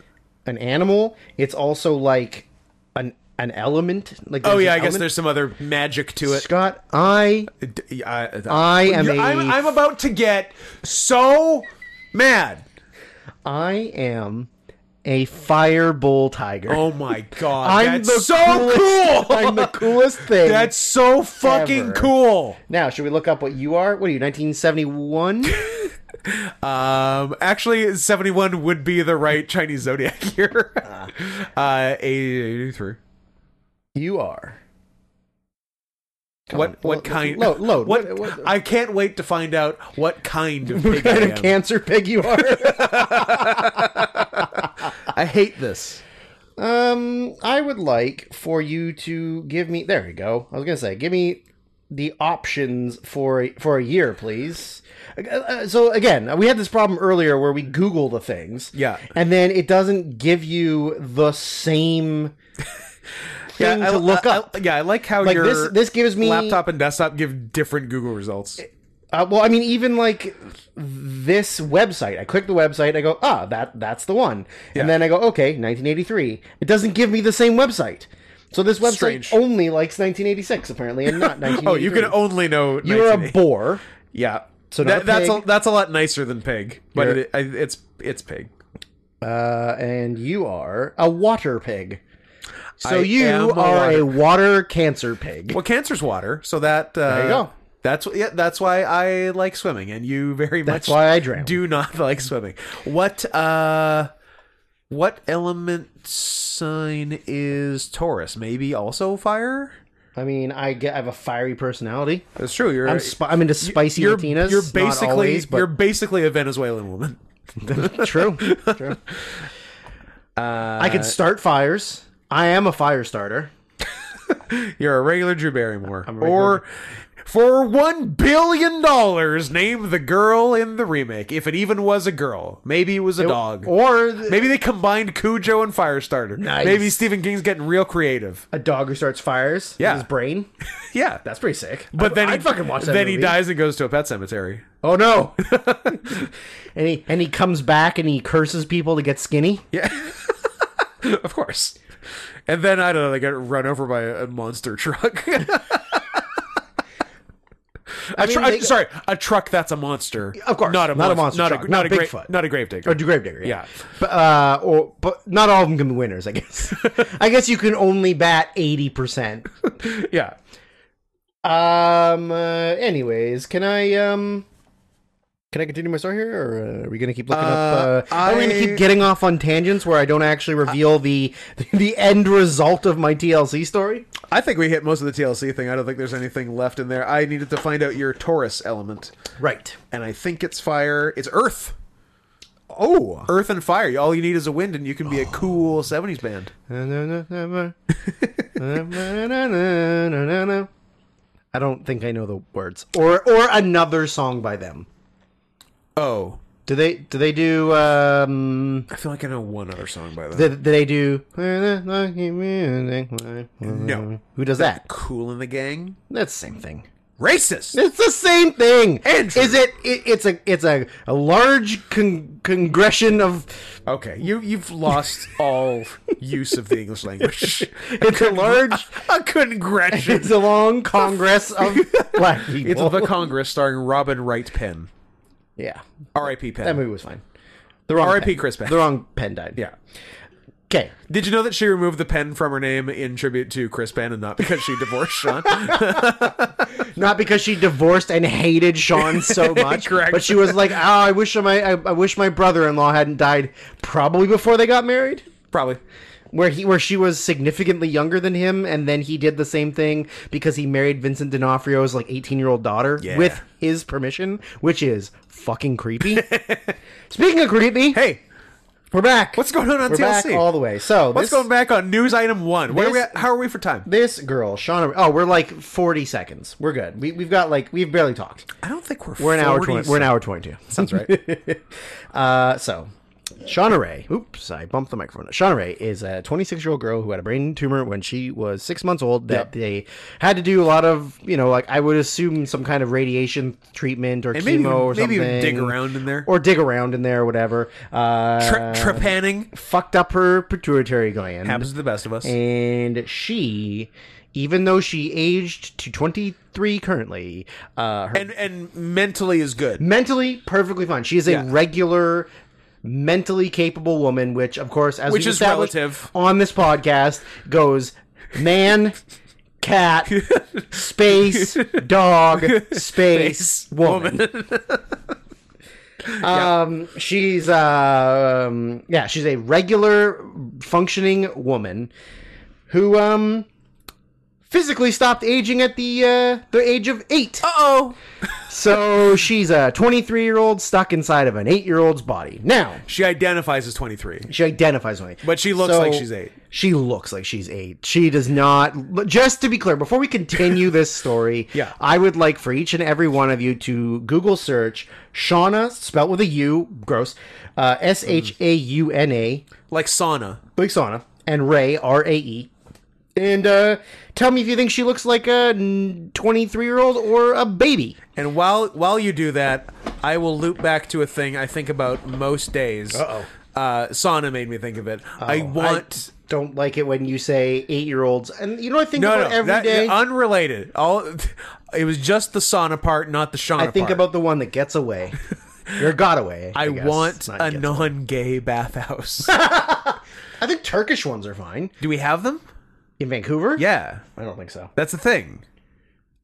Speaker 1: an animal, it's also like an an element. Like
Speaker 2: oh
Speaker 1: there's
Speaker 2: yeah, I
Speaker 1: an
Speaker 2: guess
Speaker 1: element.
Speaker 2: there's some other magic to it.
Speaker 1: Scott, I.
Speaker 2: D- I,
Speaker 1: I am
Speaker 2: You're-
Speaker 1: a-
Speaker 2: I'm, I'm about to get so mad.
Speaker 1: I am a fire bull tiger.
Speaker 2: Oh my god,
Speaker 1: I'm
Speaker 2: that's
Speaker 1: the
Speaker 2: so
Speaker 1: coolest- *laughs*
Speaker 2: cool.
Speaker 1: I'm the
Speaker 2: *laughs*
Speaker 1: coolest thing.
Speaker 2: that's so fucking
Speaker 1: Ever.
Speaker 2: cool.
Speaker 1: Now, should we look up what you are? What are you,
Speaker 2: *laughs*
Speaker 1: 1971?
Speaker 2: Um, actually, 71 would be the right Chinese zodiac *laughs* here.
Speaker 1: Ah.
Speaker 2: uh, 83.
Speaker 1: you are. Come on,
Speaker 2: What
Speaker 1: lo-
Speaker 2: what kind?
Speaker 1: Load, load.
Speaker 2: What,
Speaker 1: what, what
Speaker 2: I can't wait to find out what kind
Speaker 1: *laughs*
Speaker 2: of pig
Speaker 1: kind
Speaker 2: I
Speaker 1: of
Speaker 2: am.
Speaker 1: cancer pig you are?
Speaker 3: I hate this.
Speaker 1: *laughs* um, I would like for you to give me. There we go. I was gonna say, give me the options for a, for a year, please. Uh, uh, so again, we had this problem earlier where we Google the things,
Speaker 2: Yeah.
Speaker 1: and then it doesn't give you the
Speaker 2: *laughs*
Speaker 1: same thing
Speaker 2: I-
Speaker 1: to look
Speaker 2: I-
Speaker 1: up.
Speaker 2: I- yeah, I like how
Speaker 1: Like,
Speaker 2: your
Speaker 1: this- this gives me-
Speaker 2: laptop and desktop give different Google results.
Speaker 1: Uh, well, I mean, even like this website, I click the website, I go, ah, that that's the one, and then I go, okay, 1983. It doesn't give me the same website, so this website
Speaker 2: Strange.
Speaker 1: only likes 1986 apparently, and
Speaker 2: *laughs*
Speaker 1: not 1983.
Speaker 2: Oh, you can only know
Speaker 1: You're a
Speaker 2: 1980.
Speaker 1: bore.
Speaker 2: yeah.
Speaker 1: So
Speaker 2: So
Speaker 1: not a
Speaker 2: that's a,
Speaker 1: pig.
Speaker 2: that's a lot nicer than pig, but
Speaker 1: You're-
Speaker 2: it, I, it's it's pig.
Speaker 1: Uh, and you are a water pig. So
Speaker 2: I
Speaker 1: you
Speaker 2: am
Speaker 1: are
Speaker 2: a water-
Speaker 1: a water cancer pig.
Speaker 2: Well, cancer's water, so that uh,
Speaker 1: There you go.
Speaker 2: That's yeah. That's why I like swimming, and you very
Speaker 1: That's
Speaker 2: much
Speaker 1: why I drown.
Speaker 2: do not *laughs* like swimming. What uh, what element sign is Taurus? Maybe also fire.
Speaker 1: I mean, I get I have a fiery personality.
Speaker 2: That's true. You're
Speaker 1: I'm sp- I'm into spicy
Speaker 2: you're,
Speaker 1: Latinas.
Speaker 2: You're
Speaker 1: not
Speaker 2: basically
Speaker 1: always, but
Speaker 2: you're basically a Venezuelan woman. *laughs*
Speaker 1: true. true.
Speaker 2: Uh,
Speaker 1: I can start fires. I am a fire starter.
Speaker 2: You're a regular Drew Barrymore. or for one billion dollars, name the girl in the remake, if it even was a girl. Maybe it was a dog.
Speaker 1: Or th-
Speaker 2: Maybe they combined Cujo and Firestarter.
Speaker 1: Nice.
Speaker 2: Maybe Stephen King's getting real creative.
Speaker 1: a dog who starts fires.
Speaker 2: Yeah.
Speaker 1: With his brain.
Speaker 2: Yeah.
Speaker 1: That's pretty sick.
Speaker 2: *laughs* but then
Speaker 1: I,
Speaker 2: he,
Speaker 1: would fucking watch that.
Speaker 2: Then he
Speaker 1: movie.
Speaker 2: dies and goes to a pet cemetery.
Speaker 1: Oh
Speaker 2: *laughs*
Speaker 1: no! and he and he comes back and he curses people to get skinny.
Speaker 2: *laughs* Of course. And then I don't know, they get run over by a, a monster truck. *laughs* A
Speaker 1: mean,
Speaker 2: tru- a-
Speaker 1: they-
Speaker 2: sorry, a truck that's a monster.
Speaker 1: Of course,
Speaker 2: not a
Speaker 1: not a
Speaker 2: monster,
Speaker 1: monster
Speaker 2: not
Speaker 1: truck,
Speaker 2: a not,
Speaker 1: not
Speaker 2: a grave,
Speaker 1: Bigfoot.
Speaker 2: not a gravedigger.
Speaker 1: Or Gravedigger, yeah.
Speaker 2: Yeah.
Speaker 1: But uh, or but not all of them can be winners. I guess. *laughs* I guess you can only bat eighty percent.
Speaker 2: yeah,
Speaker 1: Um. Uh, anyways, can I um. Can I continue my story here, or uh, are we gonna keep looking up? Uh, Are we gonna
Speaker 2: I-
Speaker 1: keep getting off on tangents where I don't actually reveal the *laughs* the end result of my TLC story?
Speaker 2: I think we hit most of the TLC thing. I don't think there's anything left in there. I needed to find out your Taurus element,
Speaker 1: *laughs* Right.
Speaker 2: and I think it's fire. It's Earth,
Speaker 1: Oh.
Speaker 2: Earth and fire. All you need is a wind, and you can be a cool '70s band.
Speaker 1: I don't think I know the words, or or another song by them.
Speaker 2: Oh,
Speaker 1: Do they do they do um?
Speaker 2: I feel like I know one other song by them.
Speaker 1: Do, do they *laughs* do? No. Who does that?
Speaker 2: cool in the gang,
Speaker 1: That's the same thing.
Speaker 2: racist.
Speaker 1: It's the same thing.
Speaker 2: Andrew.
Speaker 1: Is it, it? It's a it's a, a large con- congression of
Speaker 2: Okay, you you've lost all use of the English language.
Speaker 1: it's *laughs* a large
Speaker 2: a congression.
Speaker 1: it's a long congress
Speaker 2: *laughs*
Speaker 1: of black people.
Speaker 2: It's the Congress starring Robin Wright Penn.
Speaker 1: yeah.
Speaker 2: R.I.P. Penn.
Speaker 1: That movie was fine. The wrong
Speaker 2: R.I.P.
Speaker 1: pen.
Speaker 2: Chris Penn.
Speaker 1: The wrong pen died.
Speaker 2: Yeah.
Speaker 1: Okay.
Speaker 2: Did you know that she removed the pen from her name in tribute to Chris Penn and not because she
Speaker 1: *laughs*
Speaker 2: divorced Sean?
Speaker 1: Not because she divorced and hated Sean
Speaker 2: *laughs*
Speaker 1: so much,
Speaker 2: Correct.
Speaker 1: but she was like, "Oh, I wish my I, I wish my brother-in-law hadn't died probably before they got married."
Speaker 2: Probably.
Speaker 1: where he where she was significantly younger than him, and then he did the same thing because he married Vincent D'Onofrio's like eighteen year old daughter
Speaker 2: Yeah.
Speaker 1: with his permission, which is fucking creepy. *laughs* Speaking of creepy,
Speaker 2: Hey,
Speaker 1: we're back.
Speaker 2: what's going on on
Speaker 1: we're back
Speaker 2: TLC?
Speaker 1: all the way. So
Speaker 2: What's
Speaker 1: this,
Speaker 2: going back on news item one? Where are we
Speaker 1: This-
Speaker 2: at? How are we for time?
Speaker 1: This girl, Shauna. Oh, we're like forty seconds. We're good. We, we've got like we've barely talked.
Speaker 2: I don't think we're
Speaker 1: We're an hour
Speaker 2: 40
Speaker 1: twenty. We're an hour twenty-two.
Speaker 2: Sounds right.
Speaker 1: Uh, so, Shauna Ray. Oops, I bumped the microphone. Shauna Ray is a 26 year old girl who had a brain tumor when she was six months old. That they had to do a lot of, you know, like I would assume some kind of radiation treatment or
Speaker 2: And
Speaker 1: chemo
Speaker 2: maybe even-
Speaker 1: or
Speaker 2: maybe
Speaker 1: something.
Speaker 2: even dig around in there.
Speaker 1: or dig around in there, or whatever. Uh,
Speaker 2: Tra- trepanning
Speaker 1: fucked up her pituitary gland,
Speaker 2: happens to the best of us.
Speaker 1: and she. Even though she aged to 23 currently, uh, her
Speaker 2: And and mentally is good.
Speaker 1: mentally perfectly fine. She is a
Speaker 2: Yeah.
Speaker 1: regular, mentally capable woman, which of course, as
Speaker 2: Which
Speaker 1: we've
Speaker 2: is
Speaker 1: established
Speaker 2: relative.
Speaker 1: on this podcast, goes man,
Speaker 2: *laughs*
Speaker 1: cat, space, dog, space, woman.
Speaker 2: *laughs*
Speaker 1: Um, she's uh, um, yeah, she's a regular functioning woman who um physically stopped aging at the uh, the age of eight.
Speaker 2: Uh oh.
Speaker 1: So she's a 23 year old stuck inside of an 8 year old's body. Now,
Speaker 2: She identifies as 23.
Speaker 1: she identifies with me.
Speaker 2: But she looks like she's eight.
Speaker 1: She looks like she's eight. She does not. Just to be clear, before we
Speaker 2: *laughs*
Speaker 1: continue this story,
Speaker 2: Yeah.
Speaker 1: I would like for each and every one of you to Google search Shauna, spelled with a U, gross, uh, S H A U N A,
Speaker 2: Like sauna.
Speaker 1: like sauna, and Ray, R A E. And uh, tell me if you think she looks like a 23 year old or a baby.
Speaker 2: And while while you do that, I will loop back to a thing I think about most days.
Speaker 1: Uh-oh. Oh,
Speaker 2: Uh, sauna made me think of it. I want
Speaker 1: don't like it when you say eight year olds. And you know, I think
Speaker 2: no
Speaker 1: about
Speaker 2: no
Speaker 1: every day.
Speaker 2: that- unrelated. All it was just the sauna part, not the Shauna
Speaker 1: I think
Speaker 2: part.
Speaker 1: about the one that gets away. You're a godaway.
Speaker 2: *laughs* I,
Speaker 1: guess.
Speaker 2: want
Speaker 1: Not
Speaker 2: a
Speaker 1: guess.
Speaker 2: non-gay *laughs* bathhouse.
Speaker 1: I think Turkish ones are fine
Speaker 2: do we have them?
Speaker 1: in Vancouver.
Speaker 2: Yeah,
Speaker 1: I don't think so.
Speaker 2: that's the thing.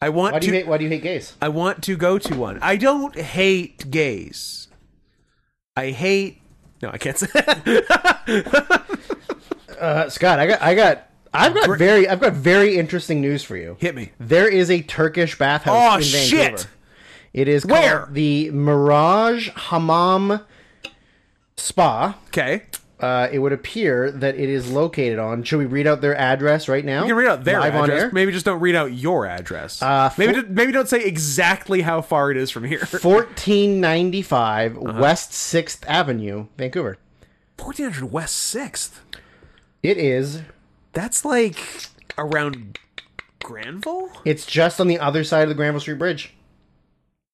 Speaker 2: I want
Speaker 1: Why do
Speaker 2: to.
Speaker 1: you hate, why do you hate gays?
Speaker 2: I want to go to one. I don't hate gays. I hate. No, I can't *laughs* say.
Speaker 1: Uh, Scott, I got I got I've got very I've got very interesting news for you.
Speaker 2: Hit me.
Speaker 1: There is a Turkish bathhouse
Speaker 2: Aw,
Speaker 1: in
Speaker 2: shit!
Speaker 1: Vancouver. It is called
Speaker 2: Where?
Speaker 1: the Mirage Hammam Spa.
Speaker 2: Okay.
Speaker 1: Uh, it would appear that it is located on. Should we read out their address right now?
Speaker 2: You can read out their
Speaker 1: Live on
Speaker 2: address.
Speaker 1: air.
Speaker 2: Maybe just don't read out your address.
Speaker 1: Uh,
Speaker 2: maybe
Speaker 1: fo-
Speaker 2: ju- maybe don't say exactly how far it is from *laughs* here.
Speaker 1: 1495
Speaker 2: Uh-huh.
Speaker 1: West 6th Avenue, Vancouver.
Speaker 2: 1400 West Sixth.
Speaker 1: It is.
Speaker 2: That's like around Granville.
Speaker 1: It's just on the other side of the Granville Street Bridge.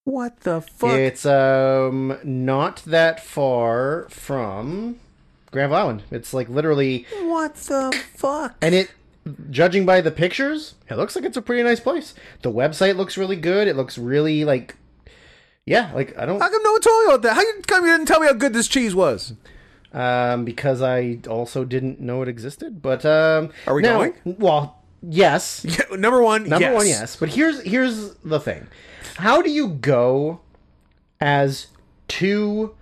Speaker 2: What the fuck?
Speaker 1: It's um not that far from Granville Island. It's like literally
Speaker 2: what the fuck?
Speaker 1: and it judging by the pictures, it looks like it's a pretty nice place. The website looks really good. It looks really like yeah, like I don't
Speaker 2: How come no one told me about that? How you come you didn't tell me how good this cheese was?
Speaker 1: um because I also didn't know it existed, but um
Speaker 2: Are we
Speaker 1: no,
Speaker 2: going?
Speaker 1: Well, yes.
Speaker 2: Yeah, *laughs* number one,
Speaker 1: Number
Speaker 2: yes.
Speaker 1: one, yes. But here's here's the thing: how do you go as two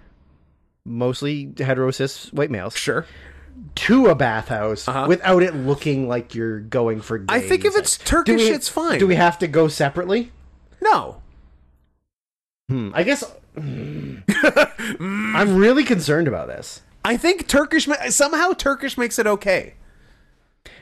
Speaker 1: mostly hetero cis white males
Speaker 2: Sure. Uh-huh.
Speaker 1: to a bathhouse without it looking like you're going for? Gay
Speaker 2: I think if
Speaker 1: music?
Speaker 2: it's Turkish,
Speaker 1: Do we-
Speaker 2: it's fine.
Speaker 1: Do we have to go separately?
Speaker 2: No.
Speaker 1: Hmm,
Speaker 2: Mm.
Speaker 1: I
Speaker 2: *laughs*
Speaker 1: guess. Mm. I'm really concerned about this
Speaker 2: I think Turkish ma- somehow Turkish makes it okay.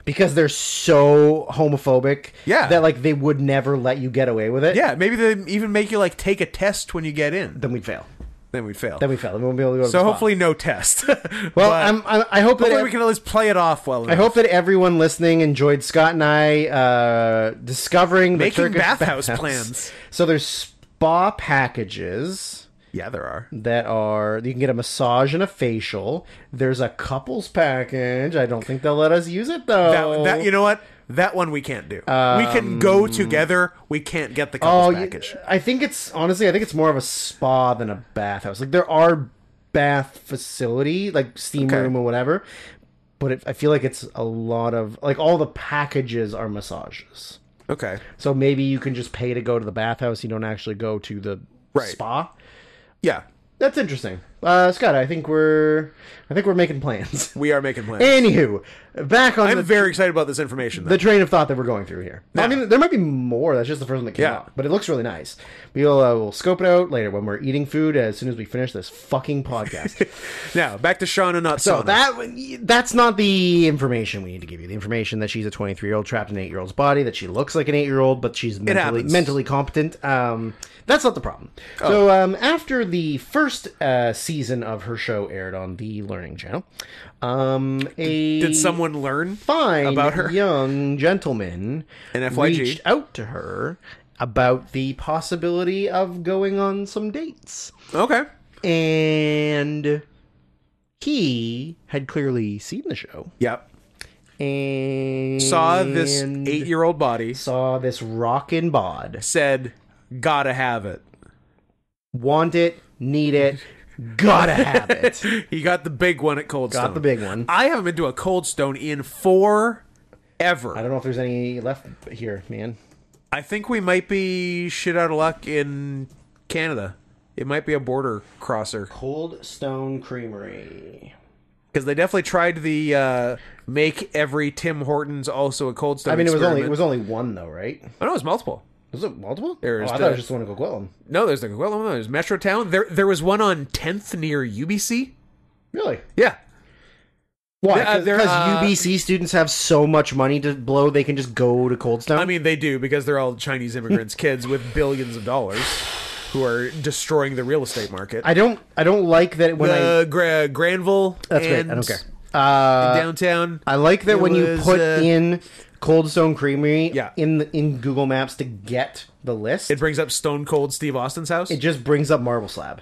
Speaker 1: because they're so homophobic.
Speaker 2: Yeah.
Speaker 1: that like they would never let you get away with it.
Speaker 2: Yeah, maybe they even make you like take a test when you get in.
Speaker 1: then we'd fail.
Speaker 2: Then we'd fail.
Speaker 1: Then we fail. Then we won't be able to go. To the
Speaker 2: so
Speaker 1: spa.
Speaker 2: hopefully no test. *laughs* well,
Speaker 1: well, I'm, I'm, I hope that
Speaker 2: hopefully
Speaker 1: ev-
Speaker 2: we can at least play it off well.
Speaker 1: I hope that everyone listening enjoyed Scott and I uh, discovering the
Speaker 2: Making
Speaker 1: Turkish
Speaker 2: bathhouse plans.
Speaker 1: So there's spa packages
Speaker 2: Yeah, there are.
Speaker 1: that are you can get a massage and a facial. There's a couples package. I don't think they'll let us use it though.
Speaker 2: That, that you know what? That one we can't do. we can go together. We can't get the
Speaker 1: oh,
Speaker 2: couples
Speaker 1: you-
Speaker 2: package.
Speaker 1: I think it's honestly, I think it's more of a spa than a bathhouse. Like there are bath facility, like steam
Speaker 2: Okay.
Speaker 1: room or whatever, but it, I feel like it's a lot of like all the packages are massages.
Speaker 2: Okay.
Speaker 1: So maybe you can just pay to go to the bathhouse. You don't actually go to the
Speaker 2: Right.
Speaker 1: spa.
Speaker 2: Yeah,
Speaker 1: That's interesting, uh, Scott. I think we're I think we're making plans.
Speaker 2: we are making plans.
Speaker 1: Anywho, back on
Speaker 2: I'm
Speaker 1: the,
Speaker 2: very excited about this information. Though.
Speaker 1: the train of thought that we're going through here. I mean, there might be more. That's just the first one that came
Speaker 2: Yeah.
Speaker 1: up, but it looks really nice. We'll uh, we'll scope it out later when we're eating food as soon as we finish this fucking
Speaker 2: *laughs*
Speaker 1: podcast.
Speaker 2: now back to Sean and not
Speaker 1: So
Speaker 2: Sona.
Speaker 1: that that's not the information we need to give you. The information that she's a 23 year old trapped in an 8 year old's body, that she looks like an 8 year old, but she's mentally,
Speaker 2: happens. Oh.
Speaker 1: mentally competent. Um, that's not the problem. So um, after the first uh, season of her show aired on the Learning Channel, um, a
Speaker 2: did someone learn?
Speaker 1: fine
Speaker 2: about her?
Speaker 1: young gentleman
Speaker 2: An FYG.
Speaker 1: reached out to her about the possibility of going on some dates
Speaker 2: Okay.
Speaker 1: and he had clearly seen the show
Speaker 2: Yep.
Speaker 1: and
Speaker 2: Saw this eight-year-old body.
Speaker 1: saw this rockin' bod
Speaker 2: Said, "Gotta have it."
Speaker 1: want it need it gotta have
Speaker 2: *laughs*
Speaker 1: it
Speaker 2: He got the big one at Cold Stone.
Speaker 1: got the big one
Speaker 2: I haven't been to a Cold Stone in four ever.
Speaker 1: i don't know if there's any left here man
Speaker 2: I think we might be shit out of luck in Canada. It might be a border crosser
Speaker 1: cold stone creamery
Speaker 2: because they definitely tried the uh, make every Tim Hortons also a Cold Stone.
Speaker 1: i mean it was only it
Speaker 2: experiment.
Speaker 1: was only one though right
Speaker 2: Oh, no, it was multiple.
Speaker 1: Was it multiple?
Speaker 2: There
Speaker 1: oh,
Speaker 2: is
Speaker 1: I thought
Speaker 2: the-
Speaker 1: it was just the one in Coquitlam.
Speaker 2: No, there's the well, no, there's Metro Town. There, there was one on 10th near UBC.
Speaker 1: Really?
Speaker 2: Yeah,
Speaker 1: Why?
Speaker 2: There- uh,
Speaker 1: Because
Speaker 2: there- uh,
Speaker 1: UBC students have so much money to blow, they can just go to Cold Stone.
Speaker 2: I mean they do because they're all Chinese
Speaker 1: *laughs*
Speaker 2: immigrants' kids with billions of dollars who are destroying the real estate market.
Speaker 1: I don't. I don't like that when I.
Speaker 2: uh, Gra- Granville.
Speaker 1: That's
Speaker 2: and
Speaker 1: great. I don't care. Uh,
Speaker 2: downtown.
Speaker 1: I like that
Speaker 2: It
Speaker 1: when you
Speaker 2: was,
Speaker 1: put
Speaker 2: uh,
Speaker 1: in Cold Stone Creamery
Speaker 2: Yeah.
Speaker 1: in the, in Google Maps to get the list,
Speaker 2: It brings up Stone Cold Steve Austin's house.
Speaker 1: it just brings up Marble Slab.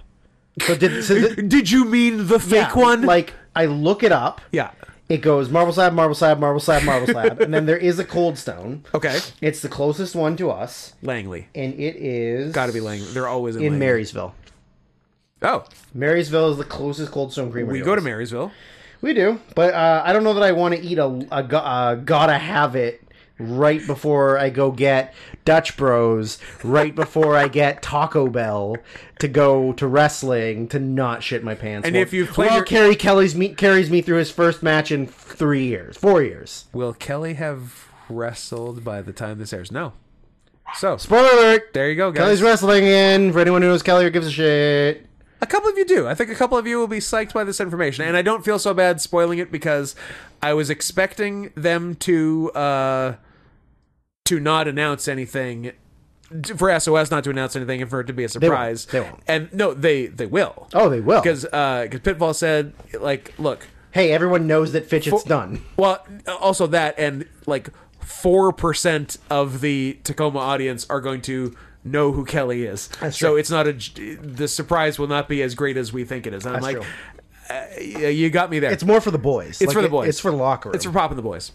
Speaker 1: So did so
Speaker 2: *laughs*
Speaker 1: the,
Speaker 2: Did you mean the fake
Speaker 1: yeah,
Speaker 2: one?
Speaker 1: Like I look it up.
Speaker 2: yeah.
Speaker 1: It goes marble slab, marble slab, marble slab, marble slab, and then there is a cold stone.
Speaker 2: Okay.
Speaker 1: It's the closest one to us,
Speaker 2: Langley.
Speaker 1: and it is
Speaker 2: Got to be Langley. They're always in,
Speaker 1: in
Speaker 2: Langley.
Speaker 1: Marysville.
Speaker 2: Oh,
Speaker 1: Marysville is the closest Cold Stone Creamery.
Speaker 2: we
Speaker 1: to
Speaker 2: go to
Speaker 1: us.
Speaker 2: Marysville.
Speaker 1: We do, but uh, I don't know that I want to eat a, a go- uh, gotta have it right before I go get Dutch Bros, right before I get Taco Bell to go to wrestling to not shit my pants.
Speaker 2: And
Speaker 1: Well-
Speaker 2: if you've played
Speaker 1: well,
Speaker 2: your-
Speaker 1: Kerry Kelly's me- carries me through his first match in three years, four years.
Speaker 2: Will Kelly have wrestled by the time this airs? No. So
Speaker 1: Spoiler alert:
Speaker 2: there you go, guys.
Speaker 1: Kelly's wrestling in. For anyone who knows Kelly or gives a shit,
Speaker 2: A couple of you do. I think a couple of you will be psyched by this information, and I don't feel so bad spoiling it because I was expecting them to uh, to not announce anything for SOS not to announce anything and for it to be a surprise.
Speaker 1: They won't.
Speaker 2: And no, they they will.
Speaker 1: oh, they will.
Speaker 2: because because Pitfall said like, look,
Speaker 1: Hey, everyone knows that Fidget's done.
Speaker 2: well, also that and like four percent of the Tacoma audience are going to know who Kelly is. so
Speaker 1: true.
Speaker 2: it's not a the surprise will not be as great as we think it is. And I'm
Speaker 1: That's
Speaker 2: like, uh, y- you got me there.
Speaker 1: It's more for the boys. It's
Speaker 2: for the boys.
Speaker 1: It's for the locker room.
Speaker 2: It's for popping the boys.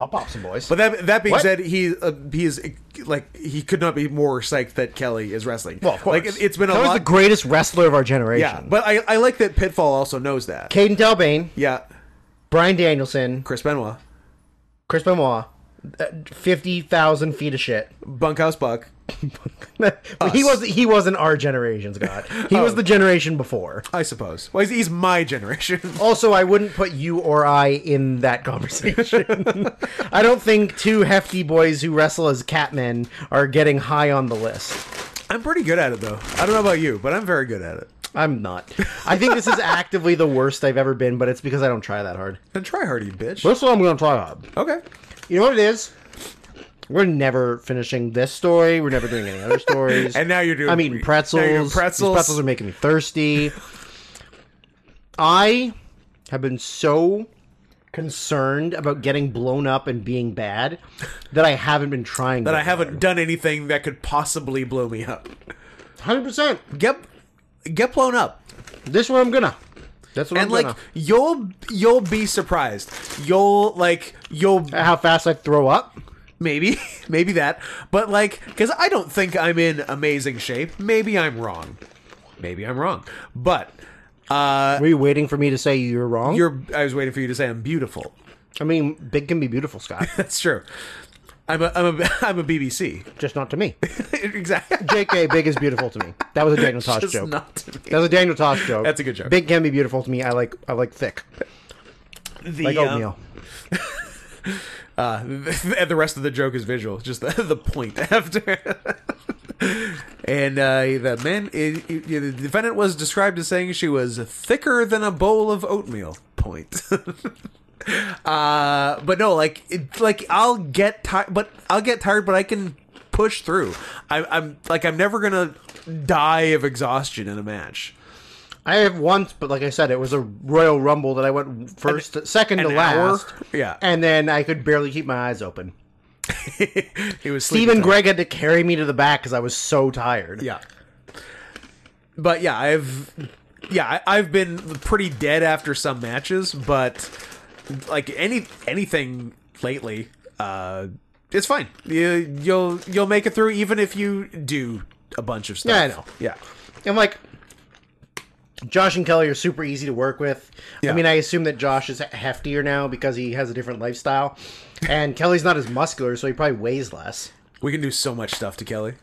Speaker 1: I'll pop some boys.
Speaker 2: But that that being
Speaker 1: What?
Speaker 2: said, he uh, he is like he could not be more psyched that Kelly is wrestling.
Speaker 1: Well, of course.
Speaker 2: like it, it's been a
Speaker 1: That was
Speaker 2: lot.
Speaker 1: the greatest wrestler of our generation.
Speaker 2: yeah, but I I like that Pitfall also knows that.
Speaker 1: Caden Delbane,
Speaker 2: Yeah,
Speaker 1: Brian Danielson,
Speaker 2: Chris Benoit,
Speaker 1: Chris Benoit, uh, fifty thousand feet of shit. *laughs*
Speaker 2: Bunkhouse Buck.
Speaker 1: he was he wasn't our generation's god.
Speaker 2: *laughs*
Speaker 1: He
Speaker 2: Oh.
Speaker 1: was the generation before.
Speaker 2: I suppose. Well, he's, he's my *laughs* generation.
Speaker 1: Also, I wouldn't put you or I in that *laughs* conversation. *laughs* I don't think two hefty boys who wrestle as catmen are getting high on the list.
Speaker 2: I'm pretty good at it though. I don't know about you, but I'm very good at it.
Speaker 1: I'm not. I think this
Speaker 2: *laughs*
Speaker 1: is actively the worst I've ever been, but it's because I don't try that hard.
Speaker 2: Then try hard, you bitch.
Speaker 1: This one I'm going to try hard.
Speaker 2: Okay.
Speaker 1: You know what it is? We're never finishing this story. We're never doing any
Speaker 2: *laughs*
Speaker 1: other stories.
Speaker 2: And now you're doing.
Speaker 1: I'm eating pretzels.
Speaker 2: now you're doing
Speaker 1: These
Speaker 2: pretzels.
Speaker 1: pretzels are making me thirsty. I have been so concerned about getting blown up and being bad that I haven't been trying.
Speaker 2: That I haven't done anything that could possibly blow me up.
Speaker 1: Hundred percent.
Speaker 2: Get, get blown up,
Speaker 1: This one I'm gonna. That's what
Speaker 2: and
Speaker 1: I'm
Speaker 2: like
Speaker 1: gonna.
Speaker 2: you'll you'll be surprised. You'll like you'll
Speaker 1: How fast I throw up?
Speaker 2: maybe *laughs* maybe that, but like because I don't think I'm in amazing shape. Maybe I'm wrong. Maybe I'm wrong, but uh,
Speaker 1: Were you waiting for me to say you're wrong?
Speaker 2: you're. I was waiting for you to say I'm beautiful. *laughs*
Speaker 1: I mean, big can be beautiful, Scott.
Speaker 2: That's true. I'm a I'm a *laughs* I'm a BBC.
Speaker 1: Just not to me.
Speaker 2: exactly.
Speaker 1: JK, big is beautiful to me. That was a
Speaker 2: *laughs*
Speaker 1: Daniel Tosh
Speaker 2: Just
Speaker 1: joke.
Speaker 2: not to be.
Speaker 1: That was a Daniel Tosh joke.
Speaker 2: That's a good joke.
Speaker 1: Big can be beautiful to me. I like I like thick.
Speaker 2: The,
Speaker 1: Like
Speaker 2: um,
Speaker 1: oatmeal.
Speaker 2: uh, *laughs* and the rest of the joke is visual, just the, *laughs* the point after. and uh, the man, i- i- the defendant was described as saying she was thicker than a bowl of oatmeal. Point. *laughs* uh, but no, like it, like I'll get tired, but I'll get tired, but I can push through. I, I'm like I'm never gonna die of exhaustion in a match. *laughs*
Speaker 1: I have once, but like I said, it was a Royal Rumble that I went first, second to
Speaker 2: an hour?
Speaker 1: last.
Speaker 2: Yeah.
Speaker 1: and then I could barely keep my eyes open.
Speaker 2: it was sleepy
Speaker 1: Stephen
Speaker 2: time.
Speaker 1: Greg had to carry me to the back because I was so tired.
Speaker 2: Yeah. But yeah, I've yeah, I, I've been pretty dead after some matches, but like any anything lately, uh it's fine. You, you'll you'll make it through even if you do a bunch of stuff.
Speaker 1: Yeah, I know.
Speaker 2: Yeah.
Speaker 1: I'm like, Josh and Kelly are super easy to work with.
Speaker 2: Yeah.
Speaker 1: I mean, I assume that Josh is heftier now because he has a different lifestyle, and Kelly's not as muscular, so he probably weighs less.
Speaker 2: We can do so much stuff to Kelly.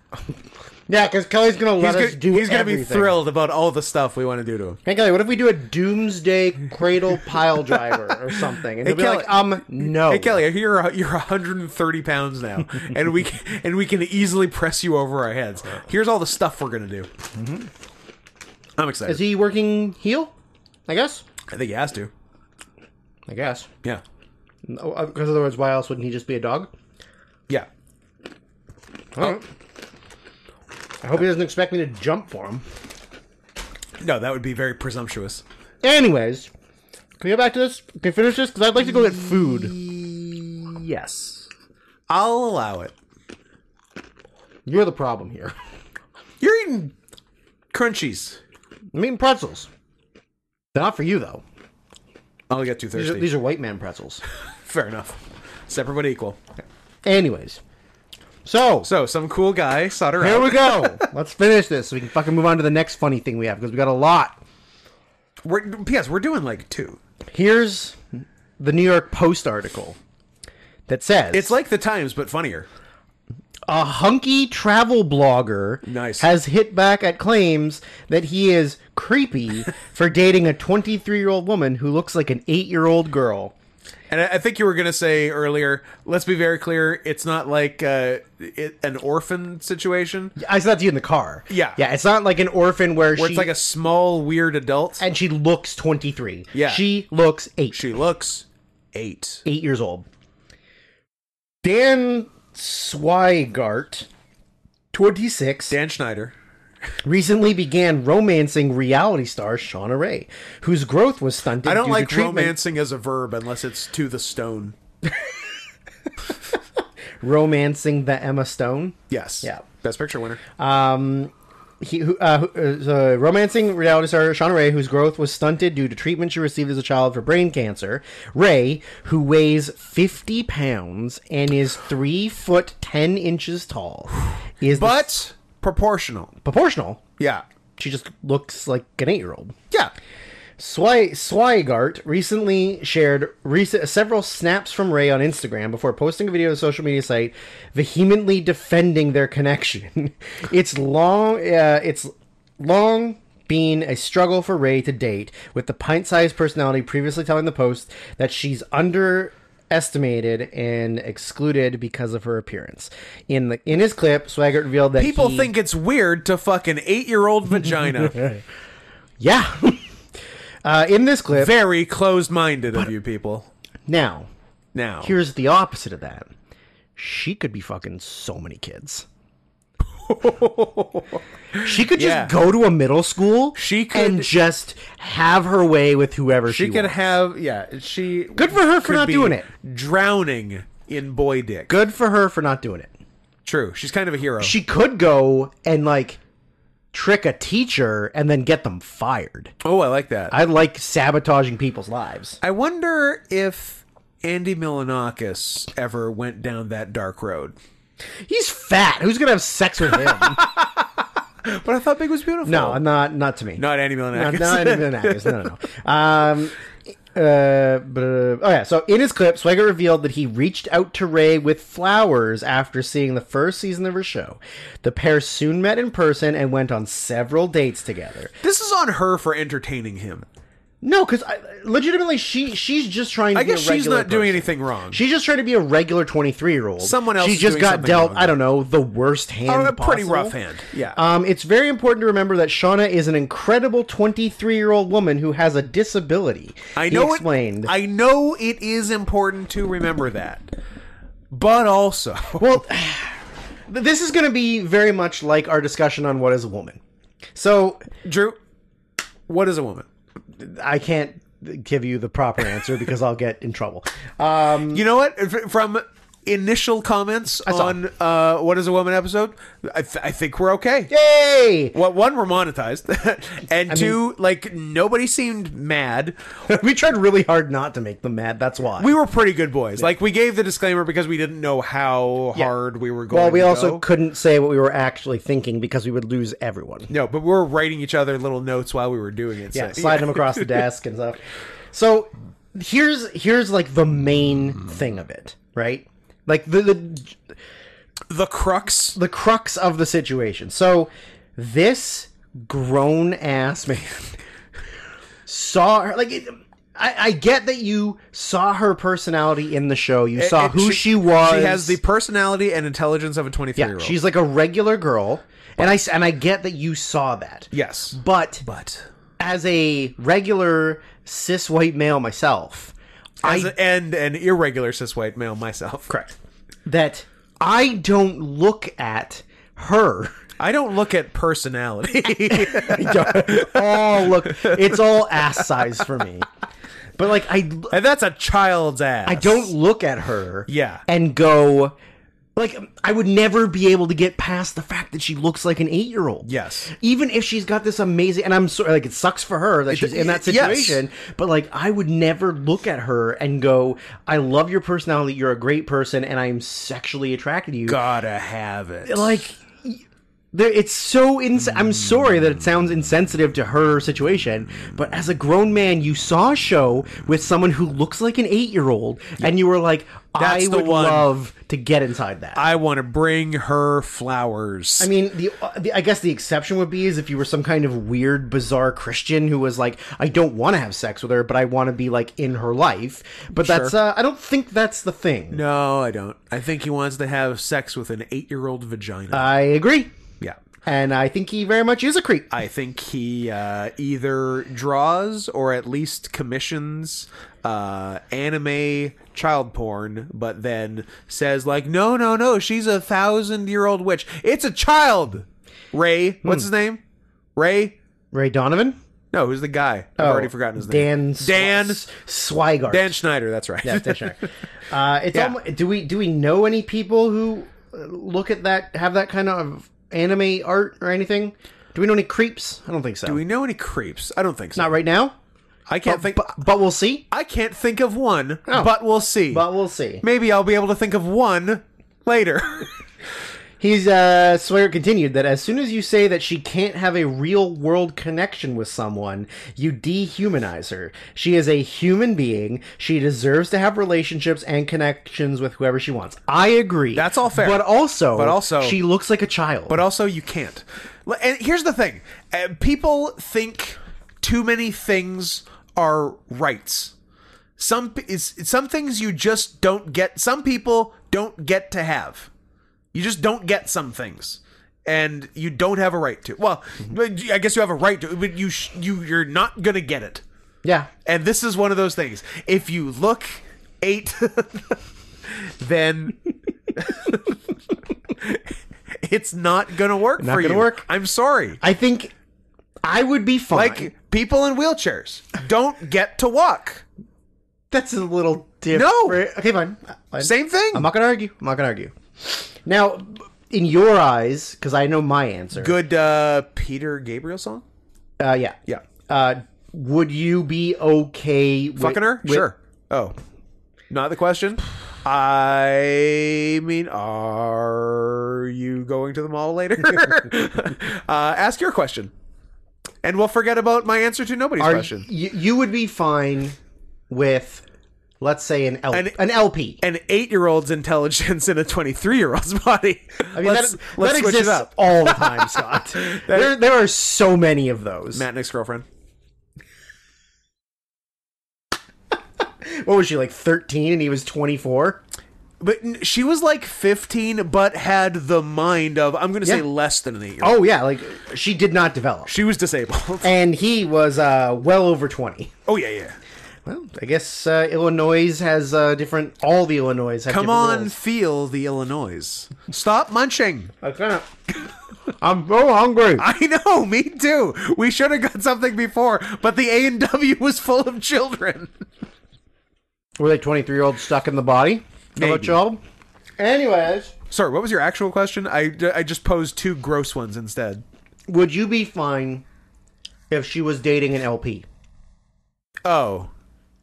Speaker 1: Yeah, because Kelly's gonna
Speaker 2: He's
Speaker 1: let
Speaker 2: gonna,
Speaker 1: us do.
Speaker 2: he's gonna be
Speaker 1: everything.
Speaker 2: thrilled about all the stuff we want to do to him.
Speaker 1: Hey Kelly, what if we do a doomsday cradle pile driver or something? And he'll be
Speaker 2: Kelly-
Speaker 1: like, um, no.
Speaker 2: Hey Kelly, I hear you're, you're 130
Speaker 1: *laughs*
Speaker 2: pounds now, and we can, and we can easily press you over our heads.
Speaker 1: Uh.
Speaker 2: Here's all the stuff we're gonna do. I'm excited.
Speaker 1: Mm-hmm. Is he working heel? I guess.
Speaker 2: I think he has to.
Speaker 1: I guess.
Speaker 2: Yeah.
Speaker 1: Because uh, otherwise, why else wouldn't he just be a dog?
Speaker 2: Yeah.
Speaker 1: Alright. I hope he doesn't expect me to jump for him.
Speaker 2: No, that would be very presumptuous.
Speaker 1: Anyways, can we go back to this? Can we finish this? Because I'd like to go get food.
Speaker 2: Yes. I'll allow it.
Speaker 1: You're the problem here. *laughs*
Speaker 2: You're eating crunchies.
Speaker 1: I'm eating pretzels. They're not for you, though.
Speaker 2: I'll get too
Speaker 1: These are,
Speaker 2: thirsty.
Speaker 1: these are white man pretzels.
Speaker 2: Fair enough. Separate but equal.
Speaker 1: Anyways, So,
Speaker 2: So some cool guy sought her
Speaker 1: here
Speaker 2: out.
Speaker 1: we go. *laughs* Let's finish this so we can fucking move on to the next funny thing we have because we got a lot.
Speaker 2: We're, P.S. We're doing like two.
Speaker 1: Here's the New York Post article that says
Speaker 2: It's like the times, but funnier.
Speaker 1: a hunky travel blogger
Speaker 2: Nice.
Speaker 1: has hit back at claims that he is creepy
Speaker 2: *laughs*
Speaker 1: for dating a 23 year old woman who looks like an 8 year old girl.
Speaker 2: And I, I think you were gonna say earlier. Let's be very clear. It's not like uh, it, an orphan situation
Speaker 1: I said that to you in the car.
Speaker 2: Yeah.
Speaker 1: Yeah, it's not like an orphan where,
Speaker 2: where
Speaker 1: she
Speaker 2: it's like a small weird adult.
Speaker 1: and she looks 23.
Speaker 2: Yeah.
Speaker 1: She looks 8.
Speaker 2: She looks eight.
Speaker 1: 8 years old. Dan Swigart 26
Speaker 2: Dan Schneider.
Speaker 1: recently began romancing reality star Shauna Ray, whose growth was stunted
Speaker 2: I
Speaker 1: due
Speaker 2: don't
Speaker 1: to
Speaker 2: like
Speaker 1: treatment.
Speaker 2: romancing as a verb unless it's to the stone.
Speaker 1: romancing the Emma Stone.
Speaker 2: Yes.
Speaker 1: Yeah.
Speaker 2: Best picture winner.
Speaker 1: Um, he, who, uh, who- uh, uh, romancing reality star Shauna Ray, whose growth was stunted due to treatment she received as a child for brain cancer. Ray, who weighs 50 pounds and is 3 foot 10 inches tall, is the-
Speaker 2: but proportional.
Speaker 1: proportional.
Speaker 2: Yeah.
Speaker 1: She just looks like an 8 year old.
Speaker 2: Yeah.
Speaker 1: Swi- Swigart recently shared recent, several snaps from Ray on Instagram before posting a video to the social media site vehemently defending their connection. *laughs* it's long, uh, it's long been a struggle for Ray to date, with the pint-sized personality previously telling the post that she's underestimated and excluded because of her appearance. In the in his clip, Swigart revealed that
Speaker 2: People
Speaker 1: he-
Speaker 2: think it's weird to fuck an eight year old vagina.
Speaker 1: *laughs* yeah. *laughs* uh, in this clip
Speaker 2: Very closed minded of you people.
Speaker 1: now.
Speaker 2: Now.
Speaker 1: Here's the opposite of that. She could be fucking so many
Speaker 2: *laughs*
Speaker 1: kids. she could just
Speaker 2: Yeah.
Speaker 1: go to a middle school.
Speaker 2: She could-
Speaker 1: and just have her way with whoever she,
Speaker 2: she could
Speaker 1: wants.
Speaker 2: have yeah, she
Speaker 1: Good for her for
Speaker 2: could
Speaker 1: not
Speaker 2: be
Speaker 1: doing it.
Speaker 2: Drowning in boy dick.
Speaker 1: Good for her for not doing it.
Speaker 2: True. She's kind of a hero.
Speaker 1: She could go and like trick a teacher and then get them fired.
Speaker 2: oh, I like that.
Speaker 1: I like sabotaging people's lives.
Speaker 2: I wonder if Andy Milanakis ever went down that dark road.
Speaker 1: He's fat. Who's gonna have sex with
Speaker 2: *laughs*
Speaker 1: him?
Speaker 2: But I thought Big was beautiful.
Speaker 1: no, not not to me.
Speaker 2: not Andy
Speaker 1: No,
Speaker 2: Milanakis.
Speaker 1: not even an actress. No, no, no. Um, uh, but, uh, oh yeah. So in his clip, Swigert revealed that he reached out to Ray with flowers after seeing the first season of her show. The pair soon met in person and went on several dates together.
Speaker 2: *laughs* this is on her for entertaining him.
Speaker 1: No, because legitimately, she she's just trying. to
Speaker 2: I
Speaker 1: be a
Speaker 2: guess she's
Speaker 1: regular
Speaker 2: not doing
Speaker 1: person.
Speaker 2: anything wrong.
Speaker 1: She's just trying to be a regular twenty-three year old.
Speaker 2: Someone else
Speaker 1: She
Speaker 2: is
Speaker 1: just
Speaker 2: doing
Speaker 1: got
Speaker 2: something
Speaker 1: dealt.
Speaker 2: wrong.
Speaker 1: I don't know the worst hand.
Speaker 2: Oh, a pretty
Speaker 1: possible.
Speaker 2: rough hand. Yeah.
Speaker 1: Um, it's very important to remember that Shauna is an incredible twenty-three-year-old woman who has a disability.
Speaker 2: I
Speaker 1: He
Speaker 2: know
Speaker 1: explained.
Speaker 2: It, I know it is important to remember that, but also, *laughs*
Speaker 1: Well, *sighs* this is going to be very much like our discussion on what is a woman. So
Speaker 2: Drew, what is a woman?
Speaker 1: I can't give you the proper answer because I'll get in trouble. Um,
Speaker 2: You know what? F- From initial comments
Speaker 1: saw.
Speaker 2: on uh, what is a woman episode, I, th- I think we're okay.
Speaker 1: yay! *laughs*
Speaker 2: Well, one, we're monetized, *laughs* and two, like nobody seemed mad.
Speaker 1: we tried really hard not to make them mad. That's why.
Speaker 2: We were pretty good boys. Like we gave the disclaimer because we didn't know how
Speaker 1: Yeah.
Speaker 2: hard we were going.
Speaker 1: well, we
Speaker 2: to
Speaker 1: also
Speaker 2: go.
Speaker 1: couldn't say what we were actually thinking because we would lose everyone.
Speaker 2: no, but we were writing each other little notes while we were doing it.
Speaker 1: Yeah,
Speaker 2: so-
Speaker 1: slide them across the desk and stuff. So here's here's like the main thing of it, right? Like the, the
Speaker 2: the crux.
Speaker 1: the crux of the situation. So this grown ass man *laughs* saw her like it, I, I get that you saw her personality in the show. You saw
Speaker 2: It-
Speaker 1: who she, was.
Speaker 2: She has the personality and intelligence of a 23 year
Speaker 1: yeah.
Speaker 2: old.
Speaker 1: She's like a regular girl, and I s- and I get that you saw that.
Speaker 2: yes,
Speaker 1: But
Speaker 2: but
Speaker 1: as a regular cis white male myself, I
Speaker 2: as a, and an irregular cis white male myself. Correct.
Speaker 1: that I don't look at her. *laughs*
Speaker 2: I don't look at personality. *laughs*
Speaker 1: all look it's all ass size for me but like i
Speaker 2: and that's a child's ass.
Speaker 1: i don't look at her
Speaker 2: Yeah.
Speaker 1: and go Like I would never be able to get past the fact that she looks like an eight year old.
Speaker 2: Yes.
Speaker 1: Even if she's got this amazing, and I'm sorry, like it sucks for her that she's in that
Speaker 2: it- yes.
Speaker 1: situation. But like, I would never look at her and go, "I love your personality. You're a great person, and I'm sexually attracted to you."
Speaker 2: Gotta have it.
Speaker 1: like there, it's so ins- i'm sorry that it sounds insensitive to her situation but as a grown man you saw a show with someone who looks like an eight-year-old and you were like i
Speaker 2: That's the
Speaker 1: would
Speaker 2: one.
Speaker 1: love to get inside that i,
Speaker 2: I want to bring her flowers.
Speaker 1: mean the, uh, the i guess the exception would be is if you were some kind of weird bizarre christian who was like i don't want to have sex with her but i want to be like in her life but that's uh, i don't think that's the thing
Speaker 2: no, I don't. I think he wants to have sex with an eight-year-old vagina.
Speaker 1: i agree
Speaker 2: yeah.
Speaker 1: and i think he very much is a creep
Speaker 2: I think he uh, either draws or at least commissions uh, anime child porn, but then says like, "No, no, no, she's a thousand-year-old witch. It's a child." Ray, what's his name? Ray?
Speaker 1: ray donovan
Speaker 2: No, who's the guy? I've already forgotten his name.
Speaker 1: Oh, Dan
Speaker 2: Dan-
Speaker 1: Swi- Swigart.
Speaker 2: Dan Schneider. That's right.
Speaker 1: Yeah, Dan Schneider. Uh, it's
Speaker 2: Yeah.
Speaker 1: almo- do we do we know any people who uh, look at that have that kind of anime art or anything? Do we know any creeps? I don't think so.
Speaker 2: Do *laughs* we know any creeps? I don't think so.
Speaker 1: Not right now,
Speaker 2: I can't think.
Speaker 1: but but we'll see.
Speaker 2: I can't think of one, but we'll see.
Speaker 1: But we'll see.
Speaker 2: Maybe I'll be able to think of one later. *laughs*
Speaker 1: He's uh Sawyer continued that as soon as you say that she can't have a real world connection with someone, you dehumanize her. She is a human being. She deserves to have relationships and connections with whoever she wants. I agree.
Speaker 2: That's all fair.
Speaker 1: But also
Speaker 2: But also-
Speaker 1: she looks like a child.
Speaker 2: but also, you can't. L- And here's the thing: Uh, people think too many things are rights. Some p- is some things you just don't get. Some people don't get to have. You just don't get some things, and you don't have a right to. Well, but I guess you have a right to, but you sh- you you're not gonna get it.
Speaker 1: yeah.
Speaker 2: And this is one of those things. If you look eight, *laughs* then *laughs* it's not gonna work
Speaker 1: Not
Speaker 2: for
Speaker 1: gonna
Speaker 2: you.
Speaker 1: work.
Speaker 2: I'm sorry.
Speaker 1: I think I would be fine.
Speaker 2: Like people in wheelchairs don't get to walk.
Speaker 1: that's a little different.
Speaker 2: No!
Speaker 1: Okay, fine. Fine.
Speaker 2: Same thing.
Speaker 1: I'm not gonna argue. I'm not gonna argue. Now, in your eyes, because I know my answer.
Speaker 2: Good uh, Peter Gabriel song.
Speaker 1: Uh, yeah.
Speaker 2: Yeah,
Speaker 1: Uh, would you be okay with,
Speaker 2: fucking her.
Speaker 1: with-
Speaker 2: sure. Oh, not the question. I mean, are you going to the mall later?
Speaker 1: *laughs*
Speaker 2: uh, ask your question, and we'll forget about my answer to nobody's
Speaker 1: Are
Speaker 2: question.
Speaker 1: You, you would be fine with, let's say, an L, an,
Speaker 2: An-
Speaker 1: LP.
Speaker 2: an eight-year-old's intelligence in a twenty-three-year-old's *laughs* body.
Speaker 1: I mean, that, that exists all the time,
Speaker 2: *laughs*
Speaker 1: Scott. there, there are so many of those.
Speaker 2: Matt Nick's girlfriend.
Speaker 1: What was she like, thirteen, and he was twenty-four?
Speaker 2: But n- she was like 15, but had the mind of, I'm going to say
Speaker 1: Yeah.
Speaker 2: less than an eight year old.
Speaker 1: Oh yeah, like she did not develop.
Speaker 2: She was disabled. *laughs*
Speaker 1: and he was uh, well over 20.
Speaker 2: oh, yeah, yeah.
Speaker 1: Well, I guess uh, Illinois has uh, different. All the Illinois have
Speaker 2: Come
Speaker 1: different
Speaker 2: on,
Speaker 1: rules.
Speaker 2: feel the Illinois. Stop munching. *laughs*
Speaker 1: I can't. I'm so hungry.
Speaker 2: I know, *laughs* me too. We should have got something before, but the A&W was full of children. *laughs*
Speaker 1: Were they 23 year olds stuck in the body? How about
Speaker 2: Maybe.
Speaker 1: y'all? Anyways,
Speaker 2: Sorry, what was your actual question? I, I just posed two gross ones instead.
Speaker 1: would you be fine if she was dating an LP?
Speaker 2: Oh.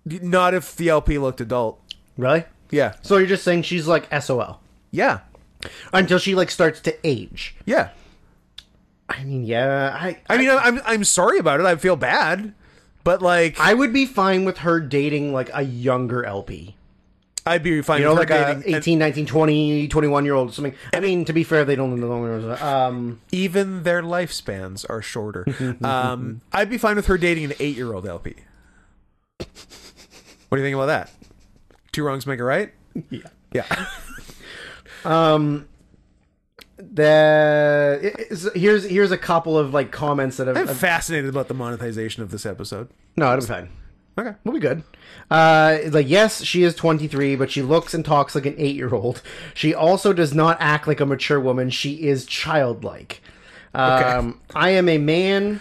Speaker 2: Not if the LP looked adult.
Speaker 1: Really?
Speaker 2: Yeah.
Speaker 1: So you're just saying she's like SOL
Speaker 2: Yeah.
Speaker 1: until she like starts to age.
Speaker 2: Yeah.
Speaker 1: I mean, yeah, I
Speaker 2: I mean, I'm I'm sorry about it. I feel bad, but like
Speaker 1: I would be fine with her dating like a younger LP.
Speaker 2: I'd be fine.
Speaker 1: You know, like
Speaker 2: with
Speaker 1: uh, a
Speaker 2: her dating an-
Speaker 1: 18, 19, 20, 21 year old or something. I mean, to be fair, they don't know the longer. Um,
Speaker 2: even their lifespans
Speaker 1: *laughs*
Speaker 2: are shorter.
Speaker 1: Mm-hmm.
Speaker 2: um, I'd be fine with her dating an eight-year-old LP. What do you think about that? Two wrongs make a right.
Speaker 1: yeah.
Speaker 2: Yeah, *laughs*
Speaker 1: The it- it's- here's here's a couple of like comments that have,
Speaker 2: I'm
Speaker 1: have-
Speaker 2: fascinated about the monetization of this episode.
Speaker 1: no, it'll be fine.
Speaker 2: Okay,
Speaker 1: We'll be good. Uh, it's like yes, she is 23, but she looks and talks like an eight year old. She also does not act like a mature woman. She is childlike. Um, I am a man.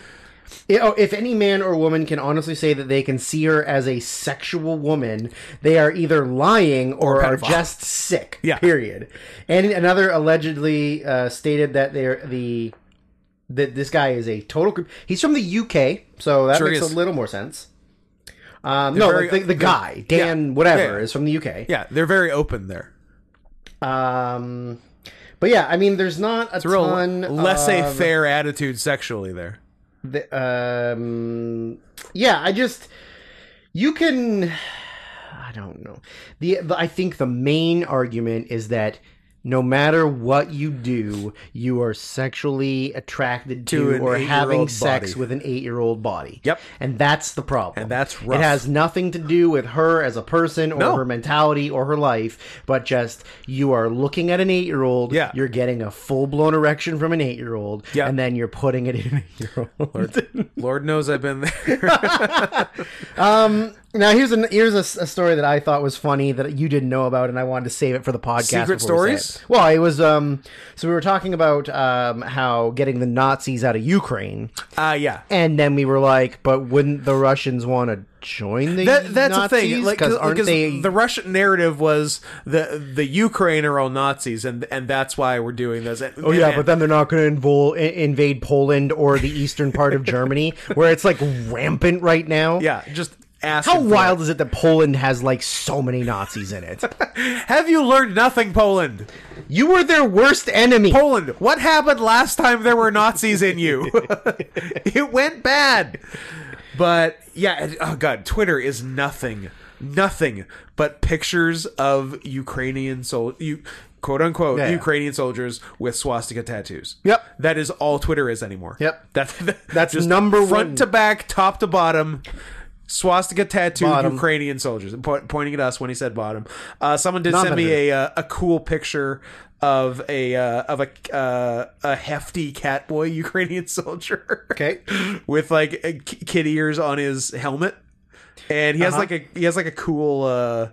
Speaker 1: I- oh, if any man or woman can honestly say that they can see her as a sexual woman, they are either lying or are
Speaker 2: pedophile.
Speaker 1: just sick.
Speaker 2: Yeah.
Speaker 1: Period. And another allegedly uh, stated that they're the that this guy is a total creep. He's from the UK, so that
Speaker 2: Sure
Speaker 1: makes
Speaker 2: is.
Speaker 1: a little more sense. Um, no,
Speaker 2: very-
Speaker 1: like the, the
Speaker 2: they're-
Speaker 1: guy Dan whatever
Speaker 2: Yeah.
Speaker 1: is from the UK.
Speaker 2: Yeah, they're very open there.
Speaker 1: Um, but yeah, I mean, there's not a
Speaker 2: It's a real
Speaker 1: ton of-
Speaker 2: laissez-faire attitude sexually there.
Speaker 1: The, um, yeah, I just you can. *sighs* I don't know. The, the I think the main argument is that no matter what you do, you are sexually attracted
Speaker 2: To
Speaker 1: to,
Speaker 2: an
Speaker 1: or having
Speaker 2: eight-year-old
Speaker 1: sex
Speaker 2: body.
Speaker 1: with an eight-year-old body.
Speaker 2: Yep.
Speaker 1: and that's the problem.
Speaker 2: And that's rough.
Speaker 1: It has nothing to do with her as a person or
Speaker 2: No.
Speaker 1: her mentality or her life, but just you are looking at an eight-year-old.
Speaker 2: Yeah.
Speaker 1: you're getting a full-blown erection from an eight-year-old.
Speaker 2: Yeah.
Speaker 1: and then you're putting it in an eight-year-old.
Speaker 2: *laughs* Lord knows I've been
Speaker 1: *laughs*
Speaker 2: there.
Speaker 1: Now here's a here's a, s- a story that I thought was funny that you didn't know about, and I wanted to save it for the podcast. before we
Speaker 2: Secret
Speaker 1: say
Speaker 2: stories?
Speaker 1: it. Well, it was um. So we were talking about um how getting the Nazis out of Ukraine,
Speaker 2: Ah, yeah.
Speaker 1: and then we were like, but wouldn't the Russians want to join the
Speaker 2: That, that's the
Speaker 1: Nazis?
Speaker 2: thing. Like,
Speaker 1: because aren't
Speaker 2: because
Speaker 1: they?
Speaker 2: the Russian narrative was the the Ukraine are all Nazis, and and that's why we're doing this. And-
Speaker 1: Oh yeah,
Speaker 2: and-
Speaker 1: but then they're not going to invol- i- invade Poland or the eastern part of *laughs* Germany, where it's like rampant right now.
Speaker 2: yeah, just ask.
Speaker 1: How wild is it that Poland has like so many Nazis in *laughs* it?
Speaker 2: Have you learned nothing, Poland?
Speaker 1: you were their worst enemy.
Speaker 2: Poland, what happened last time there were Nazis in you? *laughs* it went bad. But yeah, and- oh god, Twitter is nothing, nothing but pictures of Ukrainian sol you quote unquote
Speaker 1: Yeah.
Speaker 2: Ukrainian soldiers with swastika tattoos.
Speaker 1: Yep.
Speaker 2: that is all Twitter is anymore.
Speaker 1: Yep.
Speaker 2: *laughs* that's
Speaker 1: That's number
Speaker 2: front
Speaker 1: one.
Speaker 2: to back, top to bottom. Swastika tattooed
Speaker 1: Bottom.
Speaker 2: Ukrainian soldiers, po- pointing at us when he said bottom. Uh, someone did
Speaker 1: Not
Speaker 2: send me
Speaker 1: better.
Speaker 2: a a, uh, a cool picture of a uh, of a uh, a hefty catboy *laughs* Ukrainian soldier.
Speaker 1: Okay.
Speaker 2: *laughs* with like a k- kid ears on his helmet, and he has like a he has like a cool. Uh,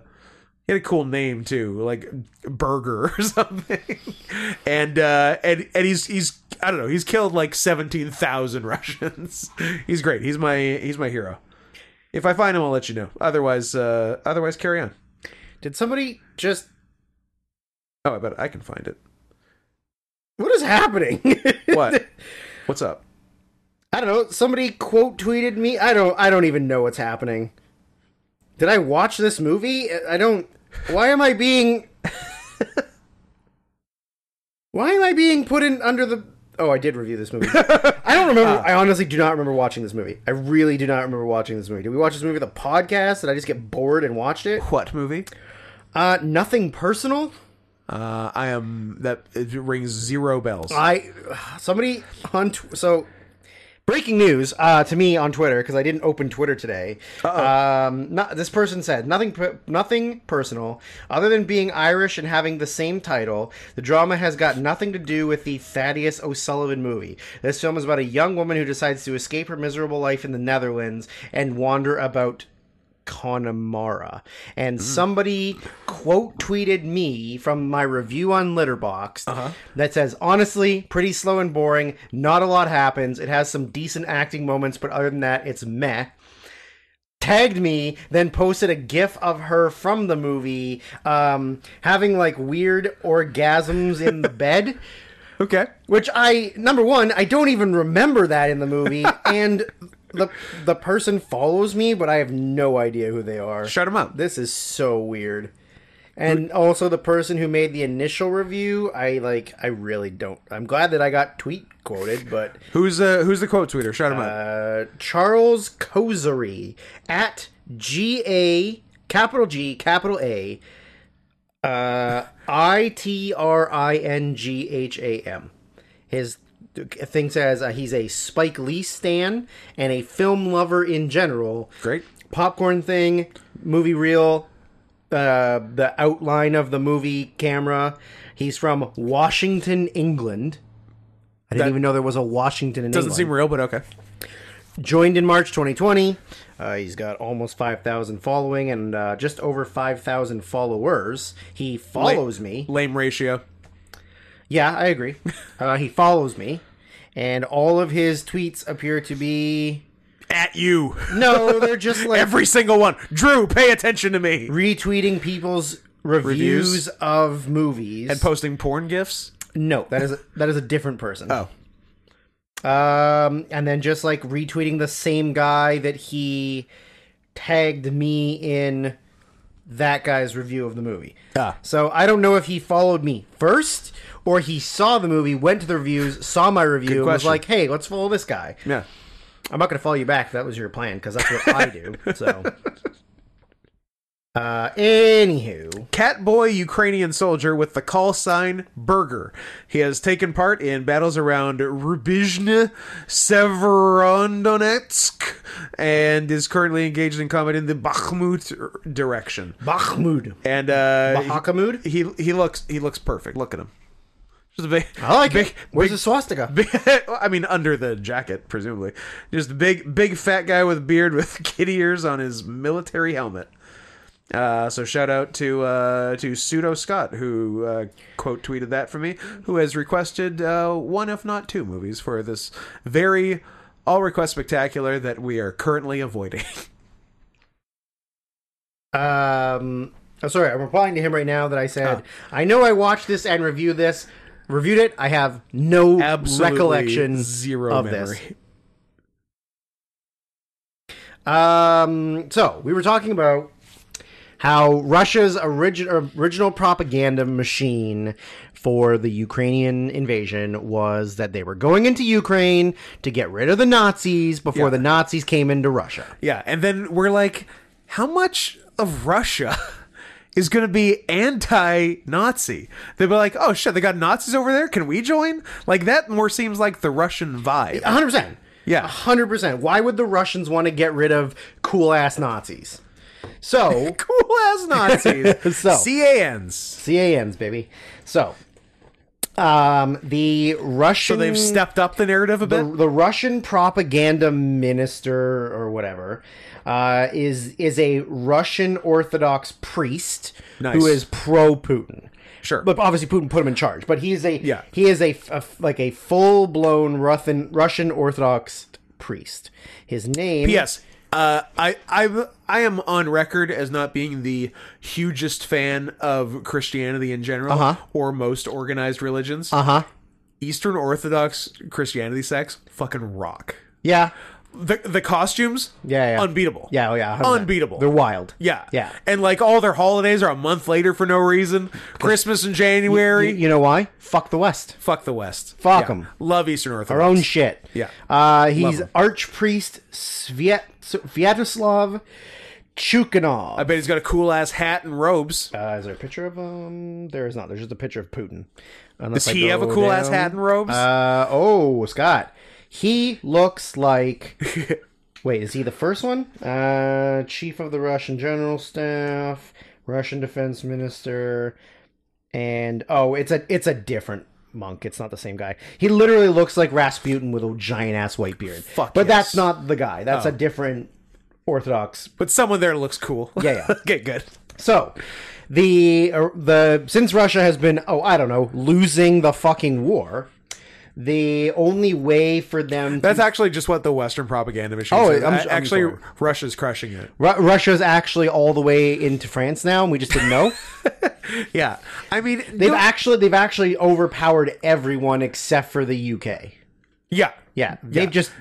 Speaker 2: he had a cool name too, like Burger *laughs* or something, and uh, and and he's he's I don't know he's killed like seventeen thousand *laughs* Russians. he's great. He's my he's my hero. If I find him, I'll let you know. Otherwise, uh, otherwise carry on.
Speaker 1: Did somebody just
Speaker 2: Oh, I bet I can find it.
Speaker 1: what is happening? *laughs*
Speaker 2: What? *laughs* What's up?
Speaker 1: I don't know. Somebody quote tweeted me. I don't I don't even know what's happening. Did I watch this movie? I I don't Why am I being *laughs* Why am I being put in under the Oh, I did review this movie. I don't remember. I honestly do not remember watching this movie. I really do not remember watching this movie. Did we watch this movie with a podcast? Did I just get bored and watched it?
Speaker 2: What movie?
Speaker 1: Uh, nothing personal.
Speaker 2: Uh, I am that it rings zero bells.
Speaker 1: I somebody on tw- so breaking news uh, to me on Twitter because I didn't open Twitter today. Um, not, this person said nothing, per- nothing personal other than being Irish and having the same title. The drama has got nothing to do with the Thaddeus O'Sullivan movie. This film is about a young woman who decides to escape her miserable life in the Netherlands and wander about Connemara. And somebody quote tweeted me from my review on Litterboxd that says, honestly, pretty slow and boring. Not a lot happens. It has some decent acting moments, but other than that, it's meh. Tagged me, then posted a gif of her from the movie um, having like weird orgasms in the bed.
Speaker 2: okay.
Speaker 1: Which I number one, I don't even remember that in the
Speaker 2: *laughs*
Speaker 1: movie, and the the person follows me, but I have no idea who they are.
Speaker 2: Shut him up.
Speaker 1: This is so weird. And also the person who made the initial review, I like. I really don't. I'm glad that I got tweet quoted, but
Speaker 2: Who's uh who's the quote tweeter? Shut him up.
Speaker 1: uh, Charles Kozery at G A capital G capital A uh, I T R I N G H A M. His thing says uh, he's a Spike Lee stan and a film lover in general.
Speaker 2: Great.
Speaker 1: Popcorn thing, movie reel, uh, the outline of the movie camera. He's from Washington, England. I didn't
Speaker 2: That-
Speaker 1: even know there was a Washington in
Speaker 2: Doesn't
Speaker 1: England
Speaker 2: seem real, but okay.
Speaker 1: joined in March 2020. Uh, he's got almost 5,000 following and uh, just over 5,000 followers. He follows me.
Speaker 2: Lame ratio.
Speaker 1: Yeah, I agree. Uh, he follows me. and all of his tweets appear to be
Speaker 2: At you.
Speaker 1: no, they're just like
Speaker 2: Every single one. Drew, pay attention to me.
Speaker 1: retweeting people's reviews,
Speaker 2: Reviews?
Speaker 1: of movies.
Speaker 2: And posting porn gifs.
Speaker 1: no, that is that is a different person.
Speaker 2: Oh.
Speaker 1: Um, and then just like retweeting the same guy that he tagged me in that guy's review of the movie.
Speaker 2: Ah.
Speaker 1: So I don't know if he followed me first or he saw the movie, went to the reviews, saw my review, and was
Speaker 2: question.
Speaker 1: like, "Hey, let's follow this guy."
Speaker 2: Yeah.
Speaker 1: I'm not going to follow you back if that was your plan because that's what I
Speaker 2: *laughs*
Speaker 1: do. So, uh, anywho,
Speaker 2: Catboy Ukrainian soldier with the call sign Burger. He has taken part in battles around Rubizhne, Severodonetsk, and is currently engaged in combat in the Bakhmut direction.
Speaker 1: Bakhmud,
Speaker 2: And uh,
Speaker 1: Bahakamud.
Speaker 2: he he looks he looks perfect. Look at him. Just a big,
Speaker 1: I like
Speaker 2: big,
Speaker 1: it. Where's
Speaker 2: big-
Speaker 1: the swastika?
Speaker 2: big- *laughs* I mean, under the jacket, presumably. Just a big, big fat guy with a beard with *laughs* kitty ears on his military helmet. Uh, so shout out to uh, to pseudo Scott who uh, quote tweeted that for me, who has requested uh, one if not two movies for this very all request spectacular that we are currently avoiding. *laughs*
Speaker 1: Um, I'm sorry, I'm replying to him right now that I said,
Speaker 2: Ah.
Speaker 1: I know I watched this and reviewed this, reviewed it. I have no
Speaker 2: Absolutely
Speaker 1: recollection
Speaker 2: zero
Speaker 1: of
Speaker 2: memory.
Speaker 1: this. Um, so we were talking about how Russia's origin, original propaganda machine for the Ukrainian invasion was that they were going into Ukraine to get rid of the Nazis before
Speaker 2: Yeah.
Speaker 1: the Nazis came into Russia.
Speaker 2: Yeah, and then we're like, how much of Russia *laughs* is going to be anti-Nazi? They'd be like, oh shit, they got Nazis over there. Can we join? Like that more seems like the Russian *laughs* vibe.
Speaker 1: hundred percent.
Speaker 2: Yeah.
Speaker 1: hundred percent. Why would the Russians want to get rid of cool ass Nazis?
Speaker 2: *laughs*
Speaker 1: So
Speaker 2: Cool as Nazis.
Speaker 1: *laughs* So.
Speaker 2: CANs.
Speaker 1: CANs, baby. So, um, the Russian
Speaker 2: So they've stepped up the narrative a bit.
Speaker 1: the, the Russian propaganda minister or whatever uh, is is a Russian Orthodox priest
Speaker 2: Nice.
Speaker 1: who is pro Putin.
Speaker 2: Sure.
Speaker 1: but obviously Putin put him in charge. But he is a
Speaker 2: Yeah.
Speaker 1: he is a, f- a f- like a full blown Russian Russian Orthodox priest. His name
Speaker 2: Yes. Uh, I I I am on record as not being the hugest fan of Christianity in general,
Speaker 1: Uh-huh.
Speaker 2: or most organized religions.
Speaker 1: Uh huh.
Speaker 2: Eastern Orthodox Christianity sects fucking rock.
Speaker 1: Yeah.
Speaker 2: The the costumes,
Speaker 1: Yeah, yeah.
Speaker 2: unbeatable.
Speaker 1: Yeah. Oh yeah. 100%.
Speaker 2: unbeatable.
Speaker 1: They're wild.
Speaker 2: yeah,
Speaker 1: Yeah.
Speaker 2: and like all their holidays are a month later for no reason. Christmas in
Speaker 1: You,
Speaker 2: January.
Speaker 1: you know why? Fuck the West.
Speaker 2: Fuck the West.
Speaker 1: Fuck
Speaker 2: Yeah.
Speaker 1: 'em.
Speaker 2: Love Eastern
Speaker 1: Our
Speaker 2: Orthodox.
Speaker 1: own shit.
Speaker 2: Yeah.
Speaker 1: Uh, he's Archpriest Sviat- Sviatoslav Chukhanov.
Speaker 2: I bet he's got a cool ass hat and robes.
Speaker 1: Uh, is there a picture of him? There is not. There's just a picture of Putin. Unless
Speaker 2: Does
Speaker 1: I
Speaker 2: he have a
Speaker 1: go
Speaker 2: cool ass
Speaker 1: down-
Speaker 2: hat and robes?
Speaker 1: Uh, oh, Scott. He looks
Speaker 2: *laughs*
Speaker 1: like. Wait, is he the first one? Uh, Chief of the Russian General Staff, Russian Defense Minister, and oh, it's a it's a different monk. It's not the same guy. He literally looks like Rasputin with a giant ass white beard.
Speaker 2: Fuck
Speaker 1: but
Speaker 2: yes. Oh.
Speaker 1: that's not the guy. That's a different Orthodox
Speaker 2: but someone there looks cool.
Speaker 1: Yeah, yeah.
Speaker 2: *laughs* okay, good.
Speaker 1: so, the uh, the since Russia has been oh I don't know losing the fucking war, the only way for them to,
Speaker 2: That's actually just what the Western propaganda machine.
Speaker 1: Oh,
Speaker 2: says.
Speaker 1: I'm-
Speaker 2: A-
Speaker 1: I'm
Speaker 2: actually
Speaker 1: sorry.
Speaker 2: Russia's crushing it.
Speaker 1: Ru- Russia's actually all the way into France now, and we just didn't
Speaker 2: *laughs*
Speaker 1: know.
Speaker 2: Yeah, I mean,
Speaker 1: they've
Speaker 2: don't-
Speaker 1: actually they've actually overpowered everyone except for the UK.
Speaker 2: yeah,
Speaker 1: Yeah, they've just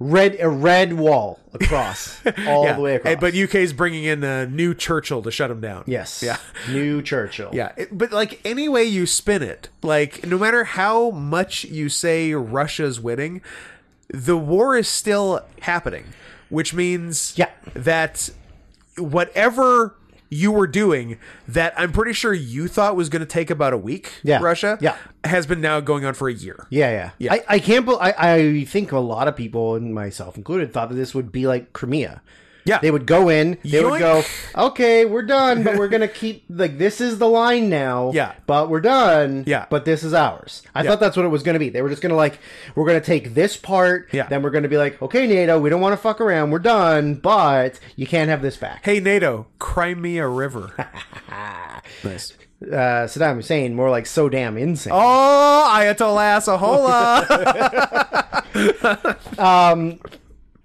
Speaker 1: red a red wall
Speaker 2: *laughs*
Speaker 1: across all
Speaker 2: yeah.
Speaker 1: the way across.
Speaker 2: And- But UK's bringing in a new Churchill to shut him down.
Speaker 1: yes,
Speaker 2: yeah.
Speaker 1: new Churchill.
Speaker 2: Yeah, it- but like any way you spin it, like no matter how much you say Russia's winning, the war is still happening, which means
Speaker 1: Yeah.
Speaker 2: that whatever you were doing that I'm pretty sure you thought was going to take about a week,
Speaker 1: Yeah.
Speaker 2: Russia,
Speaker 1: Yeah.
Speaker 2: has been now going on for a year.
Speaker 1: Yeah, yeah.
Speaker 2: Yeah.
Speaker 1: I, I can't bel I, I think a lot of people, and myself included, thought that this would be like Crimea.
Speaker 2: Yeah.
Speaker 1: They would go in, they would go,
Speaker 2: Yoink.
Speaker 1: okay, we're done, but
Speaker 2: *laughs*
Speaker 1: we're going to keep, like, this is the line now.
Speaker 2: Yeah.
Speaker 1: But we're done.
Speaker 2: Yeah.
Speaker 1: But this is ours. I thought that's what it was going to be. They were just going to, like, we're going to take this part.
Speaker 2: Yeah.
Speaker 1: Then we're going to be like, okay, NATO, we don't want to fuck around. We're done, but you can't have this back.
Speaker 2: Hey NATO, Crimea river. nice.
Speaker 1: uh, Saddam Hussein, more like so damn insane.
Speaker 2: *laughs* Oh, Ayatollah
Speaker 1: *laughs*
Speaker 2: Sahola.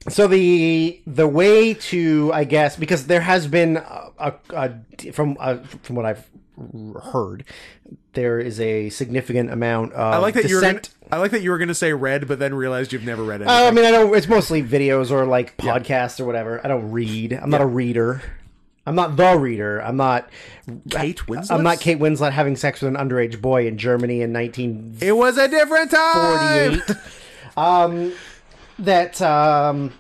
Speaker 1: So the the way to I guess because there has been a, a, a- from uh from what I've heard, there is a significant amount of
Speaker 2: I like that you were. Gonna,
Speaker 1: dissent.
Speaker 2: I like that you were going to say red, but then realized you've never read it.
Speaker 1: Uh, I mean, I don't. It's mostly videos or like podcasts or whatever. I don't read. I'm not a reader. I'm not the reader. I'm not.
Speaker 2: Kate Winslet.
Speaker 1: I'm not Kate Winslet having sex with an underage boy in Germany in 19.
Speaker 2: It was a different time. *laughs*
Speaker 1: 48 um that um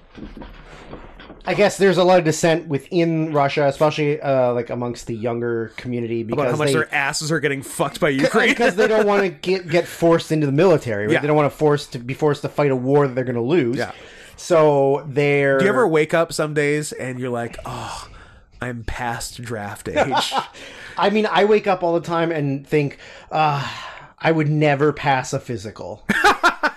Speaker 1: I guess there's a lot of dissent within Russia, especially uh, like amongst the younger community,
Speaker 2: About
Speaker 1: because
Speaker 2: how much
Speaker 1: they
Speaker 2: their asses are getting fucked by
Speaker 1: *laughs*
Speaker 2: Ukraine.
Speaker 1: because they don't
Speaker 2: *laughs*
Speaker 1: want to get get forced into the military. Right?
Speaker 2: Yeah.
Speaker 1: They don't want to force to be forced to fight a war that they're going to lose.
Speaker 2: Yeah.
Speaker 1: So they're.
Speaker 2: Do you ever wake up some days and you're like, oh, I'm past draft
Speaker 1: *laughs*
Speaker 2: age?
Speaker 1: I mean, I wake up all the time and think, uh, I would never pass a
Speaker 2: *laughs*
Speaker 1: physical.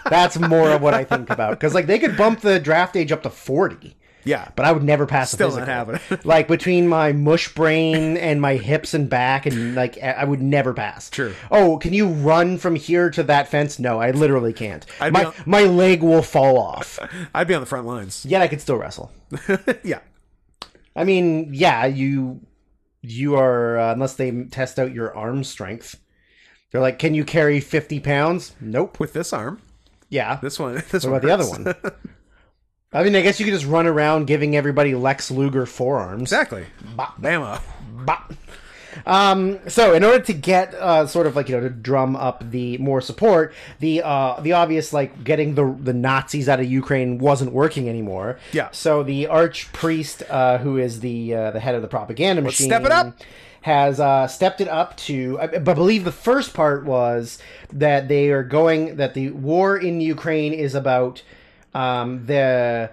Speaker 1: That's more of what I think about because like they could bump the draft age up to forty.
Speaker 2: yeah.
Speaker 1: but I would never pass
Speaker 2: Still
Speaker 1: a physical.
Speaker 2: not happening. *laughs*
Speaker 1: like between my mush brain and my hips and back, and like I I would never pass.
Speaker 2: Mm-hmm. True.
Speaker 1: Oh, can you run from here to that fence? No, I literally can't.
Speaker 2: I'd
Speaker 1: my
Speaker 2: be on-
Speaker 1: my leg will fall off.
Speaker 2: I'd be on the front lines.
Speaker 1: Yet I could still wrestle.
Speaker 2: yeah.
Speaker 1: I mean, yeah, you you are uh, unless they test out your arm strength. They're like, can you carry fifty pounds? Nope.
Speaker 2: With this arm.
Speaker 1: Yeah.
Speaker 2: This one. *laughs* This
Speaker 1: What
Speaker 2: one
Speaker 1: about the other
Speaker 2: hurts. *laughs*
Speaker 1: one? I mean, I guess you could just run around giving everybody Lex Luger forearms.
Speaker 2: Exactly. Bama.
Speaker 1: Bop. Um, so in order to get uh, sort of like you know to drum up the more support, the uh, the obvious like getting the the Nazis out of Ukraine wasn't working anymore.
Speaker 2: Yeah.
Speaker 1: So the archpriest, uh, who is the uh, the head of the propaganda machine,
Speaker 2: step it up.
Speaker 1: has uh, stepped it up to. I, I believe the first part was that they are going that the war in Ukraine is about um, the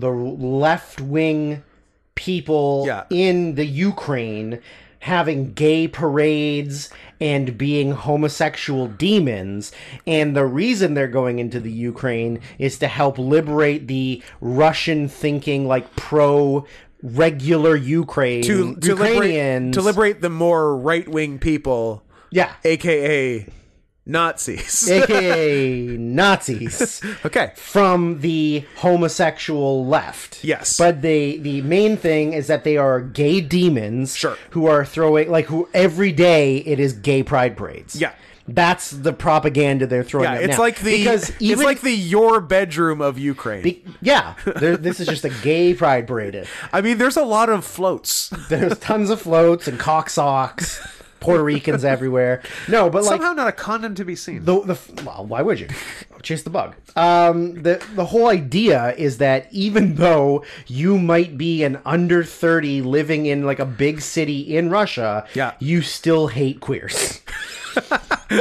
Speaker 1: the left wing people
Speaker 2: Yeah.
Speaker 1: in the Ukraine having gay parades and being homosexual demons and the reason they're going into the Ukraine is to help liberate the Russian thinking like pro regular Ukraine
Speaker 2: To, to, liberate,
Speaker 1: Ukrainians
Speaker 2: to liberate the more right wing people,
Speaker 1: yeah *laughs*
Speaker 2: aka Nazis.
Speaker 1: aka
Speaker 2: *laughs*
Speaker 1: Nazis
Speaker 2: okay.
Speaker 1: from the homosexual left.
Speaker 2: Yes.
Speaker 1: But the the main thing is that they are gay demons
Speaker 2: Sure.
Speaker 1: who are throwing like who every day it is gay pride parades.
Speaker 2: Yeah.
Speaker 1: That's the propaganda they're throwing.
Speaker 2: Yeah,
Speaker 1: out
Speaker 2: it's
Speaker 1: now.
Speaker 2: like the
Speaker 1: because even
Speaker 2: it's like the your bedroom of Ukraine.
Speaker 1: be- yeah, there, this is just a gay pride parade.
Speaker 2: I mean, there's a lot of floats.
Speaker 1: There's tons of floats and cock socks, Puerto Ricans everywhere. No, but like
Speaker 2: Somehow not a condom to be seen.
Speaker 1: the the f- well, why would you chase the bug? Um, the the whole idea is that even *laughs* though you might be an under thirty living in like a big city in Russia,
Speaker 2: Yeah.
Speaker 1: you still hate queers. *laughs*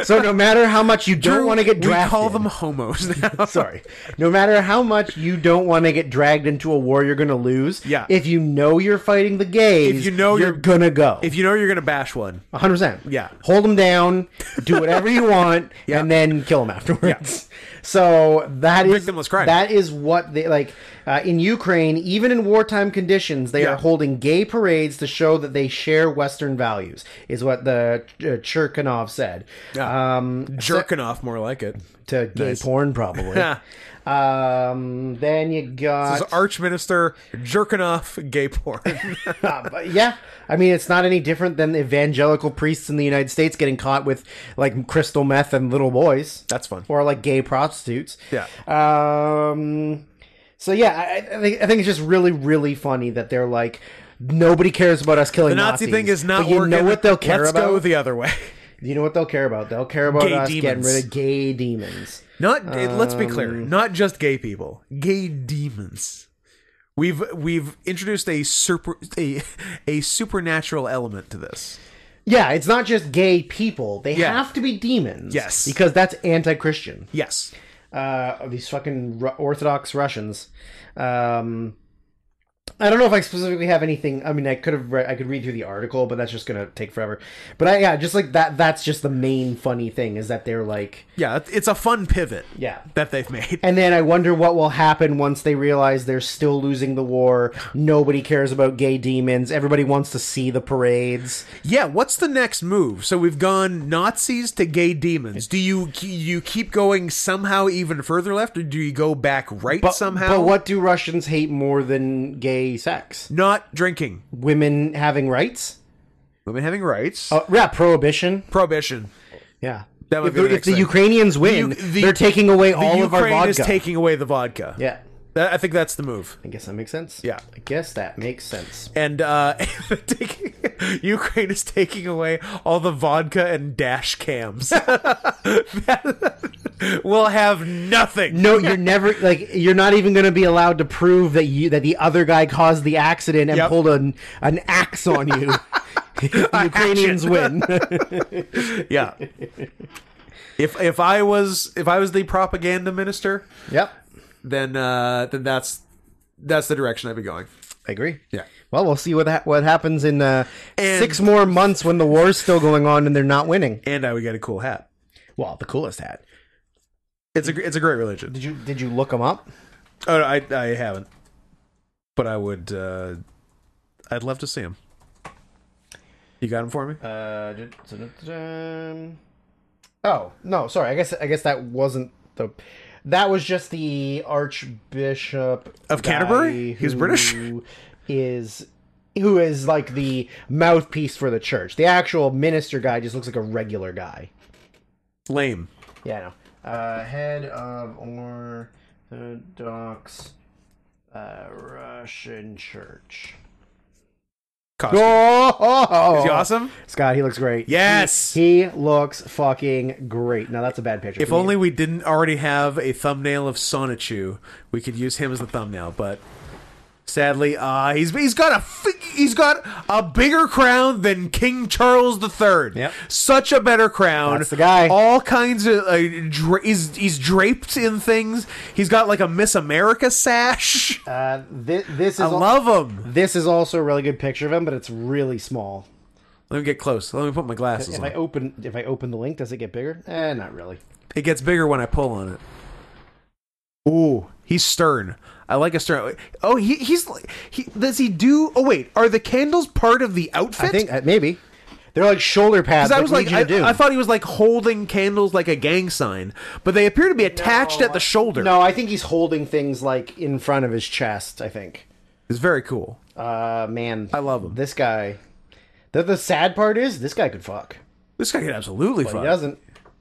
Speaker 1: so no matter how much you don't want to get drafted,
Speaker 2: We call them *laughs* homos
Speaker 1: *laughs*
Speaker 2: now.
Speaker 1: sorry. No matter how much you don't want to get dragged into a war you're going to lose,
Speaker 2: Yeah.
Speaker 1: If you know you're fighting the gays,
Speaker 2: If you know
Speaker 1: you're,
Speaker 2: you're-
Speaker 1: gonna go.
Speaker 2: if you know you're gonna bash one,
Speaker 1: 100%.
Speaker 2: Yeah.
Speaker 1: Hold them down, do whatever
Speaker 2: *laughs*
Speaker 1: you want, and then kill them afterwards. *laughs* So that is
Speaker 2: Victimless crime.
Speaker 1: That is what they like uh, in Ukraine. Even in wartime conditions, they
Speaker 2: Yeah.
Speaker 1: are holding gay parades to show that they share Western values. Is what the uh, Cherkanov said
Speaker 2: Yeah. jerking off more like it.
Speaker 1: to gay porn, probably.
Speaker 2: *laughs*
Speaker 1: um, then you got
Speaker 2: This is Arch Minister jerking off gay porn.
Speaker 1: Uh, but yeah, I mean, it's not any different than evangelical priests in the United States getting caught with like crystal meth and little boys.
Speaker 2: *laughs* That's fun.
Speaker 1: Or like gay prostitutes.
Speaker 2: Yeah.
Speaker 1: Um. So yeah, I, I think I think it's just really really funny that they're like nobody cares about us killing
Speaker 2: The Nazi
Speaker 1: Nazis,
Speaker 2: thing is not
Speaker 1: but you
Speaker 2: working.
Speaker 1: know what they'll care
Speaker 2: Let's
Speaker 1: about.
Speaker 2: go the other way.
Speaker 1: you know what they'll care about. They'll care about
Speaker 2: Gay
Speaker 1: us getting
Speaker 2: demons.
Speaker 1: rid of gay demons.
Speaker 2: Not it- let's be clear, not just gay people, gay demons. We've we've introduced a super a, a supernatural element to this.
Speaker 1: Yeah, it's not just gay people. They
Speaker 2: Yeah.
Speaker 1: have to be demons.
Speaker 2: Yes.
Speaker 1: because that's anti-Christian.
Speaker 2: Yes.
Speaker 1: uh, these fucking Ru- Orthodox Russians. Um, I don't know if I specifically have anything. I mean, I could have read, I could read through the article, but that's just gonna take forever. But I, yeah, just like that. That's just the main funny thing is that they're like,
Speaker 2: Yeah, it- it's a fun pivot
Speaker 1: yeah.
Speaker 2: that they've made.
Speaker 1: And then I wonder what will happen once they realize they're still losing the war. Nobody cares about gay demons. Everybody wants to see the parades.
Speaker 2: Yeah, what's the next move? So we've gone Nazis to gay demons. Do you you keep going somehow even further left, or do you go back right
Speaker 1: But
Speaker 2: somehow?
Speaker 1: But what do Russians hate more than gay sex?
Speaker 2: Not drinking.
Speaker 1: Women having rights?
Speaker 2: Women having rights.
Speaker 1: Uh, yeah, prohibition.
Speaker 2: Prohibition.
Speaker 1: Yeah.
Speaker 2: That would
Speaker 1: if
Speaker 2: be
Speaker 1: the,
Speaker 2: the
Speaker 1: if
Speaker 2: next
Speaker 1: the
Speaker 2: thing.
Speaker 1: Ukrainians win,
Speaker 2: U- the-
Speaker 1: they're taking away all
Speaker 2: the
Speaker 1: of our
Speaker 2: Ukraine
Speaker 1: vodka.
Speaker 2: is taking away the vodka.
Speaker 1: yeah.
Speaker 2: That- I think that's the move.
Speaker 1: I guess that makes sense.
Speaker 2: Yeah.
Speaker 1: I guess that makes sense.
Speaker 2: *laughs* And uh, taking, *laughs* Ukraine is taking away all the vodka and dash cams. *laughs* That- we'll have nothing.
Speaker 1: No, you're never like you're not even going to be allowed to prove that you that the other guy caused the accident and
Speaker 2: Yep.
Speaker 1: pulled an an axe on
Speaker 2: *laughs*
Speaker 1: you. *laughs* If the Ukrainians win.
Speaker 2: Yeah. If if I was if I was the propaganda minister,
Speaker 1: yep,
Speaker 2: then uh, then that's that's the direction I'd be going.
Speaker 1: I agree.
Speaker 2: Yeah.
Speaker 1: Well, we'll see what ha- what happens in uh,
Speaker 2: And-
Speaker 1: six more months when the war's still going on and they're not winning.
Speaker 2: And I would get a cool hat.
Speaker 1: Well, the coolest hat.
Speaker 2: It's a gr- it's a great religion.
Speaker 1: Did you did you look them up?
Speaker 2: Oh, no, I I haven't, but I would. Uh, I'd love to see him. You got him for me.
Speaker 1: Uh, oh no, sorry. I guess I guess that wasn't the. That was just the Archbishop
Speaker 2: Of
Speaker 1: guy
Speaker 2: Canterbury? He was
Speaker 1: who
Speaker 2: British?
Speaker 1: Is who is like the mouthpiece for the church. The actual minister guy just looks like a regular guy.
Speaker 2: Lame.
Speaker 1: Yeah, I know. Uh, head of Orthodox uh, Russian Church.
Speaker 2: Costume.
Speaker 1: Oh,
Speaker 2: Is he awesome?
Speaker 1: Scott, he looks great.
Speaker 2: Yes.
Speaker 1: He, he looks fucking great. Now that's a bad picture.
Speaker 2: If only we didn't already have a thumbnail of Sonichu, we could use him as the thumbnail. But sadly, uh, he's he's got a fi- he's got a bigger crown than King Charles III.
Speaker 1: Yep.
Speaker 2: Such a better crown.
Speaker 1: That's the guy.
Speaker 2: All kinds of uh, dra- he's he's draped in things. He's got like a Miss America sash.
Speaker 1: uh, this, this is
Speaker 2: I
Speaker 1: al-
Speaker 2: love him.
Speaker 1: this is also a really good picture of him, but it's really small.
Speaker 2: Let me get close. Let me put my glasses
Speaker 1: If
Speaker 2: on.
Speaker 1: I open if I open the link, does it get bigger? Eh, not really.
Speaker 2: It gets bigger when I pull on it. Ooh, he's stern. I like a stern. Oh, he, he's like he does he do? Oh wait, are the candles part of the outfit?
Speaker 1: I think uh, maybe they're like shoulder pads.
Speaker 2: 'Cause I was like,
Speaker 1: Legion of Doom.
Speaker 2: I, I thought he was like holding candles like a gang sign, but they appear to be attached at the shoulder.
Speaker 1: No, I think he's holding things like in front of his chest. I think.
Speaker 2: It's very cool.
Speaker 1: Uh, man, I
Speaker 2: love him.
Speaker 1: This guy. The, the sad part is this guy could fuck.
Speaker 2: This guy could absolutely fuck.
Speaker 1: He doesn't.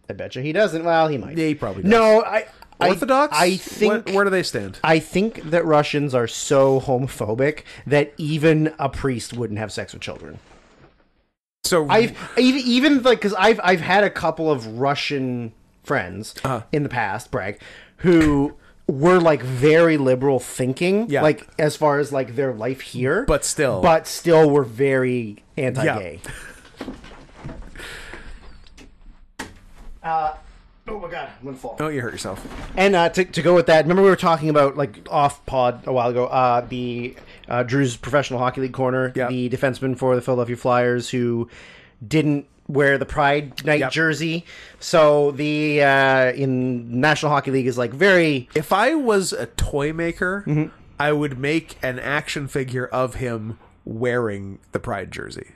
Speaker 1: I bet you he doesn't. Well, he might.
Speaker 2: Yeah, he probably does.
Speaker 1: No, I. I-
Speaker 2: Orthodox?
Speaker 1: I,
Speaker 2: What-
Speaker 1: think.
Speaker 2: where do they stand?
Speaker 1: I think that Russians are so homophobic that even a priest wouldn't have sex with children.
Speaker 2: So
Speaker 1: I've even, even like because I've I've had a couple of Russian friends
Speaker 2: Uh-huh.
Speaker 1: in the past, brag, who were like very liberal thinking,
Speaker 2: Yeah.
Speaker 1: like as far as like their life here,
Speaker 2: But still.
Speaker 1: but still were very anti-gay. Uh, oh my god, I'm gonna fall.
Speaker 2: oh, you hurt yourself.
Speaker 1: And uh, to, to go with that, remember we were talking about like off pod a while ago. Uh, the uh, Drew's professional hockey league corner,
Speaker 2: Yeah.
Speaker 1: the defenseman for the Philadelphia Flyers who didn't wear the Pride Night
Speaker 2: Yep.
Speaker 1: jersey. So the uh, in National Hockey League is like very
Speaker 2: If I was a toy maker,
Speaker 1: Mm-hmm.
Speaker 2: I would make an action figure of him wearing the pride jersey.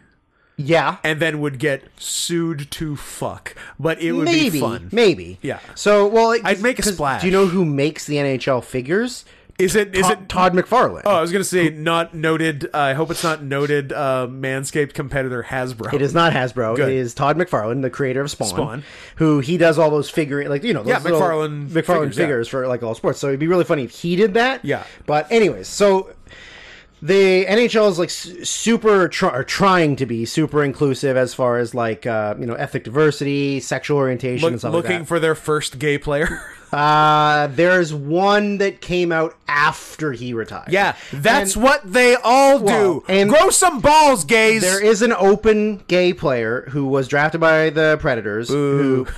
Speaker 1: yeah.
Speaker 2: and then would get sued to fuck. But it would
Speaker 1: Maybe,
Speaker 2: be fun.
Speaker 1: maybe,
Speaker 2: Yeah.
Speaker 1: So, well, like,
Speaker 2: I'd make a
Speaker 1: 'cause
Speaker 2: splash.
Speaker 1: Do you know who makes the NHL figures?
Speaker 2: Is it? Is
Speaker 1: To-
Speaker 2: it?
Speaker 1: Todd McFarlane?
Speaker 2: oh, I was gonna say not noted. uh, I hope it's not noted. Uh, Manscaped competitor Hasbro.
Speaker 1: It is not Hasbro.
Speaker 2: Good.
Speaker 1: It is Todd McFarlane, the creator of Spawn,
Speaker 2: Spawn.
Speaker 1: who he does all those figure, like you know, those
Speaker 2: Yeah,
Speaker 1: little
Speaker 2: McFarlane
Speaker 1: McFarlane
Speaker 2: figures,
Speaker 1: figures,
Speaker 2: yeah.
Speaker 1: for like all sports. So it'd be really funny if he did that.
Speaker 2: Yeah.
Speaker 1: But anyways, so the NHL is like su- super tr- or trying to be super inclusive as far as like uh, you know ethnic diversity, sexual orientation,
Speaker 2: Look-
Speaker 1: and stuff
Speaker 2: looking
Speaker 1: like that.
Speaker 2: for their first gay player. *laughs*
Speaker 1: uh, there's one that came out after he retired.
Speaker 2: yeah, that's
Speaker 1: And-
Speaker 2: what they all do.
Speaker 1: Well, and-
Speaker 2: Grow some balls, gays.
Speaker 1: There is an open gay player who was drafted by the Predators who *laughs*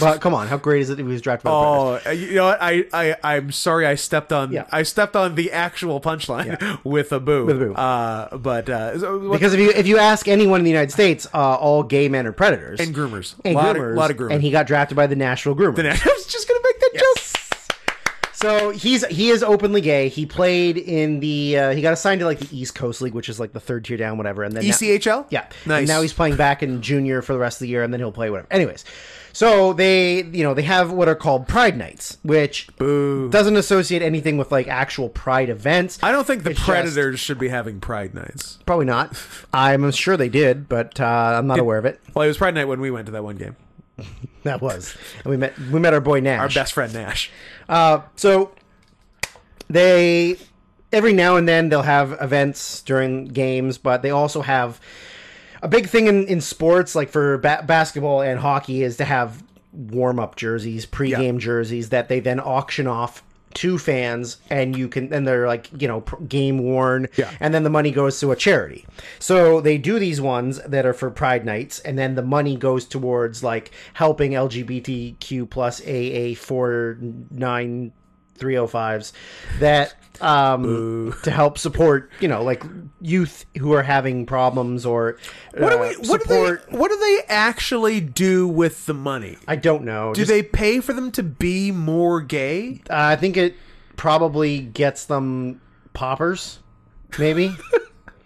Speaker 1: But come on, how great is it that he was drafted by the Predators?
Speaker 2: Oh, you know what? I, I, I'm sorry I stepped on
Speaker 1: Yeah.
Speaker 2: I stepped on the actual punchline *laughs* with a boo.
Speaker 1: With a boo.
Speaker 2: Uh, but uh, so what-
Speaker 1: Because if you if you ask anyone in the United States, uh, all gay men are predators
Speaker 2: and groomers.
Speaker 1: And
Speaker 2: lot,
Speaker 1: groomers,
Speaker 2: Of, lot of groomers.
Speaker 1: and he got drafted by the Nashville Groomers.
Speaker 2: *laughs* I was just going to make that joke.
Speaker 1: so he's he is openly gay. He played in the uh, he got assigned to like the East Coast League, which is like the third tier down, whatever.
Speaker 2: E
Speaker 1: And then now-
Speaker 2: ECHL?
Speaker 1: Yeah.
Speaker 2: Nice.
Speaker 1: And now he's playing back in junior for the rest of the year, and then he'll play whatever. Anyways, so they, you know, they have what are called Pride Nights, which doesn't associate anything with like actual Pride events.
Speaker 2: I don't think the
Speaker 1: It's just-
Speaker 2: Predators should be having Pride Nights.
Speaker 1: Probably not. I'm sure they did, but uh, I'm not aware of it.
Speaker 2: Well, it was Pride Night when we went to that one game.
Speaker 1: That was, and we met we met our boy Nash.
Speaker 2: Our best friend Nash.
Speaker 1: Uh, so they every now and then they'll have events during games, but they also have a big thing in, in sports, like for ba- basketball and hockey, is to have warm up jerseys, pre-game jerseys that they then auction off to fans, and you can and they're like you know pr- game worn,
Speaker 2: Yeah.
Speaker 1: and then the money goes to a charity. So they do these ones that are for Pride nights, and then the money goes towards like helping LGBTQ plus AA four nine. 305s that um to help support you know like youth who are having problems or
Speaker 2: What do
Speaker 1: uh,
Speaker 2: we? What do
Speaker 1: support-
Speaker 2: they? What do they actually do with the money?
Speaker 1: i don't know
Speaker 2: Do they pay for them to be more gay?
Speaker 1: i think it probably gets them poppers maybe *laughs*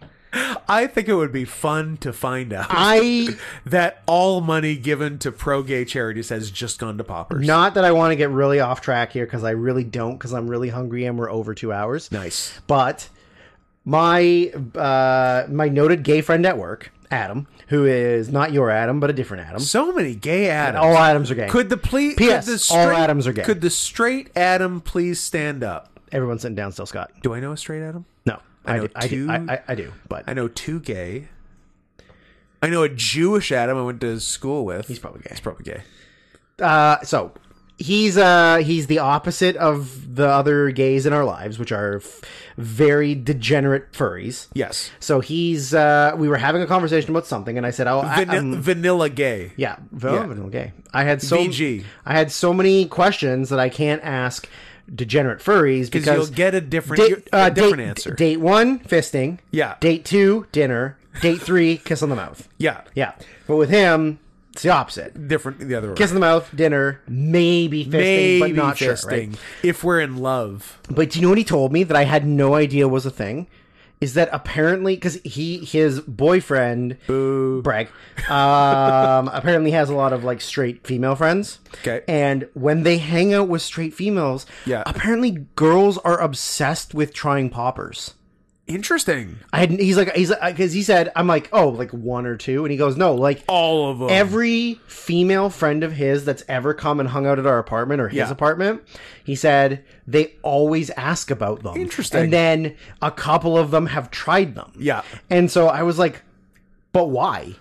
Speaker 2: I think it would be fun to find out
Speaker 1: i
Speaker 2: that all money given to pro gay charities has just gone to poppers.
Speaker 1: not that i want to get really off track here because i really don't because i'm really hungry and we're over two hours
Speaker 2: Nice.
Speaker 1: but my uh my noted gay friend at work adam who is not your adam but a different adam
Speaker 2: So many gay Adams.
Speaker 1: all adams are gay
Speaker 2: could the please?
Speaker 1: P.S.
Speaker 2: Could the
Speaker 1: All Adams are gay.
Speaker 2: Could the straight Adam please stand up?
Speaker 1: everyone's sitting down still scott
Speaker 2: Do I know a straight Adam?
Speaker 1: No, I,
Speaker 2: know
Speaker 1: do, I, do,
Speaker 2: two-
Speaker 1: I, I, I do, but
Speaker 2: I know two gay. I know a Jewish Adam I went to school with. He's
Speaker 1: probably gay.
Speaker 2: He's probably gay.
Speaker 1: uh, so he's uh he's the opposite of the other gays in our lives, which are f- very degenerate furries.
Speaker 2: Yes.
Speaker 1: So he's uh we were having a conversation about something, and I said, "Oh, I,
Speaker 2: Vanilla,
Speaker 1: um,
Speaker 2: vanilla gay.
Speaker 1: yeah, vanilla gay." I had so
Speaker 2: VG.
Speaker 1: I had so many questions that I can't ask degenerate furries
Speaker 2: Because
Speaker 1: because
Speaker 2: you'll get a different,
Speaker 1: Date,
Speaker 2: you- a
Speaker 1: uh,
Speaker 2: different
Speaker 1: date,
Speaker 2: answer.
Speaker 1: Date one, fisting.
Speaker 2: Yeah.
Speaker 1: Date two, dinner. Date three, kiss on the mouth.
Speaker 2: yeah.
Speaker 1: Yeah. But with him, it's the opposite.
Speaker 2: Different the other way.
Speaker 1: kiss in the mouth, dinner, maybe fisting, but not sure.
Speaker 2: fisting,
Speaker 1: Right?
Speaker 2: If we're in love.
Speaker 1: But do you know what he told me that I had no idea was a thing? Is that apparently because he his boyfriend brag um, *laughs* apparently has a lot of like straight female friends.
Speaker 2: Okay.
Speaker 1: and when they hang out with straight females,
Speaker 2: Yeah.
Speaker 1: apparently girls are obsessed with trying poppers.
Speaker 2: Interesting.
Speaker 1: I had he's like he's because he said I'm like oh like one or two and he goes no like
Speaker 2: All of them.
Speaker 1: every female friend of his that's ever come and hung out at our apartment or his
Speaker 2: Yeah.
Speaker 1: apartment, he said they always ask about them.
Speaker 2: Interesting.
Speaker 1: And then a couple of them have tried them.
Speaker 2: Yeah.
Speaker 1: And so I was like, but why?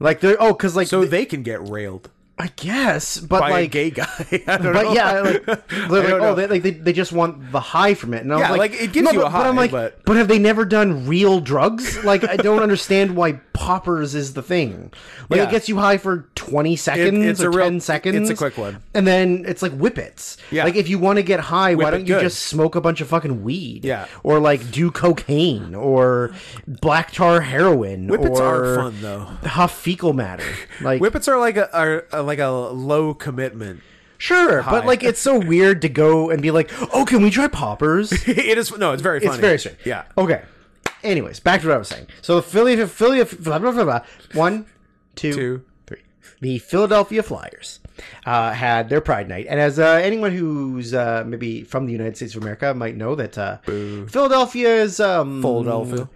Speaker 1: Like they're oh, because like
Speaker 2: so they can get railed
Speaker 1: I guess, but
Speaker 2: by
Speaker 1: like.
Speaker 2: a gay guy. *laughs* I don't know.
Speaker 1: But yeah,
Speaker 2: *laughs*
Speaker 1: like, they're like
Speaker 2: don't
Speaker 1: oh,
Speaker 2: know.
Speaker 1: they, like they, they just want the high from it. And I
Speaker 2: Yeah,
Speaker 1: was like,
Speaker 2: like, it gives you a
Speaker 1: But I'm
Speaker 2: high,
Speaker 1: like,
Speaker 2: but-
Speaker 1: have they never done real drugs? Like, I don't understand why poppers is the thing. Like,
Speaker 2: Yeah.
Speaker 1: it gets you high for 20 seconds
Speaker 2: it's
Speaker 1: or
Speaker 2: a real-
Speaker 1: 10 seconds.
Speaker 2: it's a quick one.
Speaker 1: And then it's like whippets.
Speaker 2: Yeah.
Speaker 1: Like, if you want to get high, why
Speaker 2: Whip it
Speaker 1: don't you
Speaker 2: good.
Speaker 1: just smoke a bunch of fucking weed?
Speaker 2: Yeah.
Speaker 1: Or like do cocaine or black tar heroin.
Speaker 2: Whippets
Speaker 1: or
Speaker 2: are fun, though.
Speaker 1: Huff fecal
Speaker 2: *laughs*
Speaker 1: matter. Like,
Speaker 2: Whippets are like a are uh, like a low commitment. *laughs*
Speaker 1: Sure, but
Speaker 2: Hi.
Speaker 1: like it's
Speaker 2: *laughs*
Speaker 1: so weird to go and be like, "Oh, can we try poppers?"
Speaker 2: it is no, it's very funny.
Speaker 1: It's very strange.
Speaker 2: Yeah.
Speaker 1: Okay. Anyways, back to what I was saying. So Philly, Philly, blah, blah, blah, blah. one, two,
Speaker 2: Two.
Speaker 1: three. The Philadelphia Flyers uh, had their Pride Night, and as uh, anyone who's uh, maybe from the United States of America might know that uh, Philadelphia is um,
Speaker 2: Philadelphia.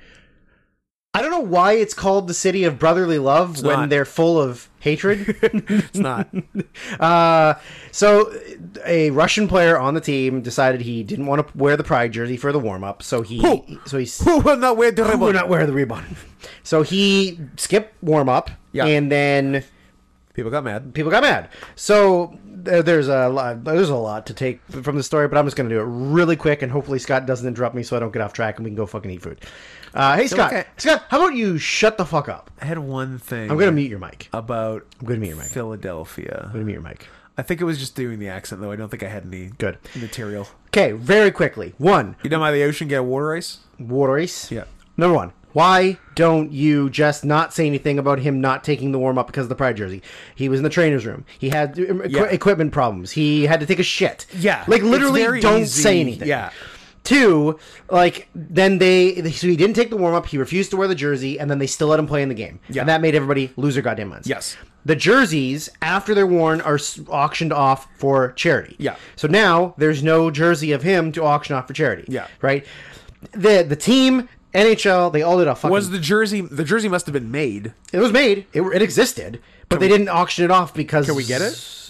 Speaker 1: I don't know why it's called the city of brotherly love when
Speaker 2: not.
Speaker 1: they're full of hatred.
Speaker 2: It's not.
Speaker 1: *laughs* Uh, so a Russian player on the team decided he didn't want to wear the pride jersey for the warm up, so he
Speaker 2: Who?
Speaker 1: so he
Speaker 2: Who will not wear the
Speaker 1: we're
Speaker 2: ribbon?
Speaker 1: not wearing the ribbon. So he skipped warm up,
Speaker 2: Yeah.
Speaker 1: and then
Speaker 2: People got mad.
Speaker 1: people got mad. So th- there's a lot, there's a lot to take from the story, but I'm just going to do it really quick, and hopefully Scott doesn't interrupt me so I don't get off track and we can go fucking eat food. Uh, hey Scott,
Speaker 2: okay.
Speaker 1: Scott, how about you shut the fuck up?
Speaker 2: I had one thing
Speaker 1: I'm going to mute your mic.
Speaker 2: about
Speaker 1: I'm going to mute your mic. I'm
Speaker 2: Philadelphia.
Speaker 1: going to mute your mic.
Speaker 2: I think it was just doing the accent, though. I don't think I had any
Speaker 1: Good.
Speaker 2: material.
Speaker 1: Okay, very quickly. One,
Speaker 2: You done by the ocean, get a water ice?
Speaker 1: water ice.
Speaker 2: Yeah.
Speaker 1: Number one, why don't you just not say anything about him not taking the warm up because of the pride jersey? He was in the trainer's room. He had um, equi-
Speaker 2: Yeah.
Speaker 1: equipment problems. He had to take a shit.
Speaker 2: Yeah.
Speaker 1: Like
Speaker 2: It's
Speaker 1: literally
Speaker 2: very
Speaker 1: don't
Speaker 2: easy.
Speaker 1: say anything.
Speaker 2: Yeah.
Speaker 1: Two, like then they so he didn't take the warm up. He refused to wear the jersey, and then they still let him play in the game.
Speaker 2: Yeah.
Speaker 1: And that made everybody lose their goddamn minds.
Speaker 2: Yes.
Speaker 1: The jerseys after they're worn are s- auctioned off for charity.
Speaker 2: Yeah.
Speaker 1: So now there's no jersey of him to auction off for charity.
Speaker 2: Yeah.
Speaker 1: Right. The the team NHL they all did a fucking.
Speaker 2: Was the jersey, the jersey must have been made.
Speaker 1: it was made. It, it existed, but they didn't auction it off because. Can
Speaker 2: we get it?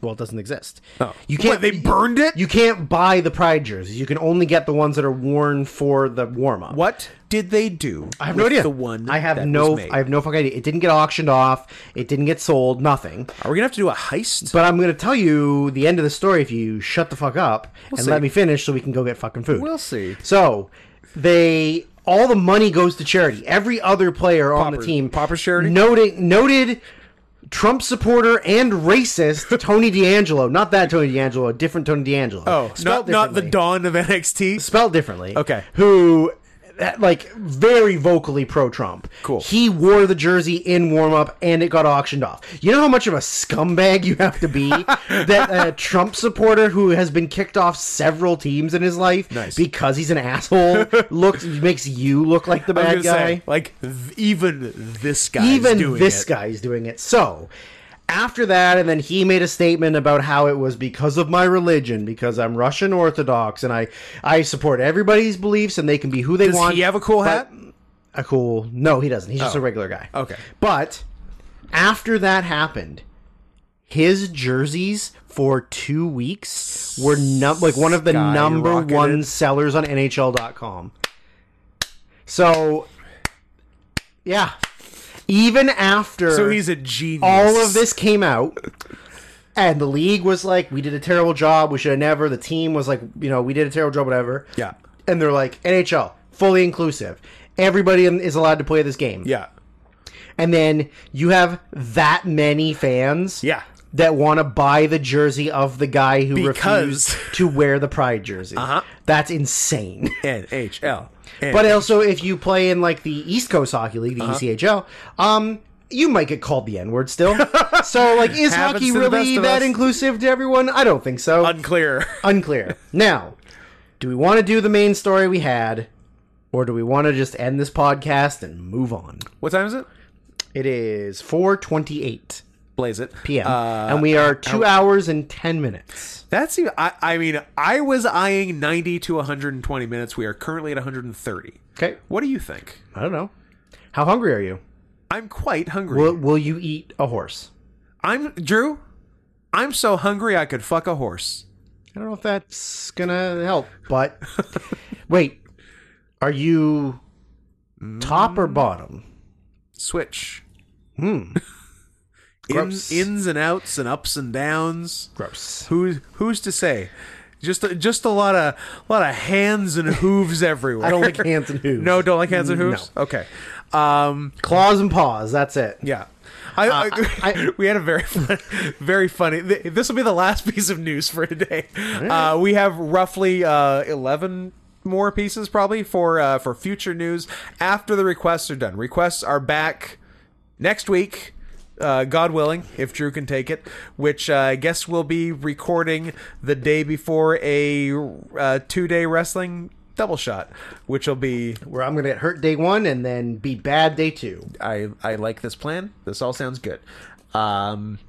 Speaker 1: well, it doesn't exist.
Speaker 2: Oh.
Speaker 1: You can't.
Speaker 2: What, they burned it?
Speaker 1: You can't buy the pride jerseys. You can only get the ones that are worn for the warm up.
Speaker 2: What did they do?
Speaker 1: I have no idea.
Speaker 2: The one
Speaker 1: I have
Speaker 2: that
Speaker 1: no.
Speaker 2: was made?
Speaker 1: I have no fucking idea. It didn't get auctioned off. It didn't get sold. Nothing.
Speaker 2: Are we gonna have to do a heist?
Speaker 1: But I'm going to tell you the end of the story if you shut the fuck up and
Speaker 2: see.
Speaker 1: let me finish so we can go get fucking food.
Speaker 2: We'll see.
Speaker 1: So, they all the money goes to charity. Every other player on the
Speaker 2: Pauper-
Speaker 1: team
Speaker 2: pauper charity?
Speaker 1: Noted noted Trump supporter and racist *laughs* Tony D'Angelo. Not that Tony D'Angelo, a different Tony D'Angelo.
Speaker 2: Oh, not, not the
Speaker 1: differently
Speaker 2: dawn of NXT.
Speaker 1: spelled differently.
Speaker 2: Okay.
Speaker 1: Who that, like very vocally pro Trump.
Speaker 2: Cool.
Speaker 1: He wore the jersey in warm up and it got auctioned off. You know how much of a scumbag you have to
Speaker 2: *laughs*
Speaker 1: be that a Trump supporter who has been kicked off several teams in his life
Speaker 2: Nice.
Speaker 1: because he's an asshole looks makes you look like the
Speaker 2: I was
Speaker 1: bad
Speaker 2: gonna say,
Speaker 1: guy.
Speaker 2: like th- even this guy,
Speaker 1: Even
Speaker 2: doing
Speaker 1: this
Speaker 2: it.
Speaker 1: guy is doing it. So after that, and then he made a statement about how it was because of my religion, because I'm Russian Orthodox, and I I support everybody's beliefs, and they can be who they
Speaker 2: Does
Speaker 1: want.
Speaker 2: he have a cool hat? Oh.
Speaker 1: but- a cool? No, he doesn't. He's just a regular guy.
Speaker 2: Okay.
Speaker 1: But after that happened, his jerseys for two weeks were num- like one of the number
Speaker 2: Skyrocketed.
Speaker 1: one sellers on NHL.com. So, yeah, even after
Speaker 2: So he's a genius.
Speaker 1: all of this came out and the league was like we did a terrible job we should have never the team was like you know we did a terrible job whatever
Speaker 2: Yeah.
Speaker 1: and they're like nhl fully inclusive everybody in- is allowed to play this game
Speaker 2: Yeah.
Speaker 1: and then you have that many fans
Speaker 2: Yeah.
Speaker 1: that want to buy the jersey of the guy who
Speaker 2: Because-
Speaker 1: refused to wear the pride jersey uh-huh. that's insane *laughs*
Speaker 2: NHL.
Speaker 1: but also, if you play in like the East Coast Hockey League, the E ECHL, um, you might get called the N word still. *laughs* so, like, is
Speaker 2: Happens
Speaker 1: hockey
Speaker 2: to the best
Speaker 1: really
Speaker 2: of
Speaker 1: that
Speaker 2: us.
Speaker 1: inclusive to everyone? I don't think so.
Speaker 2: unclear. *laughs*
Speaker 1: Unclear. Now, do we want to do the main story we had, or do we want to just end this podcast and move on?
Speaker 2: What time is it?
Speaker 1: It is four twenty-eight
Speaker 2: Blaze it.
Speaker 1: p.m.
Speaker 2: Uh,
Speaker 1: and we are two hours and ten minutes.
Speaker 2: that's even. I, I mean, I was eyeing ninety to one hundred and twenty minutes. We are currently at one hundred and thirty.
Speaker 1: Okay,
Speaker 2: What do you think?
Speaker 1: I don't know. How hungry are you?
Speaker 2: I'm quite hungry.
Speaker 1: Will, will you eat a horse?
Speaker 2: I'm Drew. I'm so hungry I could fuck a horse.
Speaker 1: I don't know if that's gonna help, but *laughs* wait, are you top or bottom?
Speaker 2: Switch. *laughs* Hmm.
Speaker 1: Gross.
Speaker 2: ins, ins and outs and ups and downs.
Speaker 1: Gross.
Speaker 2: Who's who's to say? Just a, just a lot of lot of hands and hooves *laughs*
Speaker 1: *laughs*
Speaker 2: everywhere.
Speaker 1: I don't like hands *laughs* and hooves.
Speaker 2: No, don't like hands and hooves. Okay. Um.
Speaker 1: Claws and paws. That's it.
Speaker 2: Yeah. I, I,
Speaker 1: I-
Speaker 2: *laughs* we had a very fun, very funny. th- This will be the last *laughs* piece of news for today. Uh, we have roughly uh, eleven more pieces probably for uh, for future news after the requests are done. Requests are back next week. Uh, God willing, if Drew can take it, which uh, I guess we'll be recording the day before a uh, two-day wrestling double shot, which will be
Speaker 1: Where I'm gonna get hurt day one and then be bad day two.
Speaker 2: I I like this plan. This all sounds good. Um,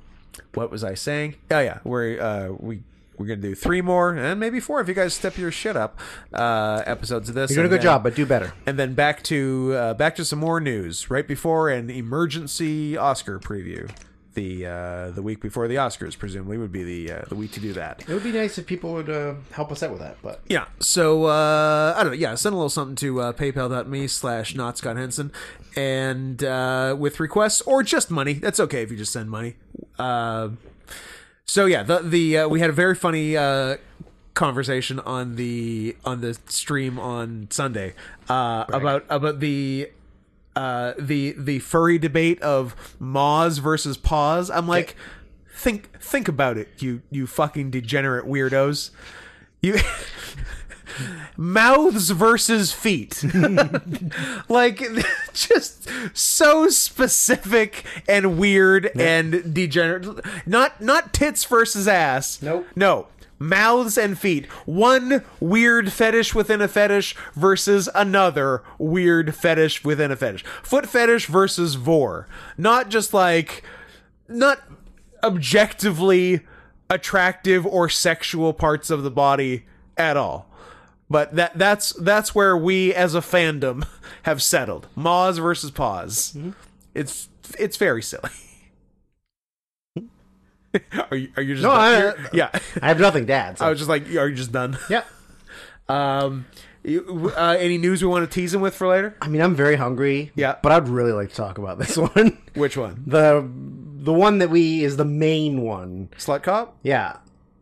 Speaker 2: what was I saying? Oh yeah, we're uh we we're gonna do three more and maybe four if you guys step your shit up. Uh, episodes of this.
Speaker 1: You're doing a
Speaker 2: and
Speaker 1: good
Speaker 2: then-
Speaker 1: job, but do better.
Speaker 2: And then back to uh, back to some more news right before an emergency Oscar preview. The uh, the week before the Oscars presumably would be the uh, the week to do that.
Speaker 1: It would be nice if people would uh, help us out with that, but
Speaker 2: Yeah. So uh, I don't know. Yeah, send a little something to uh, PayPal.me slash not Scott Henson, and uh, with requests or just money. That's okay if you just send money. Uh, so yeah, the the uh, we had a very funny uh, conversation on the on the stream on Sunday uh, about about the. Uh, the the furry debate of maws versus paws. I'm like, Think think about it, you you fucking degenerate weirdos. You *laughs* mouths versus feet. like *laughs* just so specific and weird and degenerate. Not not tits versus ass.
Speaker 1: Nope.
Speaker 2: No. Mouths and feet. One weird fetish within a fetish versus another weird fetish within a fetish. Foot fetish versus vor. Not just like not objectively attractive or sexual parts of the body at all. But that that's that's where we as a fandom *laughs* have settled. Maws versus paws.
Speaker 1: Mm-hmm.
Speaker 2: It's it's very silly. *laughs* are you are you just
Speaker 1: No,
Speaker 2: done?
Speaker 1: I- uh,
Speaker 2: You're- yeah.
Speaker 1: *laughs*
Speaker 2: *laughs*
Speaker 1: I have nothing to add. So.
Speaker 2: I was just like, are you just done?
Speaker 1: yeah.
Speaker 2: Um you- uh, any news we want to tease him with for later?
Speaker 1: I mean, I'm very hungry.
Speaker 2: Yeah.
Speaker 1: But I'd really like to talk about this *laughs* one.
Speaker 2: Which one?
Speaker 1: the the one that we is the main one.
Speaker 2: Slut cop?
Speaker 1: Yeah.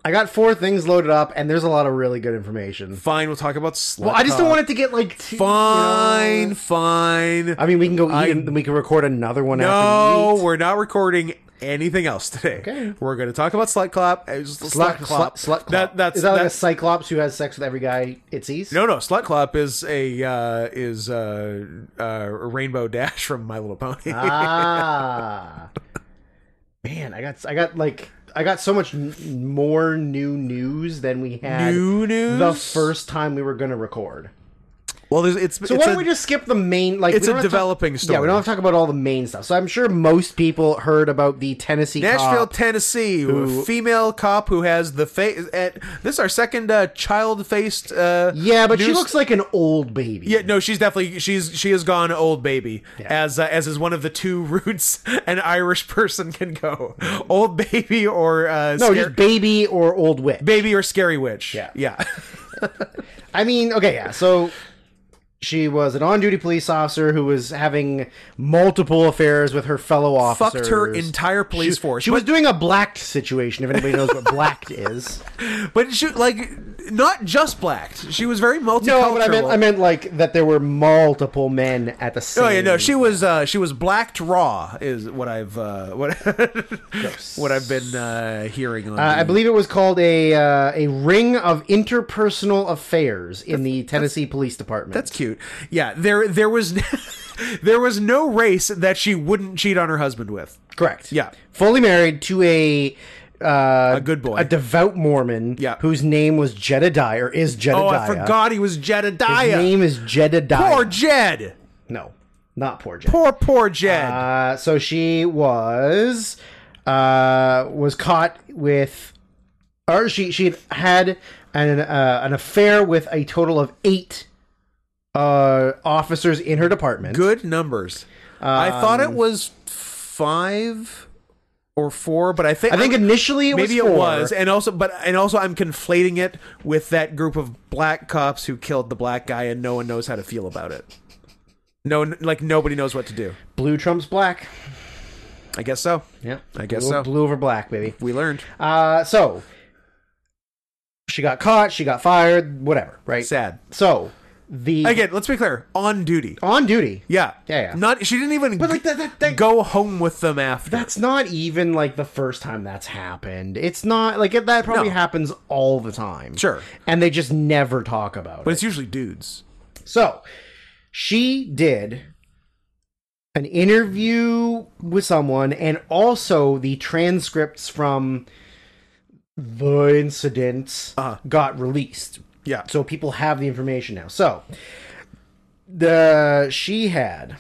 Speaker 1: I got four things loaded up, and there's a lot of really good information. Uh,
Speaker 2: Fine, we'll talk about slut.
Speaker 1: Well, I just don't
Speaker 2: cop.
Speaker 1: want it to get like too, you know-
Speaker 2: Fine, fine.
Speaker 1: I mean, we can go eat,
Speaker 2: I-
Speaker 1: and then we can record another one.
Speaker 2: No,
Speaker 1: after we eat.
Speaker 2: we're not recording anything else today.
Speaker 1: Okay.
Speaker 2: We're going to talk about Slut Clop. uh, Slut,
Speaker 1: Slut,
Speaker 2: Clop.
Speaker 1: slut, slut clop.
Speaker 2: That, that's
Speaker 1: is that like a
Speaker 2: that's-
Speaker 1: cyclops who has sex with every guy it sees?
Speaker 2: no, no. Slut Clop is a uh, is uh, uh, Rainbow *laughs* Dash from My Little Pony.
Speaker 1: Ah, man, I got I got like I got so much n- more new news than we had
Speaker 2: New news?
Speaker 1: the first time we were gonna record.
Speaker 2: *laughs* well, there's, it's
Speaker 1: So
Speaker 2: it's
Speaker 1: why
Speaker 2: a-
Speaker 1: don't we just skip the main? Like
Speaker 2: it's
Speaker 1: we don't
Speaker 2: a
Speaker 1: have to-
Speaker 2: developing
Speaker 1: Yeah, we
Speaker 2: story.
Speaker 1: don't have to talk about all the main stuff. So I'm sure most people heard about the Tennessee
Speaker 2: Nashville,
Speaker 1: cop.
Speaker 2: Tennessee, a female cop who has the face. At this is our second uh, child-faced. Uh,
Speaker 1: yeah, but she
Speaker 2: news-
Speaker 1: looks like an old baby.
Speaker 2: Yeah, no, she's definitely she's she has gone old baby as uh, as is one of the two *laughs* routes an Irish person can go, old baby or uh,
Speaker 1: no,
Speaker 2: scar-
Speaker 1: Oh, just baby or old witch.
Speaker 2: baby or scary witch.
Speaker 1: Yeah.
Speaker 2: yeah. *laughs*
Speaker 1: I mean, okay, yeah. So she was an on-duty police officer who was having multiple affairs with her fellow officers.
Speaker 2: Fucked her entire police force.
Speaker 1: She was doing a blacked situation. If anybody knows what blacked
Speaker 2: *laughs*
Speaker 1: is,
Speaker 2: but, but she like not just blacked. She was very multicultural.
Speaker 1: no, but I meant I meant like that there were multiple men at the same.
Speaker 2: Oh yeah, no, she was uh, she was blacked raw is what I've uh, what *laughs* what I've been uh, hearing on.
Speaker 1: Uh, I
Speaker 2: the-
Speaker 1: believe it was called a uh, a ring of interpersonal affairs in the Tennessee Police Department.
Speaker 2: That's cute. Yeah, there there was *laughs* there was no race that she wouldn't cheat on her husband with.
Speaker 1: correct.
Speaker 2: Yeah.
Speaker 1: fully married to a. Uh,
Speaker 2: A good boy.
Speaker 1: a devout Mormon,
Speaker 2: Yeah.
Speaker 1: whose name was Jedediah or is Jedediah.
Speaker 2: Oh, I forgot he was
Speaker 1: His
Speaker 2: Jedediah.
Speaker 1: name is Jedediah.
Speaker 2: Poor Jed.
Speaker 1: no, not poor Jed.
Speaker 2: Poor poor Jed.
Speaker 1: Uh, so she was uh, was caught with, or she she had an uh, an affair with a total of eight uh, officers in her department.
Speaker 2: Good numbers. I thought
Speaker 1: um,
Speaker 2: it was five or four, but I think
Speaker 1: I think initially it
Speaker 2: maybe
Speaker 1: was
Speaker 2: it
Speaker 1: four.
Speaker 2: was, and also but and also I'm conflating it with that group of black cops who killed the black guy, and no one knows how to feel about it. No, one- like nobody knows what to do.
Speaker 1: blue trumps black.
Speaker 2: I guess so.
Speaker 1: Yeah,
Speaker 2: I guess
Speaker 1: blue,
Speaker 2: so.
Speaker 1: Blue over black, baby.
Speaker 2: We learned.
Speaker 1: Uh, so she got caught. She got fired. Whatever. Right.
Speaker 2: Sad.
Speaker 1: So the
Speaker 2: Again, let's be clear. On duty.
Speaker 1: on duty.
Speaker 2: Yeah.
Speaker 1: Yeah, yeah.
Speaker 2: Not she didn't even
Speaker 1: But like that, that, that
Speaker 2: go home with them after.
Speaker 1: That's not even like the first time that's happened. It's not like that probably
Speaker 2: No.
Speaker 1: happens all the time.
Speaker 2: Sure.
Speaker 1: And they just never talk about
Speaker 2: but
Speaker 1: it.
Speaker 2: it's usually dudes.
Speaker 1: So she did an interview with someone and also the transcripts from the incidents
Speaker 2: Uh-huh.
Speaker 1: got released.
Speaker 2: Yeah.
Speaker 1: So people have the information now. So the she had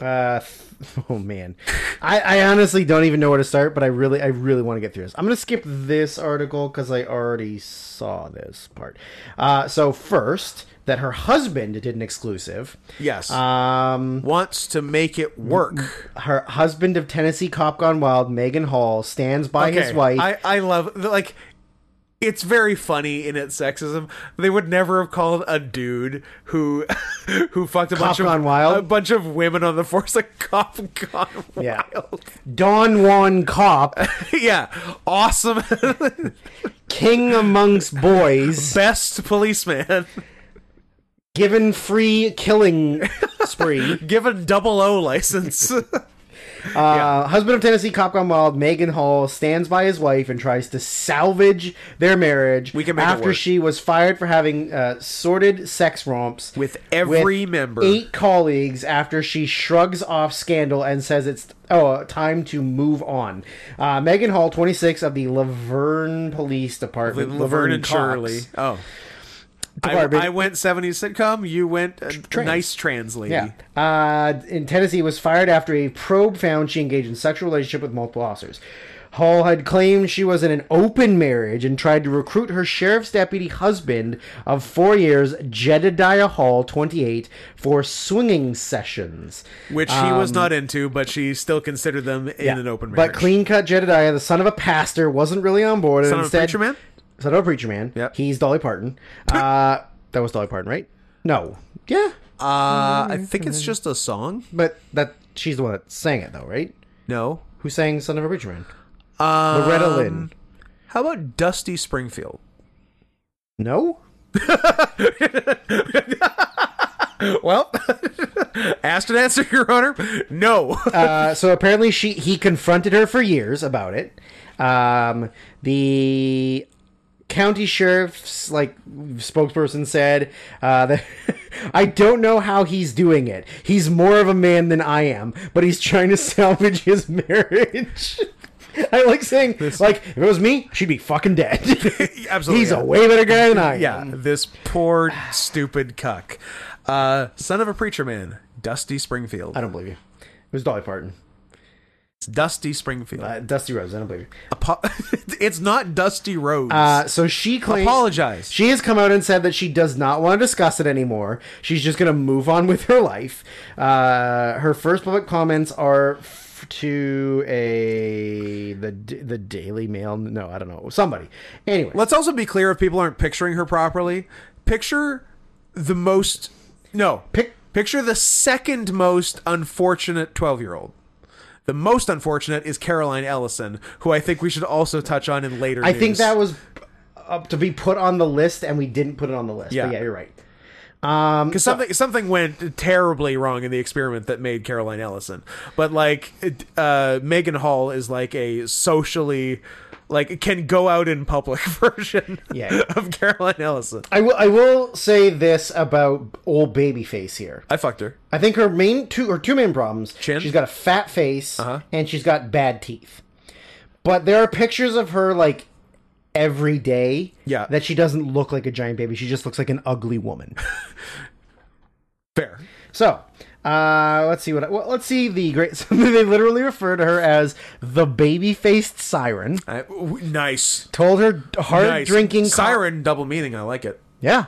Speaker 1: uh *laughs* th- oh man. I I honestly don't even know where to start, but I really I really want to get through this. I'm going to skip this article cuz I already saw this part. Uh so first that her husband did an exclusive.
Speaker 2: Yes.
Speaker 1: Um
Speaker 2: Wants to make it work.
Speaker 1: her husband of Tennessee cop gone wild, Megan Hall, stands by his wife.
Speaker 2: I, I love like it's very funny in its sexism. They would never have called a dude who *laughs* who fucked a bunch
Speaker 1: gone
Speaker 2: of
Speaker 1: wild?
Speaker 2: a bunch of women on the force a cop gone *laughs*
Speaker 1: Yeah.
Speaker 2: wild.
Speaker 1: Don Juan Cop,
Speaker 2: yeah. Awesome *laughs*
Speaker 1: king amongst boys,
Speaker 2: best policeman. *laughs*
Speaker 1: given free killing spree. *laughs*
Speaker 2: Given double O license.
Speaker 1: Uh, Husband of Tennessee cop gone wild, Megan Hall stands by his wife and tries to salvage their marriage.
Speaker 2: We can make it
Speaker 1: after
Speaker 2: work.
Speaker 1: she was fired for having uh, sordid sex romps
Speaker 2: With every
Speaker 1: with
Speaker 2: member.
Speaker 1: eight colleagues. After she shrugs off scandal and says it's oh time to move on. Uh, Megan Hall, 26, of the Laverne Police Department,
Speaker 2: Laverne, Laverne and
Speaker 1: Cox.
Speaker 2: Shirley. Oh. I,
Speaker 1: Department.
Speaker 2: I went 70s sitcom. You went uh, nice trans lady.
Speaker 1: Yeah. Uh, in Tennessee, was fired after a probe found she engaged in sexual relationship with multiple officers. Hall had claimed she was in an open marriage and tried to recruit her sheriff's deputy husband of four years, Jedediah Hall, 28, for swinging sessions.
Speaker 2: Which he was not into, but she still considered them in an open marriage.
Speaker 1: Um, But clean cut Jedediah, the son of a pastor, wasn't really on board.
Speaker 2: Son
Speaker 1: and
Speaker 2: of a
Speaker 1: instead,
Speaker 2: preacher man?
Speaker 1: Son of a preacher man.
Speaker 2: Yep.
Speaker 1: He's Dolly
Speaker 2: *laughs*
Speaker 1: Parton. Uh, that was Dolly Parton, right? No. Yeah.
Speaker 2: Uh, I think it's just a song.
Speaker 1: But that she's the one that sang it, though, right?
Speaker 2: No.
Speaker 1: Who sang Son of a Preacher Man?
Speaker 2: Um,
Speaker 1: Loretta Lynn.
Speaker 2: How about Dusty Springfield?
Speaker 1: No?
Speaker 2: *laughs* Well, *laughs* asked and answered, Your Honor. No. *laughs*
Speaker 1: Uh, so apparently she he confronted her for years about it. Um, the county sheriff's like spokesperson said uh, that *laughs* I don't know how he's doing it. He's more of a man than I am, but he's trying to *laughs* salvage his marriage. *laughs* I like saying like if it was me, she'd be fucking dead. *laughs*
Speaker 2: Absolutely,
Speaker 1: he's
Speaker 2: yeah.
Speaker 1: a way better guy than I
Speaker 2: yeah,
Speaker 1: am.
Speaker 2: this poor, stupid cuck. Uh, son of a preacher man, Dusty Springfield.
Speaker 1: I don't believe you. It was Dolly Parton,
Speaker 2: It's Dusty Springfield.
Speaker 1: uh, Dusty Rose. I don't believe you.
Speaker 2: Apo- *laughs* it's not Dusty Rhodes.
Speaker 1: Uh, so she claims
Speaker 2: Apologize.
Speaker 1: She has come out and said that she does not want to discuss it anymore. She's just going to move on *laughs* with her life. Uh, her first public comments are f- to a the D- the Daily Mail. No, I don't know somebody. Anyway,
Speaker 2: Let's also be clear if people aren't picturing her properly. Picture the most. No.
Speaker 1: Pic-
Speaker 2: picture the second most unfortunate 12 year old. The most unfortunate is Caroline Ellison, who I think we should also touch on in later.
Speaker 1: I think
Speaker 2: news.
Speaker 1: that was up to be put on the list, and we didn't put it on the list.
Speaker 2: Yeah.
Speaker 1: but yeah you're right.
Speaker 2: because something something went terribly wrong in the experiment that made Caroline Ellison. But like, it- uh, Megan Hall is like a socially like can go out in public *laughs* version
Speaker 1: Yeah.
Speaker 2: of Caroline Ellison.
Speaker 1: I will I will say this about old babyface here.
Speaker 2: I fucked her.
Speaker 1: I think her main two her two main problems.
Speaker 2: Chin? Uh-huh.
Speaker 1: She's got a fat face and she's got bad teeth. But there are pictures of her like every day.
Speaker 2: Yeah.
Speaker 1: That she doesn't look like a giant baby. She just looks like an ugly woman. *laughs*
Speaker 2: Fair.
Speaker 1: so. Uh, let's see what. Well, let's see the great. *laughs* So they literally refer to her as the baby-faced siren.
Speaker 2: I, w- nice.
Speaker 1: Told her hard
Speaker 2: Nice.
Speaker 1: drinking cop-
Speaker 2: siren double meaning. I like it.
Speaker 1: Yeah.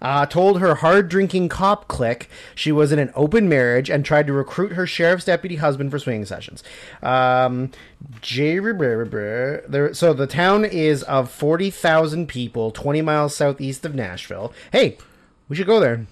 Speaker 1: Uh, told her hard drinking cop clique she was in an open marriage and tried to recruit her sheriff's deputy husband for swinging sessions. Um, J- there, so the town is of 40,000 people, 20 miles southeast of Nashville. Hey, we should go there and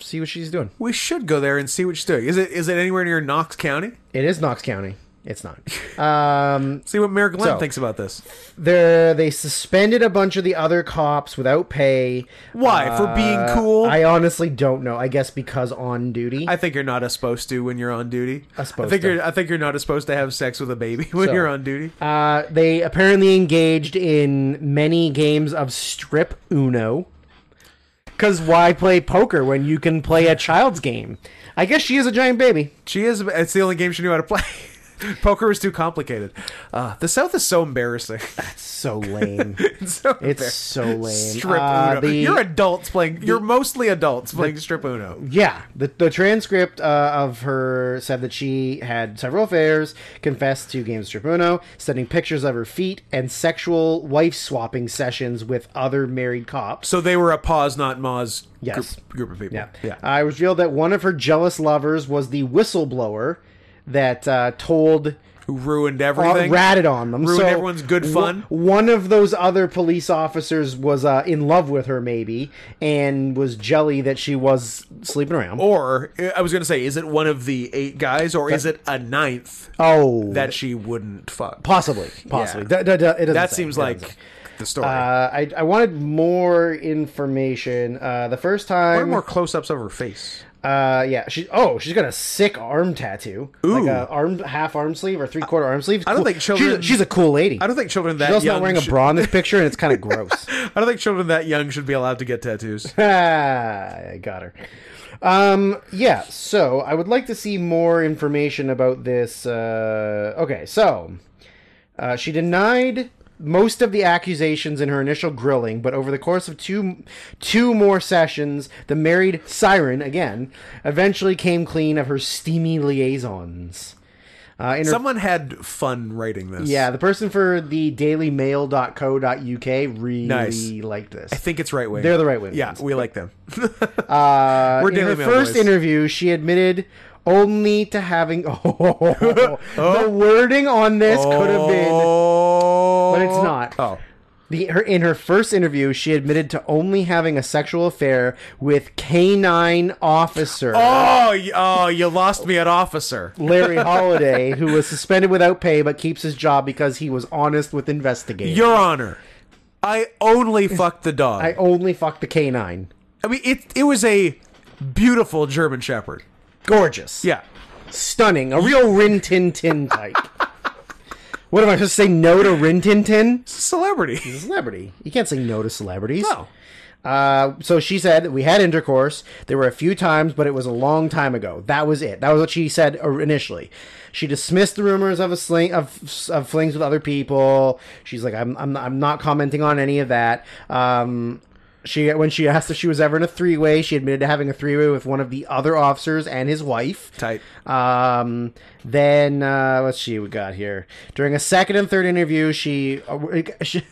Speaker 1: see what she's doing.
Speaker 2: We should go there and see what she's doing. Is it is it anywhere near Knox County?
Speaker 1: It is Knox County. It's
Speaker 2: *laughs*
Speaker 1: not. Um,
Speaker 2: See what Mayor Glenn
Speaker 1: So-
Speaker 2: thinks about this.
Speaker 1: there they suspended a bunch of the other cops without pay. Uh,
Speaker 2: Why? For being cool?
Speaker 1: I honestly don't know. I guess because on duty.
Speaker 2: I think you're not as supposed to when you're on duty.
Speaker 1: A supposed
Speaker 2: I think
Speaker 1: to.
Speaker 2: you're. I think you're not as supposed to have sex with a baby *laughs* when
Speaker 1: So-
Speaker 2: you're on duty.
Speaker 1: Uh, they apparently engaged in many games of strip Uno. Because why play poker when you can play a child's game? I guess she is a giant baby.
Speaker 2: She is. It's the only game she knew how to play. *laughs* Poker was too complicated. Uh, the South is so embarrassing. *laughs*
Speaker 1: That's so *laughs* lame.
Speaker 2: It's so
Speaker 1: it's so lame.
Speaker 2: strip
Speaker 1: Uh,
Speaker 2: Uno.
Speaker 1: the-
Speaker 2: you're adults playing. You're mostly adults playing strip Uno.
Speaker 1: Yeah, the, the transcript uh, of her said that she had several affairs, confessed to games of Uno, sending pictures of her feet, and sexual wife swapping sessions with other married cops.
Speaker 2: So they were a pause, not Moz
Speaker 1: Yes.
Speaker 2: group, group of people.
Speaker 1: Yeah.
Speaker 2: yeah.
Speaker 1: Uh, it was revealed that one of her jealous lovers was the whistleblower that uh, told,
Speaker 2: Who ruined
Speaker 1: uh,
Speaker 2: everything?
Speaker 1: ratted on them.
Speaker 2: Ruined
Speaker 1: so
Speaker 2: everyone's good
Speaker 1: one-
Speaker 2: fun?
Speaker 1: one of those other police officers was uh, in love with her, maybe, and was jelly that she was sleeping around.
Speaker 2: or uh, I was gonna say, is it one of the eight guys, or is it a ninth
Speaker 1: Oh,
Speaker 2: that she wouldn't fuck?
Speaker 1: possibly, possibly. Duh, duh, duh, it doesn't
Speaker 2: That
Speaker 1: say.
Speaker 2: seems
Speaker 1: It
Speaker 2: like
Speaker 1: doesn't say.
Speaker 2: the story.
Speaker 1: Uh, I, I wanted more information. Uh, the first
Speaker 2: or
Speaker 1: time,
Speaker 2: more close-ups of her face.
Speaker 1: uh, yeah, she. Oh, she's got a sick arm tattoo, like
Speaker 2: Ooh.
Speaker 1: a arm half arm sleeve or three quarter arm sleeve.
Speaker 2: I don't think children-
Speaker 1: She's, she's a cool lady.
Speaker 2: I don't think children
Speaker 1: She's
Speaker 2: that
Speaker 1: also
Speaker 2: young
Speaker 1: not wearing a
Speaker 2: should-
Speaker 1: bra in this picture, and it's kind of gross.
Speaker 2: *laughs* I don't think children that young should be allowed to get tattoos.
Speaker 1: Ah, *laughs* I got her. Um, yeah, so I would like to see more information about this. Uh, okay, so uh, she denied most of the accusations in her initial grilling, but over the course of two two more sessions, the married siren again eventually came clean of her steamy liaisons. Uh, in her
Speaker 2: Someone had fun writing this.
Speaker 1: yeah, the person for the dailymail.co.uk really
Speaker 2: Nice.
Speaker 1: liked this.
Speaker 2: I think it's right wing.
Speaker 1: They're the right wing
Speaker 2: Yeah,
Speaker 1: ones.
Speaker 2: we like them. *laughs*
Speaker 1: Uh,
Speaker 2: We're
Speaker 1: in her
Speaker 2: Daily Mail
Speaker 1: first
Speaker 2: boys.
Speaker 1: interview, she admitted only to having. *laughs* Oh, the wording on this could have been.
Speaker 2: Oh,
Speaker 1: But it's not.
Speaker 2: Oh,
Speaker 1: The, her, in her first interview, she admitted to only having a sexual affair with canine officer
Speaker 2: oh, y- oh! You lost me at officer. *laughs*
Speaker 1: Larry Holiday, who was suspended without pay but keeps his job because he was honest with investigators.
Speaker 2: Your Honor, I
Speaker 1: *laughs*
Speaker 2: only fucked the dog.
Speaker 1: I
Speaker 2: I,
Speaker 1: only fucked the canine.
Speaker 2: mean, it it was a beautiful German Shepherd.
Speaker 1: Gorgeous.
Speaker 2: Yeah,
Speaker 1: Stunning. A real Rin Tin Tin type. what am I supposed to say? No to Rin Tin Tin?
Speaker 2: celebrity. Oh,
Speaker 1: celebrity. You can't say no to celebrities.
Speaker 2: No.
Speaker 1: Uh, so she said we had intercourse. There were a few times, but it was a long time ago. That was it. That was what she said or- initially. She dismissed the rumors of a sling of, of flings with other people. She's like, I'm I'm, I'm not commenting on any of that. Um, she when she asked if she was ever in a three way, she admitted to having a three way with one of the other officers and his wife.
Speaker 2: Tight.
Speaker 1: Um, then uh, let's see what we got here. During a second and third interview, she uh, *laughs* she,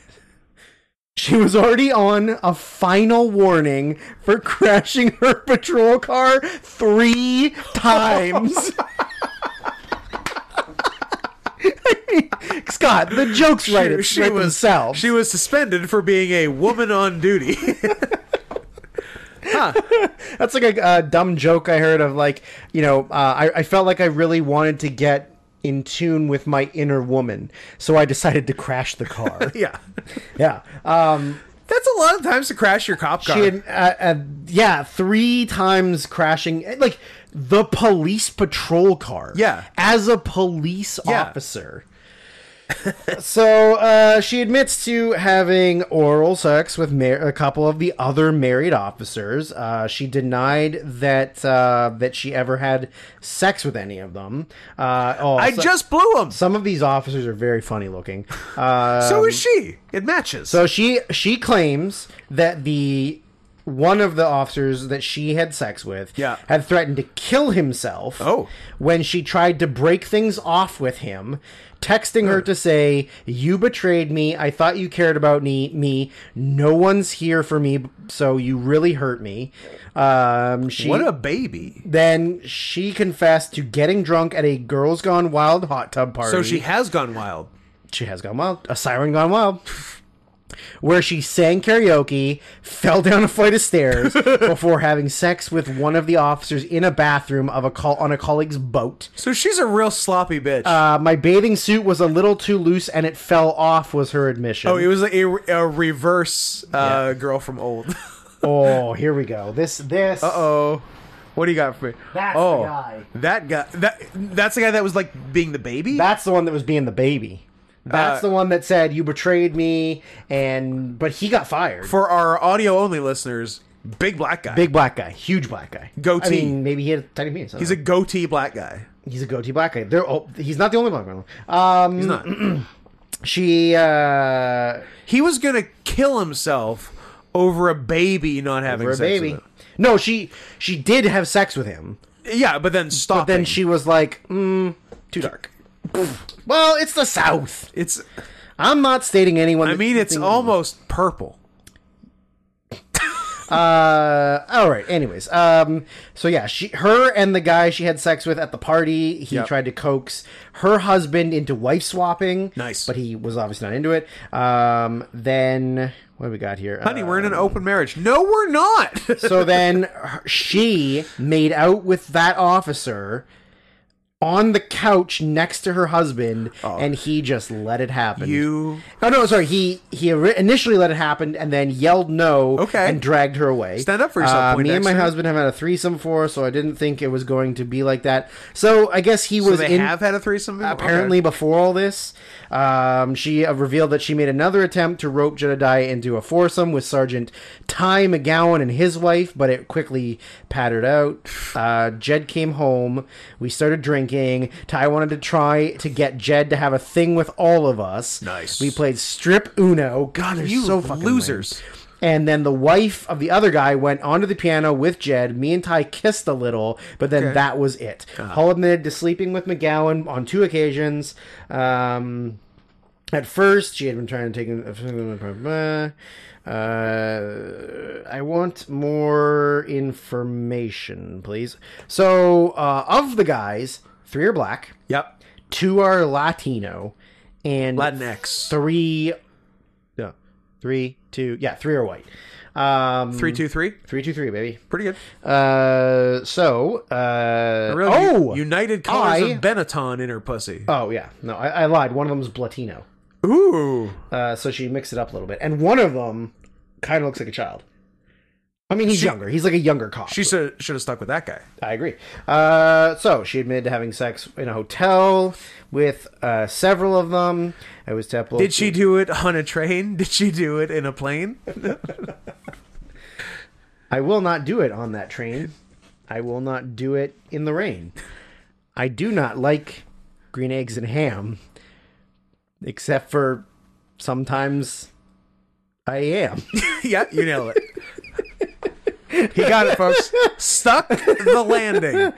Speaker 1: she was already on a final warning for *laughs* crashing her patrol car three
Speaker 2: *laughs*
Speaker 1: times. *laughs* Scott, the jokes right,
Speaker 2: She- she
Speaker 1: right
Speaker 2: was
Speaker 1: themselves.
Speaker 2: she was suspended for being a woman
Speaker 1: *laughs*
Speaker 2: on duty.
Speaker 1: That's like a, uh dumb joke I heard of like, you know, uh, I, I felt like I really wanted to get in tune with my inner woman, so I decided to crash the car.
Speaker 2: yeah,
Speaker 1: yeah. Um,
Speaker 2: that's a lot of times to crash your cop car.
Speaker 1: she had, uh, uh, yeah, three times crashing, like the police patrol car.
Speaker 2: Yeah.
Speaker 1: As a police
Speaker 2: Yeah.
Speaker 1: officer. *laughs* so uh, she admits to having oral sex with mar- a couple of the other married officers. Uh, she denied that uh, that she ever had sex with any of them. Uh, oh,
Speaker 2: I
Speaker 1: so-
Speaker 2: just blew him. So,
Speaker 1: some of these officers are very funny looking. Uh,
Speaker 2: is she. It matches.
Speaker 1: so she she claims that the one of the officers that she had sex with
Speaker 2: Yeah.
Speaker 1: had threatened to kill himself
Speaker 2: Oh.
Speaker 1: when she tried to break things off with him, texting her to say, "You betrayed me. I thought you cared about me. Me. No one's here for me, so you really hurt me." Um, she
Speaker 2: what a baby.
Speaker 1: then she confessed to getting drunk at a girls gone wild hot tub party
Speaker 2: So she has gone wild.
Speaker 1: she has gone wild. A siren gone wild. Where she sang karaoke, fell down a flight of
Speaker 2: *laughs*
Speaker 1: stairs before having sex with one of the officers in a bathroom of a call on a colleague's boat.
Speaker 2: So she's a real sloppy bitch.
Speaker 1: Uh, my bathing suit was a little too loose and it fell off, was her admission.
Speaker 2: oh, it was a, a reverse uh, girl from old. *laughs*
Speaker 1: Oh, here we go. This this.
Speaker 2: oh, what do you got for me?
Speaker 1: That's the
Speaker 2: oh,
Speaker 1: guy.
Speaker 2: That guy. That that's the guy that was like being the baby.
Speaker 1: That's the one that was being the baby. That's
Speaker 2: Uh,
Speaker 1: the one that said you betrayed me, and but he got fired.
Speaker 2: for our audio only listeners, big black guy.
Speaker 1: Big black guy, huge black guy. I
Speaker 2: Goatee.
Speaker 1: mean, maybe he had a tiny penis. I don't
Speaker 2: He's a goatee black guy.
Speaker 1: He's a goatee black guy. They're oh, he's not the only black man. Um,
Speaker 2: He's not.
Speaker 1: she uh,
Speaker 2: he was gonna kill himself over a baby not having
Speaker 1: for a
Speaker 2: sex with
Speaker 1: baby.
Speaker 2: him.
Speaker 1: No, she she did have sex with him.
Speaker 2: Yeah, but then stop.
Speaker 1: Then she was like, mm,
Speaker 2: too dark.
Speaker 1: "Well, it's the South.
Speaker 2: It's.
Speaker 1: I'm not stating anyone."
Speaker 2: I mean, it's almost purple.
Speaker 1: uh, all right. Anyways, um, so yeah, she, her, and the guy she had sex with at the party, he
Speaker 2: Yep.
Speaker 1: tried to coax her husband into wife swapping.
Speaker 2: Nice.
Speaker 1: but he was obviously not into it. Um, then what do we got here?
Speaker 2: Honey, we're in an open marriage. No,
Speaker 1: *laughs*
Speaker 2: we're not.
Speaker 1: so then her- she made out with that officer on the couch next to her husband,
Speaker 2: Oh.
Speaker 1: and he just let it happen.
Speaker 2: You
Speaker 1: Oh no, sorry. He he ori- initially let it happen, and then yelled no.
Speaker 2: Okay.
Speaker 1: and dragged her away.
Speaker 2: Stand up for
Speaker 1: Uh,
Speaker 2: yourself,
Speaker 1: me and my
Speaker 2: Poindexter.
Speaker 1: husband have had a threesome before, so I didn't think it was going to be like that. So I guess he
Speaker 2: so
Speaker 1: was
Speaker 2: they
Speaker 1: in
Speaker 2: have had a threesome before?
Speaker 1: apparently before all this um, she uh, revealed that she made another attempt to rope jedediah into a foursome with sergeant ty mcgowan and his wife but it quickly pattered out uh, jed came home we started drinking ty wanted to try to get jed to have a thing with all of us
Speaker 2: Nice.
Speaker 1: we played strip uno god they're
Speaker 2: Okay. you
Speaker 1: so fucking lame.
Speaker 2: losers.
Speaker 1: And then the wife of the other guy went onto the piano with Jed. Me and Ty kissed a little, but then that was it. Hull admitted to sleeping with McGowan on two occasions. Um, at first, she had been trying to take. Uh, I want more information, please. So, uh, of the guys, three are black,
Speaker 2: Yep.
Speaker 1: two are Latino, and
Speaker 2: Latinx.
Speaker 1: three no three two yeah three are white um
Speaker 2: Three two three.
Speaker 1: three two three baby
Speaker 2: Pretty good.
Speaker 1: uh so uh
Speaker 2: Really,
Speaker 1: oh
Speaker 2: United Colors
Speaker 1: I-
Speaker 2: of Benetton in her pussy.
Speaker 1: oh yeah no I, I lied one of them's Latino
Speaker 2: Ooh.
Speaker 1: uh so she mixed it up a little bit and one of them kind of looks like a child I mean he's younger he's like a younger cop
Speaker 2: She should should have stuck with that guy.
Speaker 1: I agree. Uh, so she admitted to having sex in a hotel with uh, several of them. I was tabloid.
Speaker 2: Did she do it on a train? Did she do it in a plane? *laughs*
Speaker 1: I will not do it on that train. I will not do it in the rain. I do not like green eggs and ham, except for sometimes I am. *laughs*
Speaker 2: yeah, you nailed it. he got it, folks. Stuck the landing.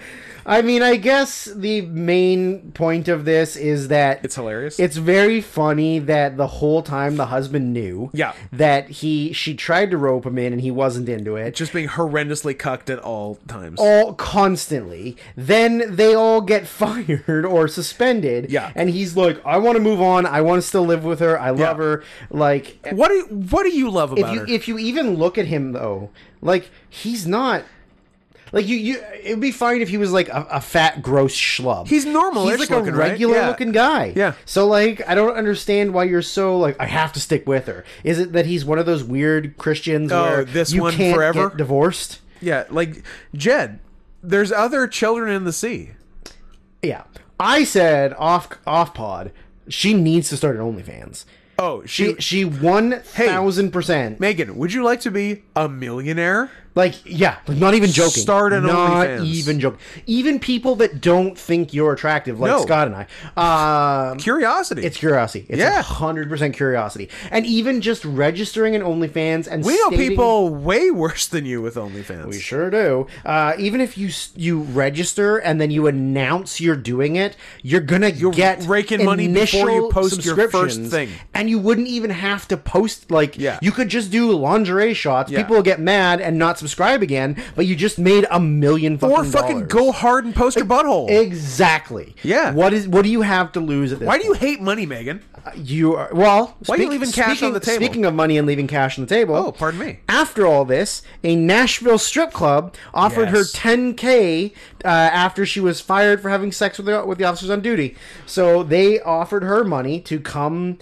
Speaker 1: I mean, I guess the main point of this is that
Speaker 2: It's hilarious.
Speaker 1: It's very funny that the whole time the husband knew
Speaker 2: Yeah.
Speaker 1: that he she tried to rope him in and he wasn't into it.
Speaker 2: just being horrendously cucked at all times.
Speaker 1: all constantly. Then they all get *laughs* fired or suspended.
Speaker 2: Yeah.
Speaker 1: And he's like, I want to move on. I want to still live with her. I love
Speaker 2: Yeah.
Speaker 1: her. Like,
Speaker 2: what do what do you love
Speaker 1: if
Speaker 2: about
Speaker 1: you
Speaker 2: her?
Speaker 1: if you even look at him though, like he's not. Like you, you, it'd be fine if he was like a, a fat, gross schlub.
Speaker 2: He's normal-ish
Speaker 1: He's like a
Speaker 2: looking, right?
Speaker 1: regular
Speaker 2: Yeah.
Speaker 1: looking guy.
Speaker 2: Yeah.
Speaker 1: So like, I don't understand why you're so like. I have to stick with her. Is it that he's one of those weird Christians
Speaker 2: Oh,
Speaker 1: where
Speaker 2: this
Speaker 1: you
Speaker 2: one
Speaker 1: can't
Speaker 2: forever?
Speaker 1: get divorced?
Speaker 2: yeah, like Jed. There's other children in the sea.
Speaker 1: Yeah, I said off off pod. She needs to start an OnlyFans.
Speaker 2: Oh, she,
Speaker 1: She she one thousand percent.
Speaker 2: Megan, would you like to be a millionaire?
Speaker 1: Like yeah, like not even joking.
Speaker 2: Start an
Speaker 1: not
Speaker 2: OnlyFans.
Speaker 1: even joking. Even people that don't think you're attractive, like
Speaker 2: No.
Speaker 1: Scott and I. Um,
Speaker 2: Curiosity.
Speaker 1: it's curiosity. It's
Speaker 2: Yeah.
Speaker 1: hundred percent curiosity. And even just registering an OnlyFans and
Speaker 2: we know
Speaker 1: stating-
Speaker 2: people way worse than you with OnlyFans.
Speaker 1: We sure do. Uh, even if you s- you register and then you announce you're doing it, you're gonna get
Speaker 2: raking money before you
Speaker 1: initial
Speaker 2: post your first
Speaker 1: subscriptions,
Speaker 2: thing.
Speaker 1: and you wouldn't even have to post like
Speaker 2: Yeah.
Speaker 1: you could just do lingerie shots.
Speaker 2: Yeah.
Speaker 1: People will get mad and not subscribe again, but you just made a million fucking
Speaker 2: or fucking
Speaker 1: dollars.
Speaker 2: go hard and post your butthole.
Speaker 1: Exactly.
Speaker 2: Yeah.
Speaker 1: What is? What do you have to lose at this?
Speaker 2: Why do you hate money, Megan?
Speaker 1: Uh, you are well.
Speaker 2: Why are you leaving cash on
Speaker 1: speaking-
Speaker 2: the table?
Speaker 1: Speaking of money and leaving cash on the table.
Speaker 2: Oh, pardon me.
Speaker 1: After all this, a Nashville strip club offered
Speaker 2: Yes.
Speaker 1: her 10k uh, after she was fired for having sex with the, with the officers on duty. So they offered her money to come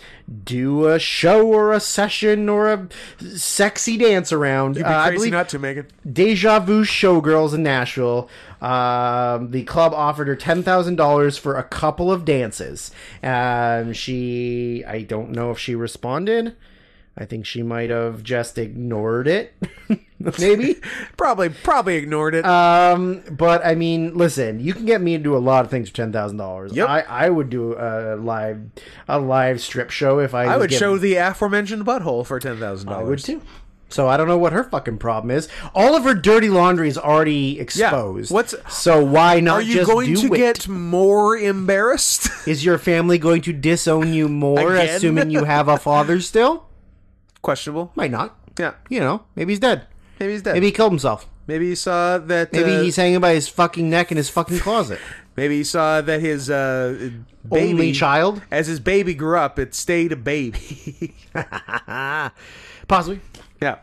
Speaker 1: do a show or a session or a sexy dance around.
Speaker 2: You'd be
Speaker 1: Uh, I
Speaker 2: crazy
Speaker 1: believe-
Speaker 2: not to, Megan.
Speaker 1: Deja Vu Showgirls in Nashville. Um, the club offered her ten thousand dollars for a couple of dances. Um, she, I don't know if she responded. I think she might have just ignored it, *laughs* maybe.
Speaker 2: Probably, probably ignored it.
Speaker 1: Um, but I mean, listen, you can get me to do a lot of things for ten thousand dollars.
Speaker 2: Yep.
Speaker 1: I I would do a live a live strip show if I
Speaker 2: I
Speaker 1: was
Speaker 2: would
Speaker 1: given-
Speaker 2: show the aforementioned butthole for ten thousand dollars.
Speaker 1: I would too. So I don't know what her fucking problem is. All of her dirty laundry is already exposed.
Speaker 2: What's-
Speaker 1: so why not
Speaker 2: Are you
Speaker 1: just
Speaker 2: going
Speaker 1: do
Speaker 2: to
Speaker 1: it?
Speaker 2: get more embarrassed? *laughs*
Speaker 1: Is your family going to disown you more,
Speaker 2: Again?
Speaker 1: assuming you have a father still?
Speaker 2: Questionable.
Speaker 1: Might not.
Speaker 2: Yeah,
Speaker 1: You know, maybe he's dead.
Speaker 2: maybe he's dead.
Speaker 1: Maybe he killed himself.
Speaker 2: Maybe he saw that.
Speaker 1: Maybe
Speaker 2: uh,
Speaker 1: he's hanging by his fucking neck in his fucking closet.
Speaker 2: Maybe he saw that his uh, *laughs* baby
Speaker 1: Only child.
Speaker 2: as his baby grew up, it stayed a baby. *laughs*
Speaker 1: Possibly.
Speaker 2: yeah.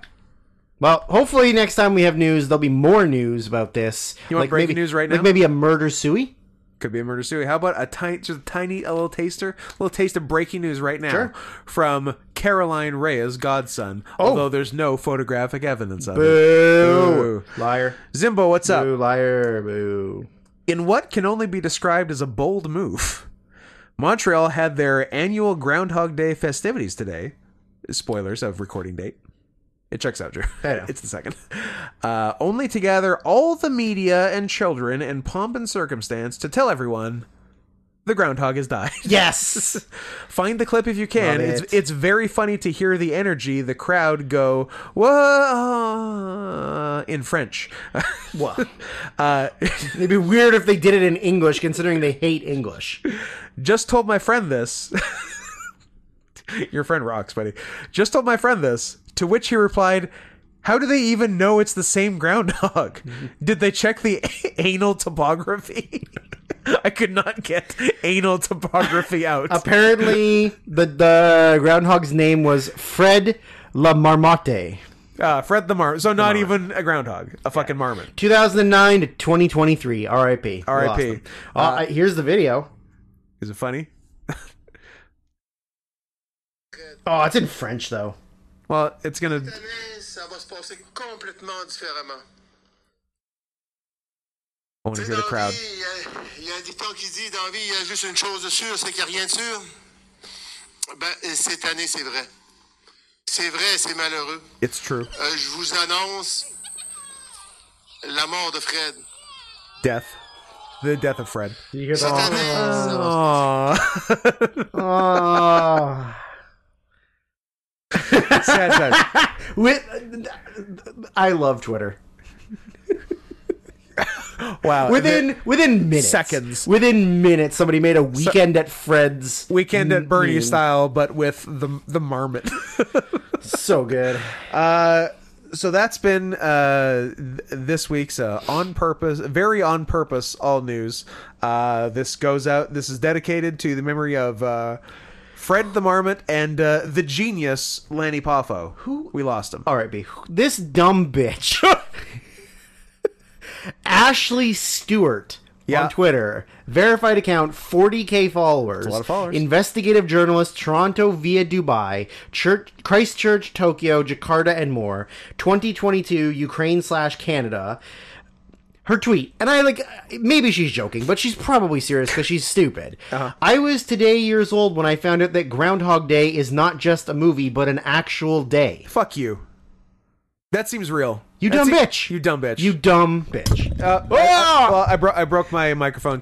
Speaker 1: Well, hopefully next time we have news, there'll be more news about this.
Speaker 2: You want
Speaker 1: like
Speaker 2: breaking
Speaker 1: maybe,
Speaker 2: news right
Speaker 1: Like
Speaker 2: now?
Speaker 1: maybe a murder suey.
Speaker 2: Could be a murder suey. How about a tiny, just a tiny, a little taster, a little taste of breaking news right now
Speaker 1: Sure. Oh.
Speaker 2: from Caroline Reyes' godson. Although there's no photographic evidence of it.
Speaker 1: Boo. Liar.
Speaker 2: Zimbo, what's up?
Speaker 1: Boo, liar, boo.
Speaker 2: In what can only be described as a bold move, Montreal had their annual Groundhog Day festivities today. Spoilers of recording date. It checks out, Drew.
Speaker 1: *laughs* I know.
Speaker 2: It's the second. Uh, only to gather all the media and children in pomp and circumstance to tell everyone the groundhog has died. *laughs*
Speaker 1: Yes.
Speaker 2: Find the clip if you can.
Speaker 1: Love
Speaker 2: It's
Speaker 1: it.
Speaker 2: it's very funny to hear the energy the crowd go whoa in French.
Speaker 1: *laughs* what?
Speaker 2: uh,
Speaker 1: It'd be weird if they did it in English, considering they hate English.
Speaker 2: just told my friend this. *laughs* Your friend rocks, buddy. Just told my friend this. To which he replied, "How do they even know it's the
Speaker 1: *laughs*
Speaker 2: same groundhog? Did they check the *laughs* anal topography?" *laughs* I could not get
Speaker 1: *laughs*
Speaker 2: anal topography out.
Speaker 1: Apparently, the, the groundhog's name was Fred La Marmotte.
Speaker 2: Uh, Fred the Marmot. So not even a groundhog, a fucking marmot.
Speaker 1: 2009 to 2023. RIP. We
Speaker 2: R.I.P..
Speaker 1: lost him. Uh, I- here's the video.
Speaker 2: Is it funny?
Speaker 1: Oh, it's in French, though.
Speaker 2: Well, it's gonna.
Speaker 4: Cette année, ça va se passer complètement différemment.
Speaker 2: I want to
Speaker 4: Tu sais,
Speaker 2: hear the
Speaker 4: dans la
Speaker 2: crowd.
Speaker 4: vie, Il y a- il y, a un dicton qui dit dans la vie, il y a juste une chose de sûre, c'est qu'il n'y a rien de sûr. Ben, et cette année, c'est vrai. C'est vrai, c'est malheureux.
Speaker 2: It's true.
Speaker 4: Euh, je vous annonce la mort de Fred.
Speaker 2: Death. The death of Fred.
Speaker 1: Did you hear
Speaker 4: Cette année,
Speaker 1: that?
Speaker 4: ça
Speaker 1: Oh.
Speaker 2: Aww.
Speaker 4: va
Speaker 2: *laughs* sad, sad.
Speaker 1: With, I love Twitter.
Speaker 2: Wow.
Speaker 1: Within within minutes,
Speaker 2: Uh, Seconds.
Speaker 1: Within minutes, somebody made a weekend at Fred's.
Speaker 2: Weekend at Bernie
Speaker 1: meme.
Speaker 2: style, but with the the marmot. *laughs*
Speaker 1: So good.
Speaker 2: uh, so that's been uh, th- this week's uh, on purpose, very on purpose, all news. Uh, this goes out. This is dedicated to the memory of uh, Fred the Marmot and uh, the genius Lanny Poffo. Who we lost him. Oh,
Speaker 1: All right, B. This dumb
Speaker 2: *laughs*
Speaker 1: bitch, Ashley Stewart
Speaker 2: Yeah.
Speaker 1: on Twitter, verified account, 40k followers, a
Speaker 2: lot of followers.
Speaker 1: investigative journalist, Toronto via Dubai, Church, Christchurch, Tokyo, Jakarta, and more. 2022 Ukraine slash Canada. her tweet, and I like maybe she's joking, but she's probably serious because she's stupid.
Speaker 2: Uh-huh.
Speaker 1: I was today years old when I found out that Groundhog Day is not just a movie but an actual day.
Speaker 2: Fuck you. That seems real.
Speaker 1: You
Speaker 2: That
Speaker 1: dumb
Speaker 2: se-
Speaker 1: bitch.
Speaker 2: You dumb bitch.
Speaker 1: You dumb bitch.
Speaker 2: Uh, I- I- well, I, bro- I broke my microphone